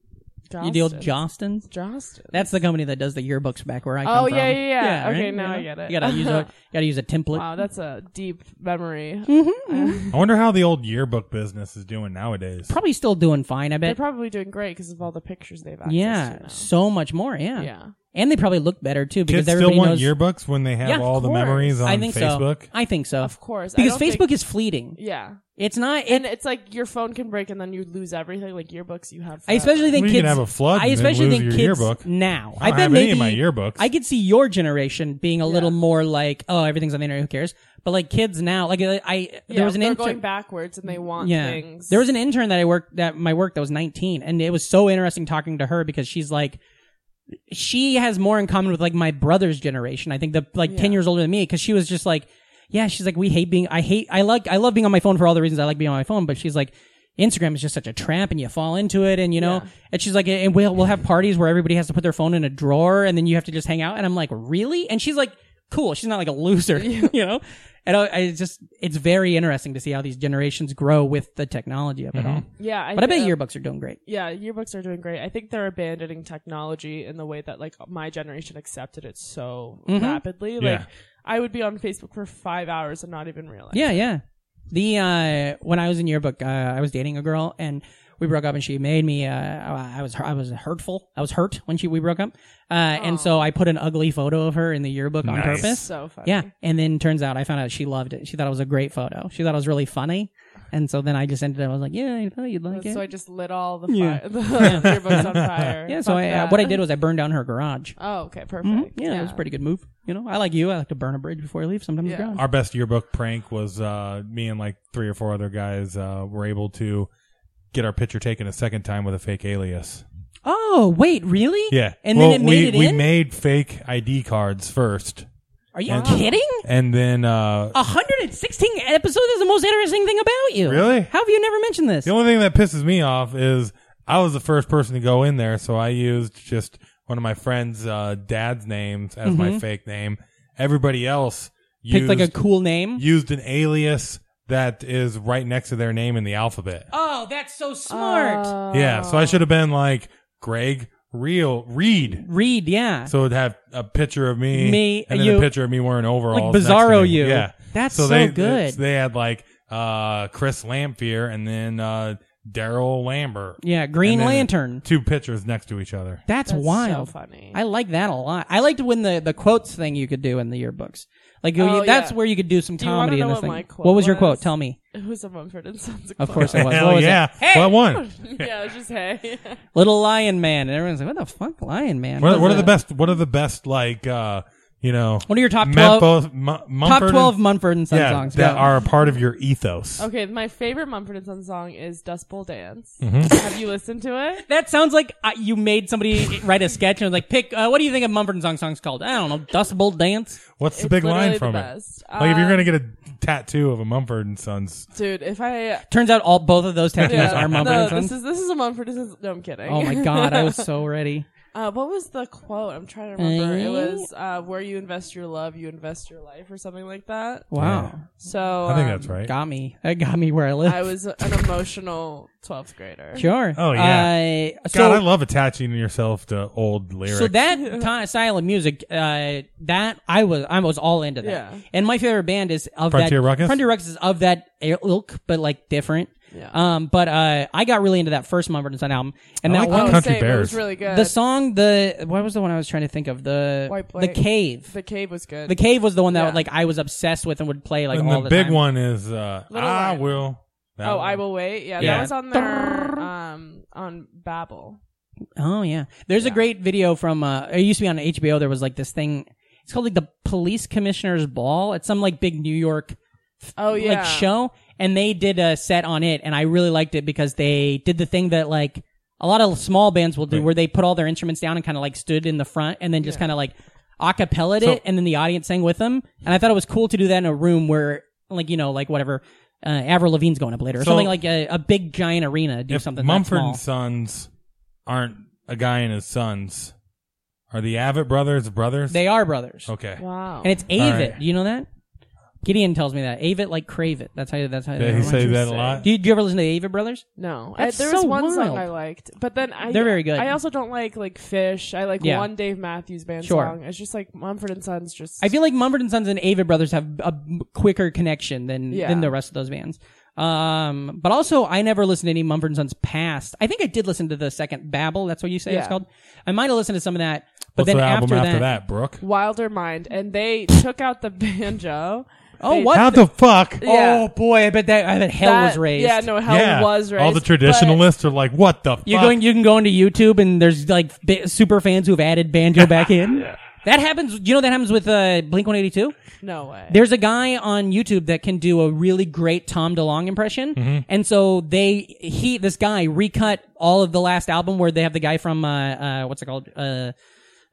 Speaker 2: you deal with Jostins.
Speaker 6: Justin.
Speaker 2: That's the company that does the yearbooks back where I come
Speaker 6: Oh,
Speaker 2: from.
Speaker 6: yeah, yeah, yeah. Okay,
Speaker 2: right?
Speaker 6: now
Speaker 2: You
Speaker 6: I get it.
Speaker 2: You gotta use a gotta use a template.
Speaker 6: Wow, that's a deep memory.
Speaker 2: Hmm.
Speaker 1: I wonder how the old yearbook business is doing nowadays.
Speaker 2: Probably still doing fine. I
Speaker 6: They're
Speaker 2: bet.
Speaker 6: probably doing great because of all the pictures they've access
Speaker 2: yeah,
Speaker 6: to now.
Speaker 2: so much more. Yeah.
Speaker 6: yeah.
Speaker 2: and they probably look better too because
Speaker 1: Kids still
Speaker 2: everybody
Speaker 1: want
Speaker 2: knows.
Speaker 1: yearbooks when they have
Speaker 2: Yeah, of
Speaker 1: all the
Speaker 6: course.
Speaker 1: memories on
Speaker 2: I think
Speaker 1: Facebook.
Speaker 2: so. I think so.
Speaker 6: Of course, I
Speaker 2: because
Speaker 6: don't
Speaker 2: Facebook is
Speaker 6: think-
Speaker 2: fleeting.
Speaker 6: Yeah,
Speaker 2: It's not. It,
Speaker 6: and it's like your phone can break and then you lose everything. Like yearbooks, you have.
Speaker 2: I especially think
Speaker 1: Well, you
Speaker 2: kids
Speaker 1: can have a flood
Speaker 2: I
Speaker 1: and then
Speaker 2: especially
Speaker 1: lose
Speaker 2: think
Speaker 1: your
Speaker 2: kids
Speaker 1: yearbook.
Speaker 2: now.
Speaker 1: I don't
Speaker 2: bet
Speaker 1: have
Speaker 2: maybe
Speaker 1: any of my yearbooks.
Speaker 2: I could see your generation being a little
Speaker 6: Yeah.
Speaker 2: more like, oh, everything's on the internet. Who cares? But like kids now, like I, I
Speaker 6: Yeah,
Speaker 2: there was an
Speaker 6: they're
Speaker 2: intern. Mm,
Speaker 6: going backwards and they want
Speaker 2: yeah,
Speaker 6: things.
Speaker 2: there was an intern that I worked that my work that was 19, and it was so interesting talking to her because she's like. She has more in common with like my brother's generation. I think the like ten years older than me because she was just like, yeah, she's like, we hate being. I hate. I like. I love being on my phone for all the reasons I like being on my phone. But she's like, Instagram is just such a trap, and you fall into it, and you know. And she's like, and we'll we'll have parties where everybody has to put their phone in a drawer, and then you have to just hang out. And I'm like, really? And she's like, cool. She's not like a loser, you know. And I, I just, it's very interesting to see how these generations grow with the technology of it all.
Speaker 6: yeah, I
Speaker 2: But I bet
Speaker 6: think-
Speaker 2: yearbooks are doing great.
Speaker 6: Yeah, yearbooks are doing great. I think they're abandoning technology in the way that like my generation accepted it so
Speaker 2: Mm-hmm.
Speaker 6: rapidly. Like
Speaker 1: Yeah.
Speaker 6: I would be on Facebook for five hours and not even realize.
Speaker 2: Yeah, yeah. The uh when I was in yearbook, uh, I was dating a girl and we broke up, and she made me. Uh, I I was I was hurtful. I was hurt when she we broke up, uh, and so I put an ugly photo of her in the yearbook on
Speaker 1: Nice.
Speaker 2: purpose.
Speaker 6: so funny.
Speaker 2: yeah, and then turns out I found out she loved it. She thought it was a great photo. She thought it was really funny, and so then I just ended up. I was like, yeah, I thought you'd like it.
Speaker 6: So I just lit all the, fire,
Speaker 2: Yeah.
Speaker 6: the yearbooks on fire.
Speaker 2: yeah, so
Speaker 6: Fuck
Speaker 2: I, uh,
Speaker 6: that.
Speaker 2: what I did was I burned down her garage.
Speaker 6: Oh, okay, perfect.
Speaker 2: Mhm. Yeah, it was a pretty good move. You know, I like you. I like to burn a bridge before I leave. Sometimes
Speaker 6: Yeah.
Speaker 2: ground.
Speaker 1: Our best yearbook prank was uh, me and like three or four other guys uh, were able to get our picture taken a second time with a fake alias.
Speaker 2: Oh wait, really?
Speaker 1: Yeah,
Speaker 2: And
Speaker 1: Well,
Speaker 2: then it made
Speaker 1: we,
Speaker 2: it
Speaker 1: we
Speaker 2: in.
Speaker 1: made fake ID cards first,
Speaker 2: Are you
Speaker 1: and-
Speaker 2: kidding?
Speaker 1: and then uh,
Speaker 2: 116 episodes is the most interesting thing about you.
Speaker 1: Really?
Speaker 2: How have you never mentioned this?
Speaker 1: The only thing that pisses me off is I was the first person to go in there, so I used just one of my friend's uh, dad's names as my fake name. Everybody else
Speaker 2: Mm-hmm. Picked
Speaker 1: used,
Speaker 2: like a cool name.
Speaker 1: used an alias that is right next to their name in the alphabet.
Speaker 2: oh, that's so smart.
Speaker 6: Uh,
Speaker 1: yeah,
Speaker 2: Oh.
Speaker 1: so I should have been like Greg Real Reed.
Speaker 2: Reed, yeah.
Speaker 1: So it'd have a picture of me,
Speaker 2: Me,
Speaker 1: and then
Speaker 2: you-
Speaker 1: a picture of me wearing overalls.
Speaker 2: Like
Speaker 1: next to
Speaker 2: Bizarro
Speaker 1: me.
Speaker 2: you.
Speaker 1: Yeah,
Speaker 2: That's so
Speaker 1: they,
Speaker 2: good.
Speaker 1: They had like uh, Chris Lamphere and then uh, Daryl Lambert.
Speaker 2: yeah, Green
Speaker 1: And then
Speaker 2: Lantern.
Speaker 1: Two pictures next to each other.
Speaker 2: That's,
Speaker 6: That's so
Speaker 2: wild.
Speaker 6: funny.
Speaker 2: I like that a lot. I liked when the, the quotes thing you could do in the yearbooks. Like you-
Speaker 6: Oh,
Speaker 2: that's
Speaker 6: yeah.
Speaker 2: where you could do some
Speaker 6: you wanna
Speaker 2: comedy in
Speaker 6: know
Speaker 2: this
Speaker 6: what
Speaker 2: thing.
Speaker 6: my quote
Speaker 2: what was your quote?
Speaker 6: was?
Speaker 2: Tell me.
Speaker 6: It was a Mumford and Sons.
Speaker 2: Of course it was.
Speaker 1: Hell
Speaker 2: what was
Speaker 1: yeah!
Speaker 2: it?
Speaker 1: What one?
Speaker 6: yeah, it was just hey.
Speaker 2: Little Lion Man, and everyone's like, "What the fuck, Lion Man?"
Speaker 1: What, what are
Speaker 2: was
Speaker 1: the
Speaker 2: it?
Speaker 1: best? What are the best? Like uh, you know,
Speaker 2: What are your top 12
Speaker 1: Memphis- Mu- Mumford
Speaker 2: top
Speaker 1: and-
Speaker 2: twelve Mumford and Son
Speaker 1: yeah,
Speaker 2: songs?
Speaker 1: that
Speaker 2: Go.
Speaker 1: are a part of your ethos.
Speaker 6: Okay, my favorite Mumford and Sons song is Dust Bowl Dance.
Speaker 2: Mm-hmm.
Speaker 6: Have you listened to it?
Speaker 2: That sounds like uh, you made somebody write a sketch and was like, pick. Uh, what do you think a Mumford and Song song's called? I don't know. Dust Bowl Dance.
Speaker 1: What's the
Speaker 6: It's
Speaker 1: big line
Speaker 6: literally
Speaker 1: from
Speaker 6: the
Speaker 1: it?
Speaker 6: best.
Speaker 1: Like if you're
Speaker 6: Um,
Speaker 1: gonna get a tattoo of a Mumford and Sons,
Speaker 6: Dude, if I
Speaker 2: Turns out all both of those tattoos
Speaker 6: yeah,
Speaker 2: are Mumford
Speaker 6: no,
Speaker 2: and Sons.
Speaker 6: this is this is a Mumford and Sons. No, I'm kidding.
Speaker 2: oh my god, I was so ready.
Speaker 6: Uh, what was the quote? I'm trying to remember.
Speaker 2: Eh?
Speaker 6: It was uh, "Where you invest your love, you invest your life," or something like that.
Speaker 2: Wow,
Speaker 6: So
Speaker 1: I think
Speaker 6: Oh, um,
Speaker 1: that's right.
Speaker 2: got me. That got me where I live.
Speaker 6: I was an emotional 12th grader.
Speaker 2: sure.
Speaker 1: Oh, yeah.
Speaker 2: Uh, so,
Speaker 1: God, I love attaching yourself to old lyrics.
Speaker 2: so that ti- style of music, uh, that I was, I was all into that.
Speaker 6: Yeah.
Speaker 2: And my favorite band is of
Speaker 1: Frontier
Speaker 2: that.
Speaker 1: Ruckus?
Speaker 2: Frontier Ruckus is of that ilk, but like different.
Speaker 6: Yeah.
Speaker 2: Um, but uh, I got really into that first Mumford and Son album, and
Speaker 1: I
Speaker 2: that
Speaker 1: like
Speaker 2: one
Speaker 6: Oh,
Speaker 1: Country
Speaker 6: same. It was
Speaker 1: Bears.
Speaker 6: really good.
Speaker 2: The song, the what was the one I was trying to think of? The
Speaker 6: White
Speaker 2: the
Speaker 6: Blake.
Speaker 2: cave.
Speaker 6: the cave was good.
Speaker 2: The cave was the one that
Speaker 6: Yeah.
Speaker 2: like I was obsessed with and would play like
Speaker 1: and
Speaker 2: all
Speaker 1: the,
Speaker 2: the
Speaker 1: big
Speaker 2: time.
Speaker 1: one is uh,
Speaker 6: Little
Speaker 1: I
Speaker 6: Lion.
Speaker 1: will. That
Speaker 6: oh,
Speaker 1: one.
Speaker 6: I will wait. Yeah,
Speaker 1: Yeah.
Speaker 6: that was on their um on Babel.
Speaker 2: Oh yeah, there's a great video from uh, it used to be on HBO. There was like this thing. It's called like the police commissioner's ball. It's some like big New York
Speaker 6: Oh yeah,
Speaker 2: like show, and they did a set on it, and I really liked it because they did the thing that like a lot of small bands will do,
Speaker 1: Right.
Speaker 2: where they put all their instruments down and kind of like stood in the front, and then just kind of like acapella
Speaker 1: So-
Speaker 2: it, and then the audience sang with them. And I thought it was cool to do that in a room where like you know like whatever. Uh, Avril Lavigne's going up later, or
Speaker 1: So-
Speaker 2: something like a, a big giant arena. Do
Speaker 1: If
Speaker 2: something that
Speaker 1: Mumford
Speaker 2: small.
Speaker 1: and Sons aren't a guy and his sons. Are the Avett brothers brothers?
Speaker 2: They are brothers.
Speaker 1: okay.
Speaker 6: Wow.
Speaker 2: And it's Avit.
Speaker 1: right.
Speaker 2: Do you know that? Gideon tells me that. Avit like crave it. That's how that's how
Speaker 1: They
Speaker 2: they
Speaker 1: say that a lot.
Speaker 2: Do you, do you ever listen to the Avit Brothers?
Speaker 6: no, I,
Speaker 2: That's
Speaker 6: there
Speaker 2: so
Speaker 6: was one
Speaker 2: wild.
Speaker 6: song I liked, but then I
Speaker 2: They're very good.
Speaker 6: I also don't like like Fish. I like
Speaker 2: Yeah.
Speaker 6: one Dave Matthews Band
Speaker 2: Sure.
Speaker 6: song. It's just like Mumford and Sons. Just
Speaker 2: I feel like Mumford and Sons and Avett Brothers have a m- quicker connection than
Speaker 6: Yeah.
Speaker 2: than the rest of those bands. Um, but also I never listened to any Mumford and Sons past. I think I did listen to the second Babel. That's what you say it's
Speaker 6: Yeah.
Speaker 2: called. I might have listened to some of that, but
Speaker 1: What's
Speaker 2: then
Speaker 1: the album
Speaker 2: after,
Speaker 1: after that,
Speaker 2: that,
Speaker 1: Brooke?
Speaker 6: Wilder Mind, and they took out the banjo.
Speaker 2: oh
Speaker 6: They-
Speaker 2: what?
Speaker 1: How the, fuck?
Speaker 6: Yeah.
Speaker 2: Oh boy, I bet that I bet hell
Speaker 6: That-
Speaker 2: was raised.
Speaker 6: Yeah, no, hell
Speaker 1: yeah.
Speaker 6: was raised.
Speaker 1: All the
Speaker 6: but-
Speaker 1: traditionalists are like, what the
Speaker 2: You're
Speaker 1: fuck?
Speaker 2: going. You can go into YouTube and there's like bi- super fans who've added banjo back in. That happens. You know that happens with uh, Blink 182.
Speaker 6: No way.
Speaker 2: There's a guy on YouTube that can do a really great Tom DeLonge impression,
Speaker 1: Mm-hmm.
Speaker 2: and so they he this guy recut all of the last album where they have the guy from uh, uh what's it called uh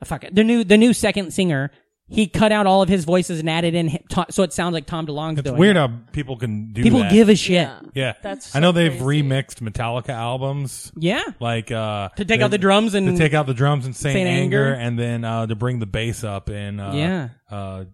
Speaker 2: fuck it the new the new second singer. He cut out all of his voices and added in hi- to- so it sounds like Tom DeLonge's
Speaker 1: it's
Speaker 2: doing.
Speaker 1: weird
Speaker 2: it.
Speaker 1: how people can do
Speaker 2: People
Speaker 1: that.
Speaker 2: give a shit. Yeah.
Speaker 1: Yeah.
Speaker 6: That's
Speaker 1: I know
Speaker 6: so
Speaker 1: they've
Speaker 6: crazy.
Speaker 1: remixed Metallica albums. Like uh
Speaker 2: To take
Speaker 1: they-
Speaker 2: out the drums and
Speaker 1: to take out the drums and Saint,
Speaker 2: Saint
Speaker 1: Anger,
Speaker 2: Anger.
Speaker 1: and then uh to bring the bass up in uh
Speaker 2: Yeah.
Speaker 1: uh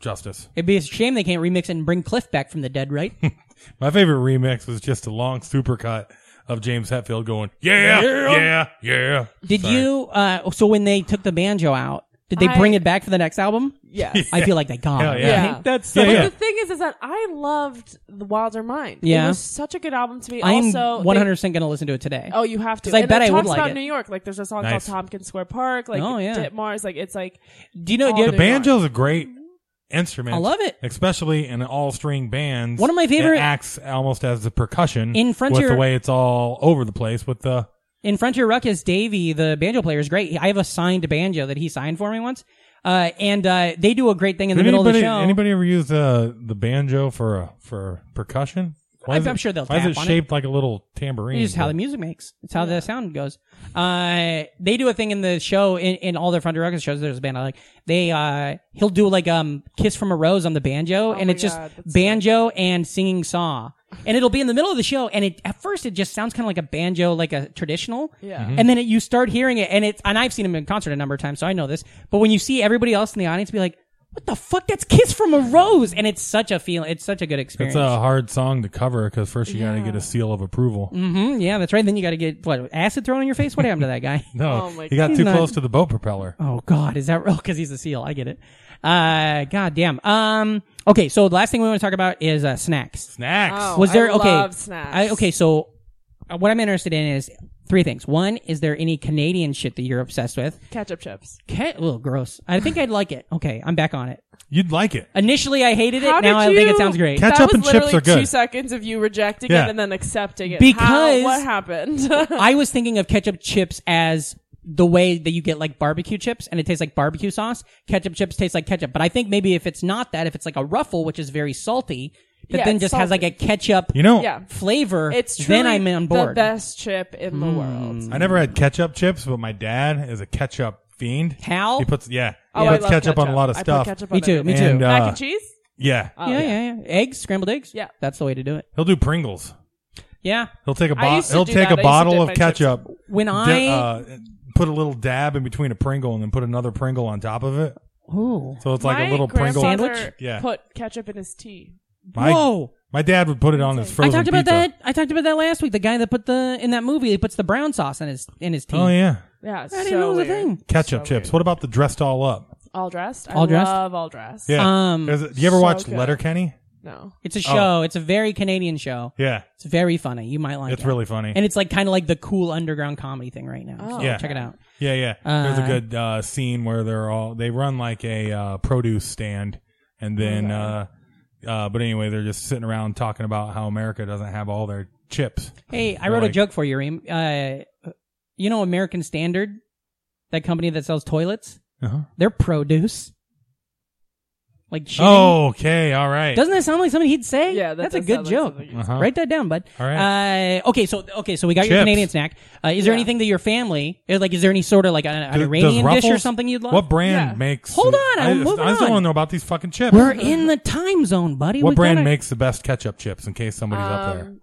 Speaker 1: Justice.
Speaker 2: It'd be a shame they can't remix and bring Cliff back from the dead, right?
Speaker 1: My favorite remix was just a long supercut of James Hetfield going, Yeah, yeah, yeah.
Speaker 2: Did you? Uh, so when they took the banjo out, did they
Speaker 6: I-
Speaker 2: bring it back for the next album?
Speaker 6: Yes.
Speaker 2: I feel like they got
Speaker 1: Hell
Speaker 2: it.
Speaker 1: yeah.
Speaker 6: Yeah.
Speaker 2: That's
Speaker 1: Yeah,
Speaker 2: so.
Speaker 1: yeah.
Speaker 6: But the thing is, is that I loved The Wilder Mind.
Speaker 2: Yeah.
Speaker 6: It was such a good album to me.
Speaker 2: I'm
Speaker 6: also, they-
Speaker 2: 100 percent gonna listen to it today.
Speaker 6: Oh, you have to.
Speaker 2: 'Cause I
Speaker 6: And
Speaker 2: bet
Speaker 6: it
Speaker 2: I would
Speaker 6: talks
Speaker 2: like
Speaker 6: about
Speaker 2: it.
Speaker 6: New York. Like, there's a song
Speaker 1: Nice.
Speaker 6: called Tompkins Square Park. Like,
Speaker 2: Oh, yeah.
Speaker 6: Ditmars. Like, it's like
Speaker 2: Do you know?
Speaker 6: Oh,
Speaker 2: do you-
Speaker 1: The
Speaker 6: they're
Speaker 1: banjo's a great instrument.
Speaker 2: I love it.
Speaker 1: Especially in all string bands.
Speaker 2: One of my
Speaker 1: that
Speaker 2: favorite-
Speaker 1: acts almost as the percussion
Speaker 2: In
Speaker 1: with
Speaker 2: Frontier-
Speaker 1: the way it's all over the place with the
Speaker 2: in Frontier Ruckus, Davey, the banjo player, is great. I have a signed banjo that he signed for me once, uh, and uh, they do a great thing in the
Speaker 1: Did
Speaker 2: middle
Speaker 1: anybody,
Speaker 2: of the show.
Speaker 1: Anybody ever use uh, the banjo for uh, for percussion? Why
Speaker 2: I'm-
Speaker 1: is it-
Speaker 2: I'm sure they'll
Speaker 1: Why is
Speaker 2: tap
Speaker 1: it
Speaker 2: on it.
Speaker 1: shaped like a little tambourine?
Speaker 2: It's just
Speaker 6: Mm-hmm.
Speaker 2: how the
Speaker 1: but-
Speaker 2: music makes. It's how the sound goes. Uh, they do a thing in the show in, in all their Front Records shows. There's a band I like. They uh, he'll do like um "Kiss from a Rose" on the banjo, and
Speaker 6: Oh my
Speaker 2: it's just
Speaker 6: God, that's
Speaker 2: banjo and singing saw. And it'll be in the middle of the show, and it at first it just sounds kind of like a banjo, like a traditional.
Speaker 6: Yeah.
Speaker 2: And then it, you start hearing it, and it's and I've seen him in concert a number of times, so I know this. But when you see everybody else in the audience be like, "What the fuck? That's Kiss from a Rose," and it's such a feel. It's such a good experience.
Speaker 1: It's uh, a hard song to cover because first you got to get a seal of approval.
Speaker 2: Mm, yeah, that's right. Then you got to get what acid thrown in your face. What happened to that guy?
Speaker 1: No,
Speaker 6: Oh my
Speaker 1: you got too
Speaker 2: God. He's not-
Speaker 1: close to the boat propeller.
Speaker 2: Oh God, is that real? Because he's a seal. I get it. Uh, God damn. Um. Okay, so the last thing we want to talk about is uh, snacks.
Speaker 1: Snacks.
Speaker 6: Oh,
Speaker 2: Was there
Speaker 6: I
Speaker 2: okay?
Speaker 6: Love snacks.
Speaker 2: I, okay, so uh, what I'm interested in is three things. One, is there any Canadian shit that you're obsessed with?
Speaker 6: Ketchup chips.
Speaker 2: Cat, oh, gross. I think I'd like it. Okay, I'm back on it.
Speaker 1: You'd like it.
Speaker 2: Initially, I hated it. now
Speaker 6: How did
Speaker 2: I think it
Speaker 6: you-
Speaker 2: sounds great.
Speaker 1: Cat- Ketchup
Speaker 6: that was
Speaker 1: and chips
Speaker 6: literally
Speaker 1: are good.
Speaker 6: Two seconds of you rejecting
Speaker 1: Yeah.
Speaker 6: it and then accepting it.
Speaker 2: Because-
Speaker 6: How- what happened?
Speaker 2: I was thinking of ketchup chips as the way that you get like barbecue chips and it tastes like barbecue sauce. Ketchup chips taste like ketchup. But I think maybe if it's not that, if it's like a ruffle, which is very salty, that
Speaker 6: Yeah,
Speaker 2: then
Speaker 6: it's
Speaker 2: just has like a
Speaker 6: salty.
Speaker 2: ketchup
Speaker 1: You know,
Speaker 6: yeah,
Speaker 2: flavor,
Speaker 6: it's truly
Speaker 2: then I'm on
Speaker 6: the
Speaker 2: board. Mm.
Speaker 6: best chip in the world.
Speaker 1: I never had ketchup chips, but my dad is a ketchup fiend.
Speaker 2: Hal?
Speaker 1: He puts yeah,
Speaker 6: Oh,
Speaker 1: he
Speaker 6: I
Speaker 1: puts
Speaker 6: love
Speaker 1: ketchup, on a lot of
Speaker 6: I put
Speaker 1: stuff.
Speaker 6: ketchup
Speaker 2: Me
Speaker 6: on
Speaker 2: too.
Speaker 6: everything.
Speaker 2: Me too.
Speaker 1: And, uh,
Speaker 6: Mac and cheese.
Speaker 1: Yeah,
Speaker 6: Oh,
Speaker 2: yeah, yeah, yeah. Eggs, scrambled eggs.
Speaker 6: Yeah.
Speaker 2: that's the way to do it.
Speaker 1: he'll do Pringles.
Speaker 2: Yeah.
Speaker 1: He'll take a
Speaker 6: I
Speaker 1: bo-
Speaker 6: used to
Speaker 1: he'll
Speaker 6: do
Speaker 1: take
Speaker 6: that. I used
Speaker 1: a
Speaker 6: to
Speaker 1: bottle
Speaker 6: dip
Speaker 1: of
Speaker 6: my chips-
Speaker 1: ketchup.
Speaker 2: When
Speaker 1: di-
Speaker 2: I
Speaker 1: uh, put a little dab in between a Pringle and then put another Pringle on top of it.
Speaker 2: ooh
Speaker 1: So it's like
Speaker 6: My
Speaker 1: a little Pringle
Speaker 6: grandfather
Speaker 1: Yeah.
Speaker 6: Put ketchup in his tea.
Speaker 1: My,
Speaker 2: whoa.
Speaker 1: my dad would put it on his
Speaker 2: I
Speaker 1: frozen
Speaker 2: talked about
Speaker 1: pizza.
Speaker 2: that. I talked about that last week. The guy that put the in that movie, he puts the brown sauce in his in his tea.
Speaker 1: Oh yeah,
Speaker 6: Yeah, it's
Speaker 2: I didn't
Speaker 6: so
Speaker 2: know it was a
Speaker 6: weird.
Speaker 2: thing.
Speaker 1: ketchup chips. What about the dressed all up?
Speaker 6: All dressed.
Speaker 2: All
Speaker 6: I
Speaker 2: dressed?
Speaker 6: love all dressed.
Speaker 1: Yeah.
Speaker 2: Um,
Speaker 1: There's a- do you ever
Speaker 6: so
Speaker 1: watch
Speaker 6: good.
Speaker 1: Letterkenny?
Speaker 6: No.
Speaker 2: It's a
Speaker 1: Oh.
Speaker 2: show. It's a very Canadian show.
Speaker 1: Yeah,
Speaker 2: It's very funny. You might like
Speaker 1: it's
Speaker 2: it.
Speaker 1: really funny.
Speaker 2: and it's like kind of like the cool underground comedy thing right now.
Speaker 6: Oh.
Speaker 2: So
Speaker 1: Yeah.
Speaker 2: check it out.
Speaker 1: yeah, yeah. There's a good uh, scene where they're all they run like a uh, produce stand, and then uh, uh, but anyway, they're just sitting around talking about how America doesn't have all their chips.
Speaker 2: Hey, I wrote a
Speaker 1: like-
Speaker 2: joke for you, Reem. Uh, you know American Standard, that company that sells toilets.
Speaker 1: Uh-huh.
Speaker 2: They're produce. Like shitting.
Speaker 1: Oh, okay, all right.
Speaker 2: Doesn't that sound like something he'd say?
Speaker 6: Yeah, that
Speaker 2: that's a
Speaker 6: does
Speaker 2: good
Speaker 6: sound like
Speaker 2: joke.
Speaker 6: something
Speaker 1: Uh-huh.
Speaker 2: Write that down, bud.
Speaker 1: All right.
Speaker 2: Uh, okay, so okay, so we got your
Speaker 1: Chips.
Speaker 2: Canadian snack. Uh, is there
Speaker 6: Yeah.
Speaker 2: anything that your family is like? Is there any sort of like an, an
Speaker 1: Does- does
Speaker 2: Iranian dish or
Speaker 1: Ruffles-
Speaker 2: something you'd love?
Speaker 1: What brand
Speaker 6: Yeah.
Speaker 1: makes?
Speaker 2: Hold on,
Speaker 1: I,
Speaker 2: I'm
Speaker 1: I,
Speaker 2: moving
Speaker 1: just
Speaker 2: on.
Speaker 1: don't want to know about these fucking chips.
Speaker 2: We're in the time zone, buddy.
Speaker 1: what
Speaker 2: We
Speaker 1: brand
Speaker 2: gotta-
Speaker 1: makes the best ketchup chips? In case somebody's up there.
Speaker 6: Um,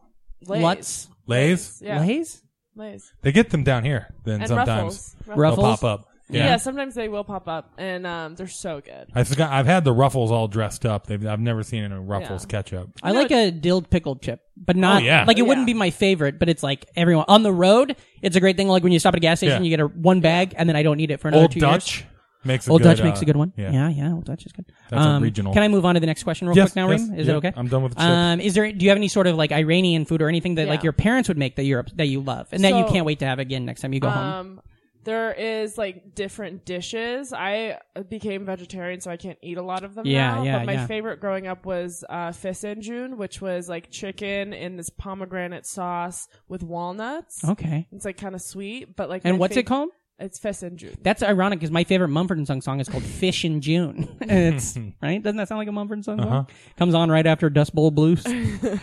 Speaker 6: Lay's.
Speaker 2: Lutz?
Speaker 1: Lay's.
Speaker 6: Yeah.
Speaker 2: Um, Lay's?
Speaker 6: Lays.
Speaker 1: They get them down here. Then
Speaker 6: And
Speaker 1: sometimes
Speaker 6: Ruffles.
Speaker 1: they'll
Speaker 2: Ruffles.
Speaker 1: pop up.
Speaker 6: Yeah. sometimes they will pop up, and um, they're so good.
Speaker 1: I've got, I've had the ruffles all dressed up. They've, I've never seen any ruffles ketchup.
Speaker 2: I like a dill pickled chip, but not
Speaker 1: Oh, yeah.
Speaker 2: like it
Speaker 6: Yeah.
Speaker 2: wouldn't be my favorite. But it's like everyone on the road. It's a great thing. Like when you stop at a gas station,
Speaker 1: Yeah.
Speaker 2: you get a one bag, and then I don't need it for another
Speaker 1: Old
Speaker 2: two
Speaker 1: Dutch
Speaker 2: years.
Speaker 1: makes a
Speaker 2: Old
Speaker 1: good,
Speaker 2: Dutch makes
Speaker 1: uh,
Speaker 2: a good one.
Speaker 1: Yeah.
Speaker 2: yeah, yeah, Old Dutch is good. Um,
Speaker 1: That's a regional.
Speaker 2: Can I move on to the next question real
Speaker 1: Yes,
Speaker 2: quick now,
Speaker 1: yes,
Speaker 2: Reem? Is
Speaker 1: yeah.
Speaker 2: it okay?
Speaker 1: I'm done with the chips.
Speaker 2: Um, is there? Do you have any sort of like Iranian food or anything that like
Speaker 6: Yeah.
Speaker 2: your parents would make that Europe that you love and that you
Speaker 6: So-
Speaker 2: can't wait to have again next time you go home?
Speaker 6: Um, there is like different dishes. I became vegetarian, so I can't eat a lot of them
Speaker 2: Yeah,
Speaker 6: now.
Speaker 2: yeah,
Speaker 6: but my
Speaker 2: yeah.
Speaker 6: favorite growing up was uh, fesenjun, which was like chicken in this pomegranate sauce with walnuts.
Speaker 2: Okay.
Speaker 6: It's like kind of sweet, but like.
Speaker 2: Oh. And
Speaker 6: um, my
Speaker 2: what's it
Speaker 6: fav-
Speaker 2: called?
Speaker 6: It's fesenjun.
Speaker 2: That's ironic because my favorite Mumford and Sons song is called "Fish in June." it's right. Doesn't that sound like a Mumford and Sons song? Comes on right after Dust Bowl Blues. hey,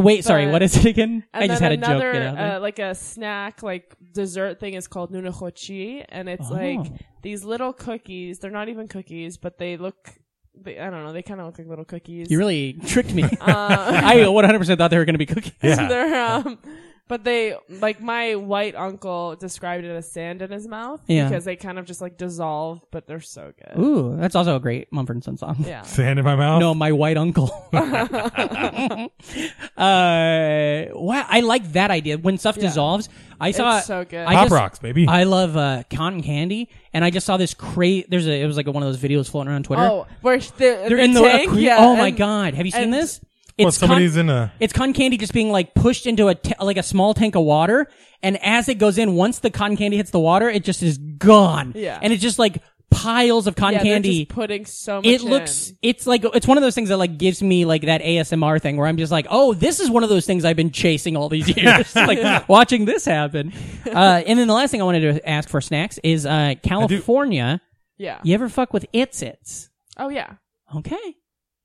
Speaker 2: wait, sorry.
Speaker 6: But-
Speaker 2: What is it again?
Speaker 6: And
Speaker 2: I just
Speaker 6: then
Speaker 2: had a joke.
Speaker 6: another,
Speaker 2: Get out there.
Speaker 6: uh, like a snack, like dessert thing is called nunahochi, and it's like
Speaker 2: Oh.
Speaker 6: these little cookies. They're not even cookies, but they look. They, I don't know. They kind of look like little cookies.
Speaker 2: you really tricked
Speaker 6: Uh,
Speaker 2: me. I 100 percent thought they were going to be cookies.
Speaker 1: Yeah.
Speaker 6: They're, um, but they like my white uncle described it as sand in his mouth
Speaker 2: Yeah.
Speaker 6: because they kind of just like dissolve, but they're so good.
Speaker 2: Ooh, that's also a great Mumford and Sons song.
Speaker 6: Yeah.
Speaker 1: Sand in my mouth.
Speaker 2: No, my white uncle. uh, wow, I like that idea. When stuff dissolves, I saw
Speaker 6: It's so good.
Speaker 2: I
Speaker 1: Pop
Speaker 2: just-
Speaker 1: rocks, baby.
Speaker 2: I love uh, cotton candy, and I just saw this crazy. There's a. It was like one of those videos floating around Twitter.
Speaker 6: Oh, where sh- the,
Speaker 2: They're in the
Speaker 6: tank,
Speaker 2: aqua-
Speaker 6: yeah,
Speaker 2: Oh my
Speaker 6: and-
Speaker 2: god! Have you seen
Speaker 6: and-
Speaker 2: this? It's
Speaker 1: well, somebody's
Speaker 2: con-
Speaker 1: in a.
Speaker 2: It's cotton candy just being like pushed into a t- like a small tank of water, and as it goes in, once the cotton candy hits the water, it just is gone.
Speaker 6: Yeah.
Speaker 2: and it's just like piles of cotton
Speaker 6: Yeah, they're
Speaker 2: candy.
Speaker 6: just putting so much.
Speaker 2: it looks.
Speaker 6: in.
Speaker 2: It's like it's one of those things that like gives me like that ASMR thing where I'm just like, oh, this is one of those things I've been chasing all these years. like watching this happen. Uh, and then the last thing I wanted to ask for snacks is uh, California.
Speaker 6: Yeah.
Speaker 2: You ever fuck with its its?
Speaker 6: Oh yeah.
Speaker 2: Okay.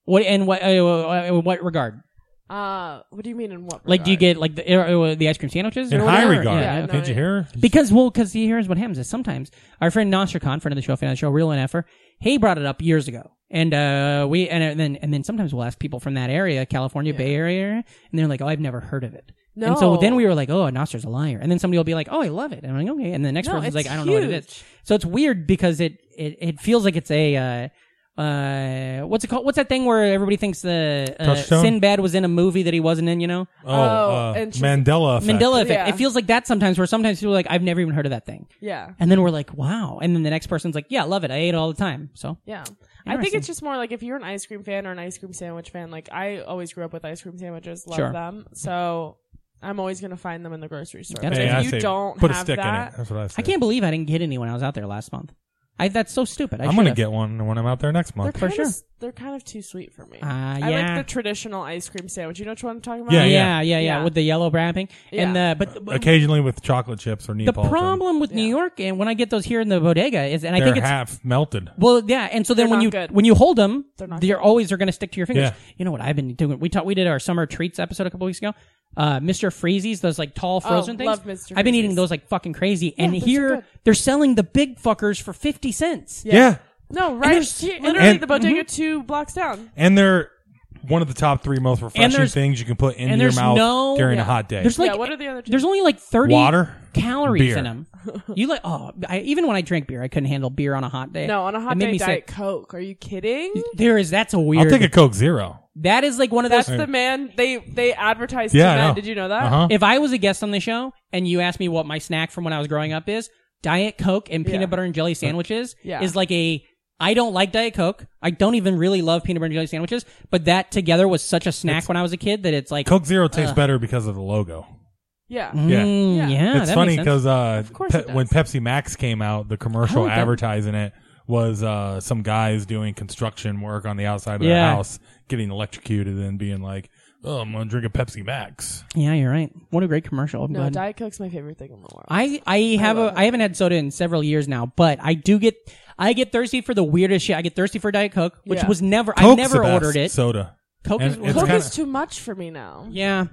Speaker 2: What and what? Uh, uh, uh, what regard?
Speaker 6: Uh, what do you mean in what?
Speaker 2: Like, do you
Speaker 6: regard?
Speaker 2: get like the uh, uh, the ice cream sandwiches? or
Speaker 1: In high
Speaker 2: whatever?
Speaker 1: regard.
Speaker 2: Yeah.
Speaker 6: Yeah, no,
Speaker 1: Did you
Speaker 6: yeah.
Speaker 1: hear?
Speaker 2: Because well, because here's what happens is sometimes our friend Nasser Khan, friend of the show, fan of the show, real NFer, he brought it up years ago, and uh, we and, and then and then sometimes we'll ask people from that area, California Bay Area, area, and they're like, "Oh, I've never heard of it." And so
Speaker 6: No.
Speaker 2: then we were like, "Oh, Nasser's a liar," and then somebody will be like, "Oh, I love it," and I'm like, "Okay," and the next
Speaker 6: No,
Speaker 2: person's
Speaker 6: it's
Speaker 2: like, "I don't know what it is."
Speaker 6: huge.
Speaker 2: So it's weird because it it, it feels like it's a. Uh, uh, what's it called? What's that thing where everybody thinks the uh,
Speaker 1: Touchstone?
Speaker 2: Sinbad was in a movie that he wasn't in? You know,
Speaker 1: Oh,
Speaker 6: Oh,
Speaker 1: uh,
Speaker 6: and she's-
Speaker 1: Mandela effect.
Speaker 2: Mandela effect.
Speaker 6: Yeah.
Speaker 2: It feels like that sometimes, where sometimes people are like, I've never even heard of that thing.
Speaker 6: Yeah.
Speaker 2: And then we're like, wow. And then the next person's like, yeah, love it. I ate it all the time. So,
Speaker 6: Yeah. I think
Speaker 2: Interesting.
Speaker 6: it's just more like if you're an ice cream fan or an ice cream sandwich fan, like I always grew up with ice cream sandwiches, love
Speaker 2: Sure.
Speaker 6: them. So I'm always going to find them in the grocery store.
Speaker 2: That's
Speaker 6: But
Speaker 1: Hey,
Speaker 6: if
Speaker 1: I
Speaker 6: you
Speaker 1: say
Speaker 6: don't
Speaker 1: put a
Speaker 6: have
Speaker 1: stick
Speaker 6: that,
Speaker 1: in it. That's what I say.
Speaker 2: I can't believe I didn't get any when I was out there last month. I, that's so stupid. I
Speaker 1: I'm gonna
Speaker 2: should've.
Speaker 1: get one when I'm out there next
Speaker 6: They're
Speaker 1: month.
Speaker 6: kind
Speaker 2: sure.
Speaker 6: of they're kind of too sweet for me.
Speaker 2: Ah,
Speaker 6: I
Speaker 2: yeah.
Speaker 6: like the traditional ice cream sandwich. You know which one I'm talking about?
Speaker 1: Yeah,
Speaker 2: Yeah, yeah, yeah.
Speaker 6: Yeah.
Speaker 2: With the yellow wrapping. And
Speaker 6: Yeah.
Speaker 2: the, but, but
Speaker 1: Occasionally with chocolate chips or
Speaker 2: the
Speaker 1: Neapolitan.
Speaker 2: problem with New
Speaker 6: Yeah.
Speaker 2: York and when I get those here in the bodega is, and I
Speaker 1: They're
Speaker 2: think it's,
Speaker 1: half melted.
Speaker 2: well, yeah. And so then
Speaker 6: They're
Speaker 2: when
Speaker 6: not
Speaker 2: you,
Speaker 6: good.
Speaker 2: when you hold them, they're,
Speaker 6: They're not
Speaker 2: always, they're going to stick to your fingers.
Speaker 1: Yeah.
Speaker 2: You know what I've been doing? We taught, we did our summer treats episode a couple weeks ago. Uh, Mr. Freezies, those like tall frozen things.
Speaker 6: Oh, love Mr.
Speaker 2: I've been eating
Speaker 6: Freezies.
Speaker 2: those like fucking crazy. and
Speaker 6: they're so
Speaker 2: here
Speaker 6: good.
Speaker 2: they're selling the big fuckers for 50 cents.
Speaker 1: Yeah.
Speaker 6: No, right.
Speaker 2: there's-
Speaker 6: She-
Speaker 2: and- mm-hmm.
Speaker 6: literally
Speaker 1: and-
Speaker 6: the bodega two blocks down.
Speaker 1: And they're one of the top three most refreshing
Speaker 2: there's-
Speaker 1: things you can put in
Speaker 2: and
Speaker 1: your
Speaker 2: there's
Speaker 1: mouth
Speaker 2: no-
Speaker 1: during a
Speaker 6: Yeah.
Speaker 1: hot day.
Speaker 2: There's like
Speaker 6: yeah, what are the other two?
Speaker 2: there's only like 30
Speaker 1: Water,
Speaker 2: calories
Speaker 1: beer.
Speaker 2: in them. You like oh, I, even when I drank beer, I couldn't handle beer on a hot day.
Speaker 6: no, on a hot
Speaker 2: It made
Speaker 6: day
Speaker 2: me
Speaker 6: diet
Speaker 2: sick. Mm-hmm.
Speaker 6: coke. Are you kidding?
Speaker 2: There is that's a weird.
Speaker 1: I'll take a Coke Zero.
Speaker 2: that is like one of those.
Speaker 6: That's the man they they advertised
Speaker 1: Yeah, I
Speaker 6: tonight.
Speaker 1: know.
Speaker 6: Did you know that?
Speaker 1: Uh-huh.
Speaker 2: if I was a guest on the show and you asked me what my snack from when I was growing up is, diet coke and peanut
Speaker 6: Yeah.
Speaker 2: butter and jelly sandwiches
Speaker 6: Yeah.
Speaker 2: is like a. I don't like diet coke. I don't even really love peanut butter and jelly sandwiches. But that together was such a snack when I was a kid that it's like
Speaker 1: Coke Zero tastes better because of the logo.
Speaker 6: Yeah.
Speaker 1: Yeah.
Speaker 2: mm, yeah.
Speaker 6: Yeah.
Speaker 1: it's
Speaker 2: that
Speaker 1: funny
Speaker 2: makes sense.
Speaker 1: because uh,
Speaker 6: course
Speaker 1: Pe-
Speaker 6: it does.
Speaker 1: when Pepsi Max came out, the commercial
Speaker 2: Oh, that-
Speaker 1: advertising it was uh, some guys doing construction work on the outside of their
Speaker 2: Yeah.
Speaker 1: house, getting electrocuted, and being like, "Oh, I'm gonna drink a Pepsi Max."
Speaker 2: yeah, you're right. What a great commercial. I'm
Speaker 6: No,
Speaker 2: glad-
Speaker 6: diet coke's my favorite thing in the world.
Speaker 2: I I have a I haven't had soda in several years now, but I do get I get thirsty for the weirdest shit. I get thirsty for Diet Coke, which
Speaker 6: Yeah.
Speaker 2: was never I
Speaker 1: Coke's the
Speaker 2: never
Speaker 1: best
Speaker 2: ordered it.
Speaker 1: Soda.
Speaker 2: Coke
Speaker 1: and
Speaker 2: is
Speaker 1: it's
Speaker 6: coke
Speaker 1: kinda-
Speaker 6: is too much for me now.
Speaker 2: yeah,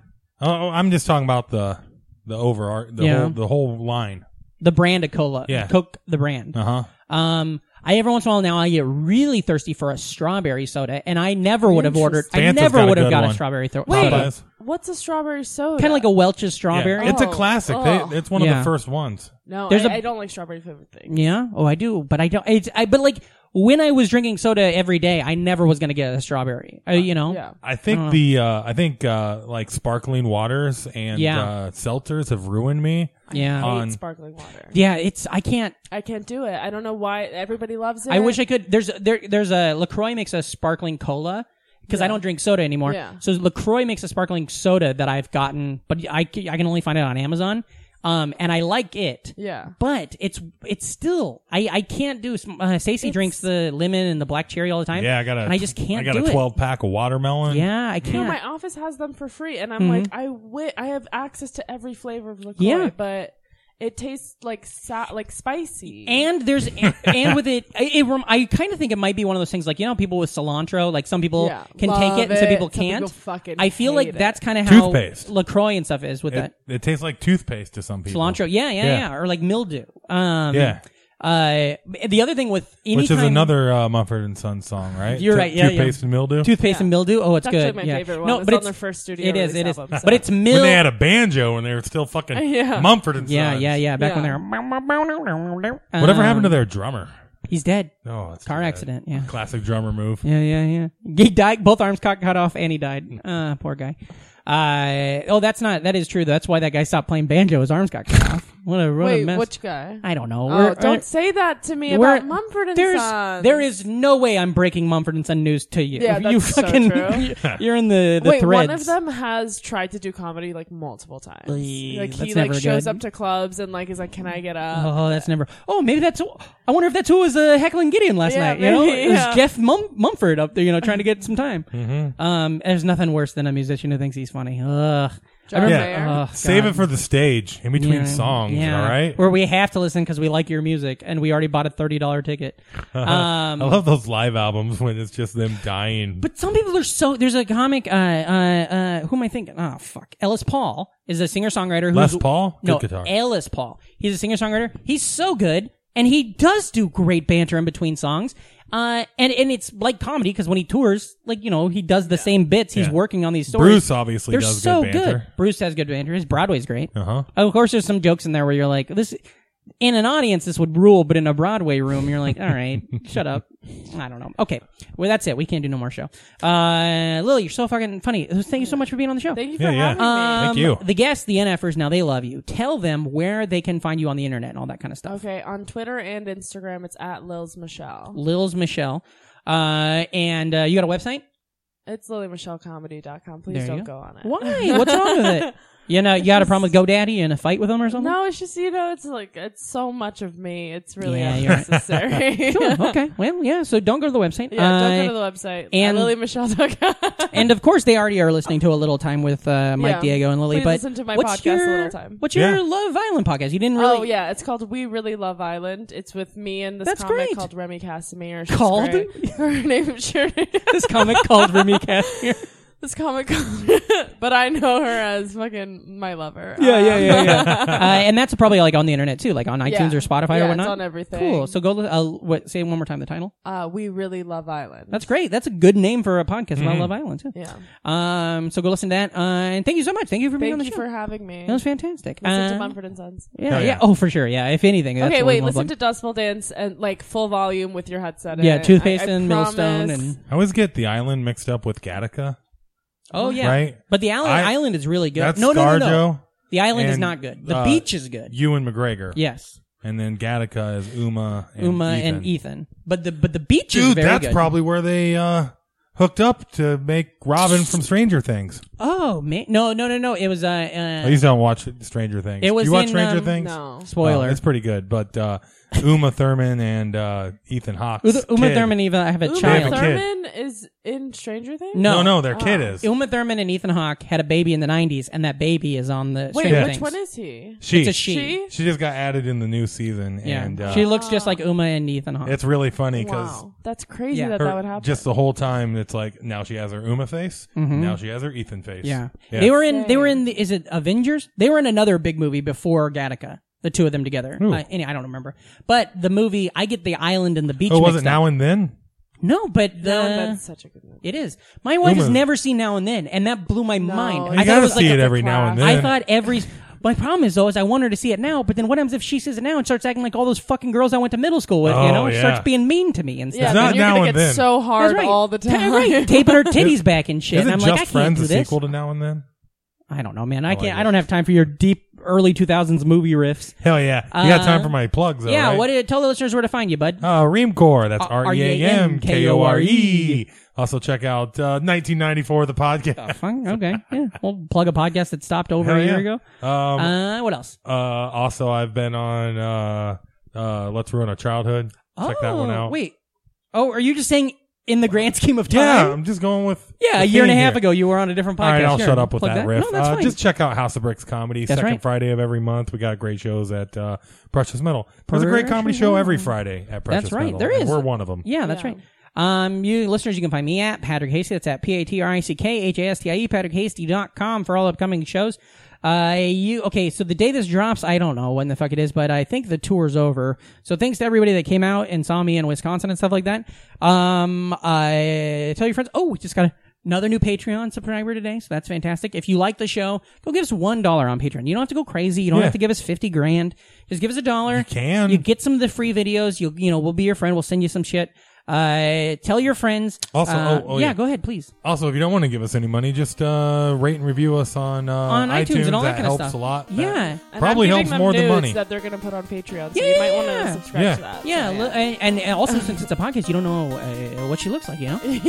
Speaker 1: Oh, I'm just talking about the the over the
Speaker 2: Yeah.
Speaker 1: whole the whole line.
Speaker 2: the brand of cola.
Speaker 1: Yeah.
Speaker 2: Coke the brand.
Speaker 1: Uh huh.
Speaker 2: Um, I every once in a while now I get really thirsty for a strawberry soda, and I never would have ordered. I
Speaker 1: Fanta's
Speaker 2: never
Speaker 1: got a
Speaker 2: would have
Speaker 1: good
Speaker 2: got a
Speaker 1: one.
Speaker 2: strawberry thro-
Speaker 1: Wait.
Speaker 2: soda.
Speaker 1: Popeyes.
Speaker 6: What's a strawberry soda?
Speaker 2: Kind of like a Welch's
Speaker 1: Yeah,
Speaker 2: strawberry.
Speaker 1: It's a
Speaker 6: Oh,
Speaker 1: classic.
Speaker 6: oh.
Speaker 1: They, it's one of
Speaker 2: Yeah.
Speaker 1: the first ones.
Speaker 6: no.
Speaker 2: there's
Speaker 6: I,
Speaker 2: a-
Speaker 6: I don't like strawberry flavored things.
Speaker 2: Yeah. Oh, I do, but I don't. It's, I but like when I was drinking soda every day, I never was gonna get a strawberry. Uh, you know.
Speaker 6: Yeah.
Speaker 1: I think
Speaker 2: Oh.
Speaker 1: the uh, I think uh, like sparkling waters and
Speaker 2: Yeah.
Speaker 1: uh, seltzers have ruined me.
Speaker 2: Yeah.
Speaker 6: I
Speaker 1: On-
Speaker 6: hate sparkling water.
Speaker 2: yeah. It's I can't.
Speaker 6: I can't do it. I don't know why everybody loves it.
Speaker 2: I wish I could. There's there there's a Lacroix makes a sparkling cola because I don't drink soda anymore.
Speaker 6: Yeah.
Speaker 2: So Lacroix makes a sparkling soda that I've gotten, but I c- I can only find it on Amazon. Um, and I like it.
Speaker 6: Yeah.
Speaker 2: But it's it's still I I can't do. sm- Uh, Stacy drinks the lemon and the black cherry all the time.
Speaker 1: Yeah, I got a.
Speaker 2: And I just can't
Speaker 1: I got
Speaker 2: do
Speaker 1: a
Speaker 2: it.
Speaker 1: twelve pack of watermelon.
Speaker 2: Yeah, I
Speaker 6: No,
Speaker 2: can't.
Speaker 6: Oh my office has them for free, and I'm like, I wi- I have access to every flavor of liqueur,
Speaker 2: Yeah.
Speaker 6: but it tastes like sa- like spicy.
Speaker 2: And there's and, and with it, I- it, rem I kind of think it might be one of those things like you know people with cilantro, like some people
Speaker 6: Yeah,
Speaker 2: can
Speaker 6: love
Speaker 2: take it and some
Speaker 6: it.
Speaker 2: people
Speaker 6: Some people
Speaker 2: can't.
Speaker 6: fucking
Speaker 2: I feel like
Speaker 6: hate it.
Speaker 2: that's kind of how
Speaker 1: Toothpaste.
Speaker 2: Lacroix and stuff is with
Speaker 1: It,
Speaker 2: that
Speaker 1: it tastes like toothpaste to some people.
Speaker 2: cilantro. Yeah, yeah, yeah,
Speaker 1: Yeah.
Speaker 2: or like mildew. Um,
Speaker 1: Yeah.
Speaker 2: Uh, the other thing with any
Speaker 1: Which is another uh, Mumford and Son song, right?
Speaker 2: You're
Speaker 1: Tu-
Speaker 2: right, yeah, yeah.
Speaker 1: Toothpaste and mildew.
Speaker 2: toothpaste and mildew. Oh, it's
Speaker 6: It's actually
Speaker 2: good.
Speaker 6: my
Speaker 2: yeah.
Speaker 6: favorite one.
Speaker 2: No,
Speaker 6: It's
Speaker 2: but
Speaker 6: on
Speaker 2: it's
Speaker 6: their first studio
Speaker 2: It is.
Speaker 6: release
Speaker 2: It is.
Speaker 6: album, so-
Speaker 2: But it's
Speaker 1: when they had
Speaker 2: mildew.
Speaker 1: a banjo and they were still fucking
Speaker 6: Yeah.
Speaker 1: Mumford and
Speaker 2: Yeah,
Speaker 1: Sons.
Speaker 2: yeah, yeah. Back when
Speaker 6: Yeah.
Speaker 2: they were.
Speaker 1: Whatever
Speaker 2: Um,
Speaker 1: happened to their drummer?
Speaker 2: He's dead.
Speaker 1: Oh, that's
Speaker 2: Car
Speaker 1: too bad.
Speaker 2: accident. Yeah.
Speaker 1: Classic drummer move.
Speaker 2: Yeah, yeah, yeah. He died. Both arms got cut off, and he died. Uh, poor guy. Uh, oh, that's not. That is true. That's why that guy stopped playing banjo. His arms got cut off. What a, what a
Speaker 6: Wait,
Speaker 2: mess.
Speaker 6: which guy?
Speaker 2: I don't know.
Speaker 6: Oh,
Speaker 2: We're-
Speaker 6: don't say that to me
Speaker 2: we're-
Speaker 6: about Mumford and
Speaker 2: there's,
Speaker 6: Sons.
Speaker 2: There is no way I'm breaking Mumford and Son news to you.
Speaker 6: Yeah,
Speaker 2: If you
Speaker 6: that's so
Speaker 2: fucking,
Speaker 6: true.
Speaker 2: You're in the, the
Speaker 6: Wait,
Speaker 2: threads.
Speaker 6: one of them has tried to do comedy like multiple times.
Speaker 2: Eee,
Speaker 6: like
Speaker 2: that's
Speaker 6: he like
Speaker 2: never
Speaker 6: shows
Speaker 2: good.
Speaker 6: up to clubs and like is like, "Can I get up?"
Speaker 2: Oh, that's never. Oh, maybe that's. who- I wonder if that's who was uh, heckling Gideon last
Speaker 6: Yeah,
Speaker 2: night. You know,
Speaker 6: maybe,
Speaker 2: it was
Speaker 6: yeah.
Speaker 2: Jeff Mum- Mumford up there, you know, trying to get some time.
Speaker 1: Mm-hmm.
Speaker 2: Um, there's nothing worse than a musician who thinks he's funny. Ugh.
Speaker 6: John
Speaker 1: Yeah. Uh,
Speaker 6: Mayer.
Speaker 2: Ugh,
Speaker 1: Save
Speaker 2: Oh, God.
Speaker 1: it for the stage in between songs, all right?
Speaker 2: Where we have to listen because we like your music and we already bought a thirty dollar ticket.
Speaker 1: I
Speaker 2: Um,
Speaker 1: love those live albums when it's just them dying.
Speaker 2: but some people are so. There's a comic. Uh, uh, uh, who am I thinking? Oh fuck, Ellis Paul is a singer songwriter.
Speaker 1: Les Paul? Good
Speaker 2: No,
Speaker 1: guitar.
Speaker 2: Ellis Paul. He's a singer songwriter. He's so good, and he does do great banter in between songs. Uh, and and it's like comedy because when he tours, like you know, he does the same bits. He's
Speaker 1: Yeah.
Speaker 2: working on these stories.
Speaker 1: Bruce obviously
Speaker 2: They're
Speaker 1: does
Speaker 2: so
Speaker 1: good banter.
Speaker 2: Bruce has good banter. His Broadway's great.
Speaker 1: Uh-huh.
Speaker 2: Of course, there's some jokes in there where you're like, this in an audience this would rule, but in a Broadway room you're like, all right, shut up. I don't know. Okay, well that's it. We can't do no more show. Uh, Lily, you're so fucking funny. Thank you so much for being on the show. Um,
Speaker 6: Thank you for
Speaker 1: Yeah, yeah.
Speaker 6: having me.
Speaker 1: Thank you.
Speaker 2: The guests, the NFers, now they love you. Tell them where they can find you on the internet and all that kind of stuff.
Speaker 6: Okay, on Twitter and Instagram, it's at Lil's Michelle.
Speaker 2: Lil's Michelle. Uh, and uh, you got a website?
Speaker 6: It's LilyMichelleComedy.com. Please
Speaker 2: There you
Speaker 6: don't
Speaker 2: go.
Speaker 6: go on it.
Speaker 2: Why? What's wrong with it? You know, you got a problem with GoDaddy and a fight with them or something?
Speaker 6: No, it's just you know, it's like it's so much of me. It's really
Speaker 2: Yeah, you're right.
Speaker 6: unnecessary.
Speaker 2: Sure, okay. Well, yeah. So don't go to the website.
Speaker 6: yeah,
Speaker 2: Uh,
Speaker 6: don't go to the website.
Speaker 2: and-
Speaker 6: And LilyMichelle.com.
Speaker 2: And of course, they already are listening to a little time with uh, Mike
Speaker 6: Yeah.
Speaker 2: Diego and Lily.
Speaker 6: Please
Speaker 2: but
Speaker 6: listen to my
Speaker 2: what's
Speaker 6: podcast,
Speaker 2: your,
Speaker 6: A Little Time.
Speaker 2: What's your
Speaker 1: Yeah.
Speaker 2: Love Island podcast? You didn't really.
Speaker 6: Oh yeah, it's called We Really Love Island. It's with me and this
Speaker 2: That's
Speaker 6: comic
Speaker 2: great.
Speaker 6: called Remy Casimir.
Speaker 2: Called?
Speaker 6: her name sure.
Speaker 2: This comic called Remy Cashier.
Speaker 6: this comic called, but I know her as fucking my lover. Um,
Speaker 2: yeah, yeah. uh, and that's probably like on the internet too, like on iTunes
Speaker 6: Yeah.
Speaker 2: or Spotify or
Speaker 6: Yeah, it's
Speaker 2: whatnot.
Speaker 6: on everything.
Speaker 2: Cool. So go. li- Uh, what, say it one more time the title.
Speaker 6: Uh, we really love Island.
Speaker 2: That's great. That's a good name for a podcast about Love Island too.
Speaker 6: yeah.
Speaker 2: Um. So go listen to that. Uh, and thank you so much. Thank you for being on
Speaker 6: Thank
Speaker 2: the
Speaker 6: you
Speaker 2: show.
Speaker 6: for having me.
Speaker 2: that was fantastic.
Speaker 6: Listen to
Speaker 2: Uh,
Speaker 6: Mumford and Sons.
Speaker 2: yeah,
Speaker 1: Oh,
Speaker 2: yeah.
Speaker 1: yeah.
Speaker 2: Oh, for sure. Yeah. If anything. That's
Speaker 6: Okay,
Speaker 2: the
Speaker 6: wait.
Speaker 2: one we'll
Speaker 6: Listen
Speaker 2: plug.
Speaker 6: to Dust Bowl Dance and like Full Volume with your headset. in
Speaker 2: Yeah,
Speaker 6: it.
Speaker 2: toothpaste
Speaker 6: I- I
Speaker 2: and millstone
Speaker 6: promise.
Speaker 2: and
Speaker 1: I always get the island mixed up with Gattaca.
Speaker 2: oh yeah.
Speaker 1: Right?
Speaker 2: But the island
Speaker 1: I-
Speaker 2: island is really good.
Speaker 1: That's
Speaker 2: no, no, no,
Speaker 1: Scarjo.
Speaker 2: no. The island is
Speaker 1: And,
Speaker 2: not good. The
Speaker 1: uh,
Speaker 2: beach is good.
Speaker 1: Ewan McGregor.
Speaker 2: yes,
Speaker 1: And then Gattaca is Uma and
Speaker 2: Uma
Speaker 1: Ethan.
Speaker 2: and Ethan. But the but the beach is
Speaker 1: Dude,
Speaker 2: very
Speaker 1: that's
Speaker 2: good.
Speaker 1: probably where they uh, hooked up to make Robin from Stranger Things.
Speaker 2: oh man, no no no no. It was uh, uh
Speaker 1: At least don't watch Stranger Things.
Speaker 2: It was
Speaker 1: you watch
Speaker 2: in,
Speaker 1: Stranger
Speaker 2: um,
Speaker 1: Things?
Speaker 6: No.
Speaker 2: spoiler.
Speaker 1: Oh, it's pretty good, but uh, Uma Thurman and uh, Ethan Hawke.
Speaker 2: Uma- Uma Thurman and Ethan have a
Speaker 6: Uma
Speaker 2: child.
Speaker 1: They have a kid.
Speaker 6: Thurman is in Stranger Things.
Speaker 2: No. Uh,
Speaker 1: No, no, their kid is.
Speaker 2: Uma Thurman and Ethan Hawke had a baby in the '90s, and that baby is on the
Speaker 6: Wait,
Speaker 2: Stranger
Speaker 6: which
Speaker 2: Things.
Speaker 6: one is he?
Speaker 1: she,
Speaker 2: It's a she.
Speaker 6: She?
Speaker 1: She just got added in the new season,
Speaker 2: Yeah,
Speaker 1: and uh,
Speaker 2: she looks just like Uma and Ethan Hawke.
Speaker 1: it's really funny because
Speaker 6: Wow, that's crazy
Speaker 2: Yeah.
Speaker 6: that that would happen.
Speaker 1: just the whole time it's like now she has her Uma face, now she has her Ethan face.
Speaker 2: Mm-hmm. Yeah. they were in. They were in. The, is it Avengers? They were in another big movie before Gattaca. The two of them together. Uh, any, I don't remember. But the movie, I get the island and the beach.
Speaker 1: Oh, was
Speaker 2: mixed
Speaker 1: it
Speaker 2: up.
Speaker 1: now and then?
Speaker 2: No, but
Speaker 6: Now and
Speaker 2: the-
Speaker 6: Then's such a good movie.
Speaker 2: it is. My wife has
Speaker 1: Uma.
Speaker 2: never seen Now and Then, and that blew my mind.
Speaker 6: You
Speaker 2: I thought
Speaker 1: gotta
Speaker 2: it was
Speaker 1: see
Speaker 2: like
Speaker 1: it
Speaker 2: a-
Speaker 1: every now and
Speaker 6: class.
Speaker 1: then.
Speaker 2: I thought every. My problem is though is I want her to see it now, but then what happens if she sees it now and starts acting like all those fucking girls I went to middle school with?
Speaker 1: Oh,
Speaker 2: you know,
Speaker 1: yeah.
Speaker 2: starts being mean to me and stuff.
Speaker 6: Yeah,
Speaker 1: It's
Speaker 6: then
Speaker 1: not
Speaker 6: you're
Speaker 1: now
Speaker 6: gonna
Speaker 1: and
Speaker 6: get
Speaker 1: then.
Speaker 6: so hard
Speaker 2: That's right.
Speaker 6: all the time.
Speaker 2: Right. Taping her titties back and shit.
Speaker 1: Isn't
Speaker 2: and I'm
Speaker 1: Just
Speaker 2: like, I can't
Speaker 1: Friends
Speaker 2: do
Speaker 1: a
Speaker 2: this.
Speaker 1: sequel to Now and Then?
Speaker 2: I don't know, man. I
Speaker 1: like
Speaker 2: can't. I,
Speaker 1: it.
Speaker 2: don't have time for your deep early 2000s movie riffs.
Speaker 1: Hell yeah. You got time for my plugs, though,
Speaker 2: Uh, yeah.
Speaker 1: right?
Speaker 2: What? Did, tell the listeners where to find you, bud.
Speaker 1: Uh, Reamcore. That's
Speaker 2: R-
Speaker 1: R E A M K O R E. Also, check out uh, 1994, the podcast.
Speaker 2: Fine, okay. Yeah. We'll plug a podcast that stopped over
Speaker 1: Hell
Speaker 2: a year
Speaker 1: yeah.
Speaker 2: ago.
Speaker 1: Um,
Speaker 2: Uh, what else?
Speaker 1: uh, also, I've been on uh, uh, Let's Ruin Our Childhood. Check that one
Speaker 2: Oh,
Speaker 1: out.
Speaker 2: Wait. Oh, are you just saying in the grand scheme of
Speaker 1: Yeah,
Speaker 2: time?
Speaker 1: I'm just going with.
Speaker 2: Yeah,
Speaker 1: the
Speaker 2: a year and a
Speaker 1: theme
Speaker 2: half
Speaker 1: here.
Speaker 2: ago, you were on a different podcast.
Speaker 1: All right, I'll
Speaker 2: Sure,
Speaker 1: shut up with
Speaker 2: plug
Speaker 1: that, riff.
Speaker 2: No, that's
Speaker 1: uh,
Speaker 2: fine.
Speaker 1: Just check out House of Bricks Comedy,
Speaker 2: That's
Speaker 1: second
Speaker 2: right.
Speaker 1: Friday of every month. We got great shows at uh, Precious Metal. There's a great comedy
Speaker 2: Precious
Speaker 1: show every Friday at Precious
Speaker 2: That's right,
Speaker 1: Metal,
Speaker 2: there
Speaker 1: and
Speaker 2: is.
Speaker 1: We're one of them.
Speaker 2: Yeah, that's
Speaker 6: Yeah.
Speaker 2: right. Um, you listeners, you can find me at Patrick Hasty. That's at P A T R I C K H A S T I E, patrickhasty.com for all upcoming shows. Uh, you, okay, so the day this drops, I don't know when the fuck it is, but I think the tour's over. So thanks to everybody that came out and saw me in Wisconsin and stuff like that. Um, I tell your friends, oh, we just got Another new Patreon subscriber today, so that's fantastic. If you like the show, go give us one dollar on Patreon. You don't have to go crazy. You don't
Speaker 1: Yeah.
Speaker 2: have to give us fifty grand. Just give us a dollar. You
Speaker 1: can.
Speaker 2: You get some of the free videos. You'll you know we'll be your friend. We'll send you some shit. Uh, tell your friends.
Speaker 1: Also-
Speaker 2: Uh,
Speaker 1: oh, oh,
Speaker 2: yeah,
Speaker 1: yeah.
Speaker 2: go ahead, please.
Speaker 1: Also, if you don't want to give us any money, just uh, rate and review us on uh,
Speaker 2: On iTunes and all that
Speaker 1: that
Speaker 2: kinda
Speaker 1: helps
Speaker 2: stuff.
Speaker 1: a lot. That
Speaker 2: Yeah. And
Speaker 6: And
Speaker 1: probably
Speaker 6: I'm giving
Speaker 1: helps
Speaker 6: them
Speaker 1: more than
Speaker 6: nudes
Speaker 1: money.
Speaker 6: that they're going to put on Patreon. So
Speaker 2: Yeah,
Speaker 6: you might want
Speaker 2: yeah.
Speaker 6: to subscribe
Speaker 1: Yeah.
Speaker 6: to that.
Speaker 2: Yeah,
Speaker 6: So,
Speaker 2: li- and, and also since it's a podcast, you don't know uh, what she looks like, you know. so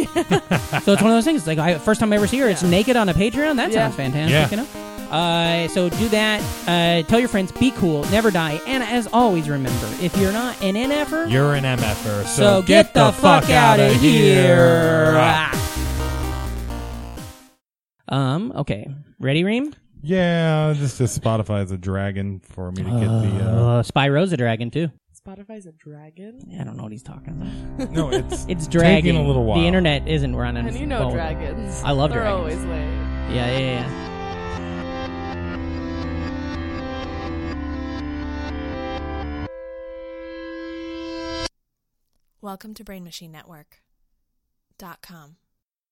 Speaker 2: it's one of those things. Like I, first time I ever see her, it's naked on a Patreon. That
Speaker 6: Yeah.
Speaker 2: sounds fantastic,
Speaker 1: Yeah.
Speaker 2: you know. Uh, so do that. Uh, tell your friends. Be cool. Never die. And as always, remember if you're not an NFer,
Speaker 1: You're an er, MFer,
Speaker 2: so get the fuck out
Speaker 1: outta Ah.
Speaker 2: of here. Ah. Um. Okay. Ready, Reem?
Speaker 1: Yeah, just as Spotify is a dragon for me to get the.
Speaker 2: Uh, Spyro's a dragon too.
Speaker 6: Spotify's a dragon.
Speaker 2: I don't know what he's talking about.
Speaker 1: Uh, no, it's
Speaker 2: It's dragging.
Speaker 1: a little while.
Speaker 2: The internet isn't running.
Speaker 6: And you know
Speaker 2: well.
Speaker 6: dragons.
Speaker 2: I love
Speaker 6: They're
Speaker 2: dragons.
Speaker 6: always late.
Speaker 2: Yeah, yeah, yeah.
Speaker 7: Welcome to Brain Machine Network. dot com.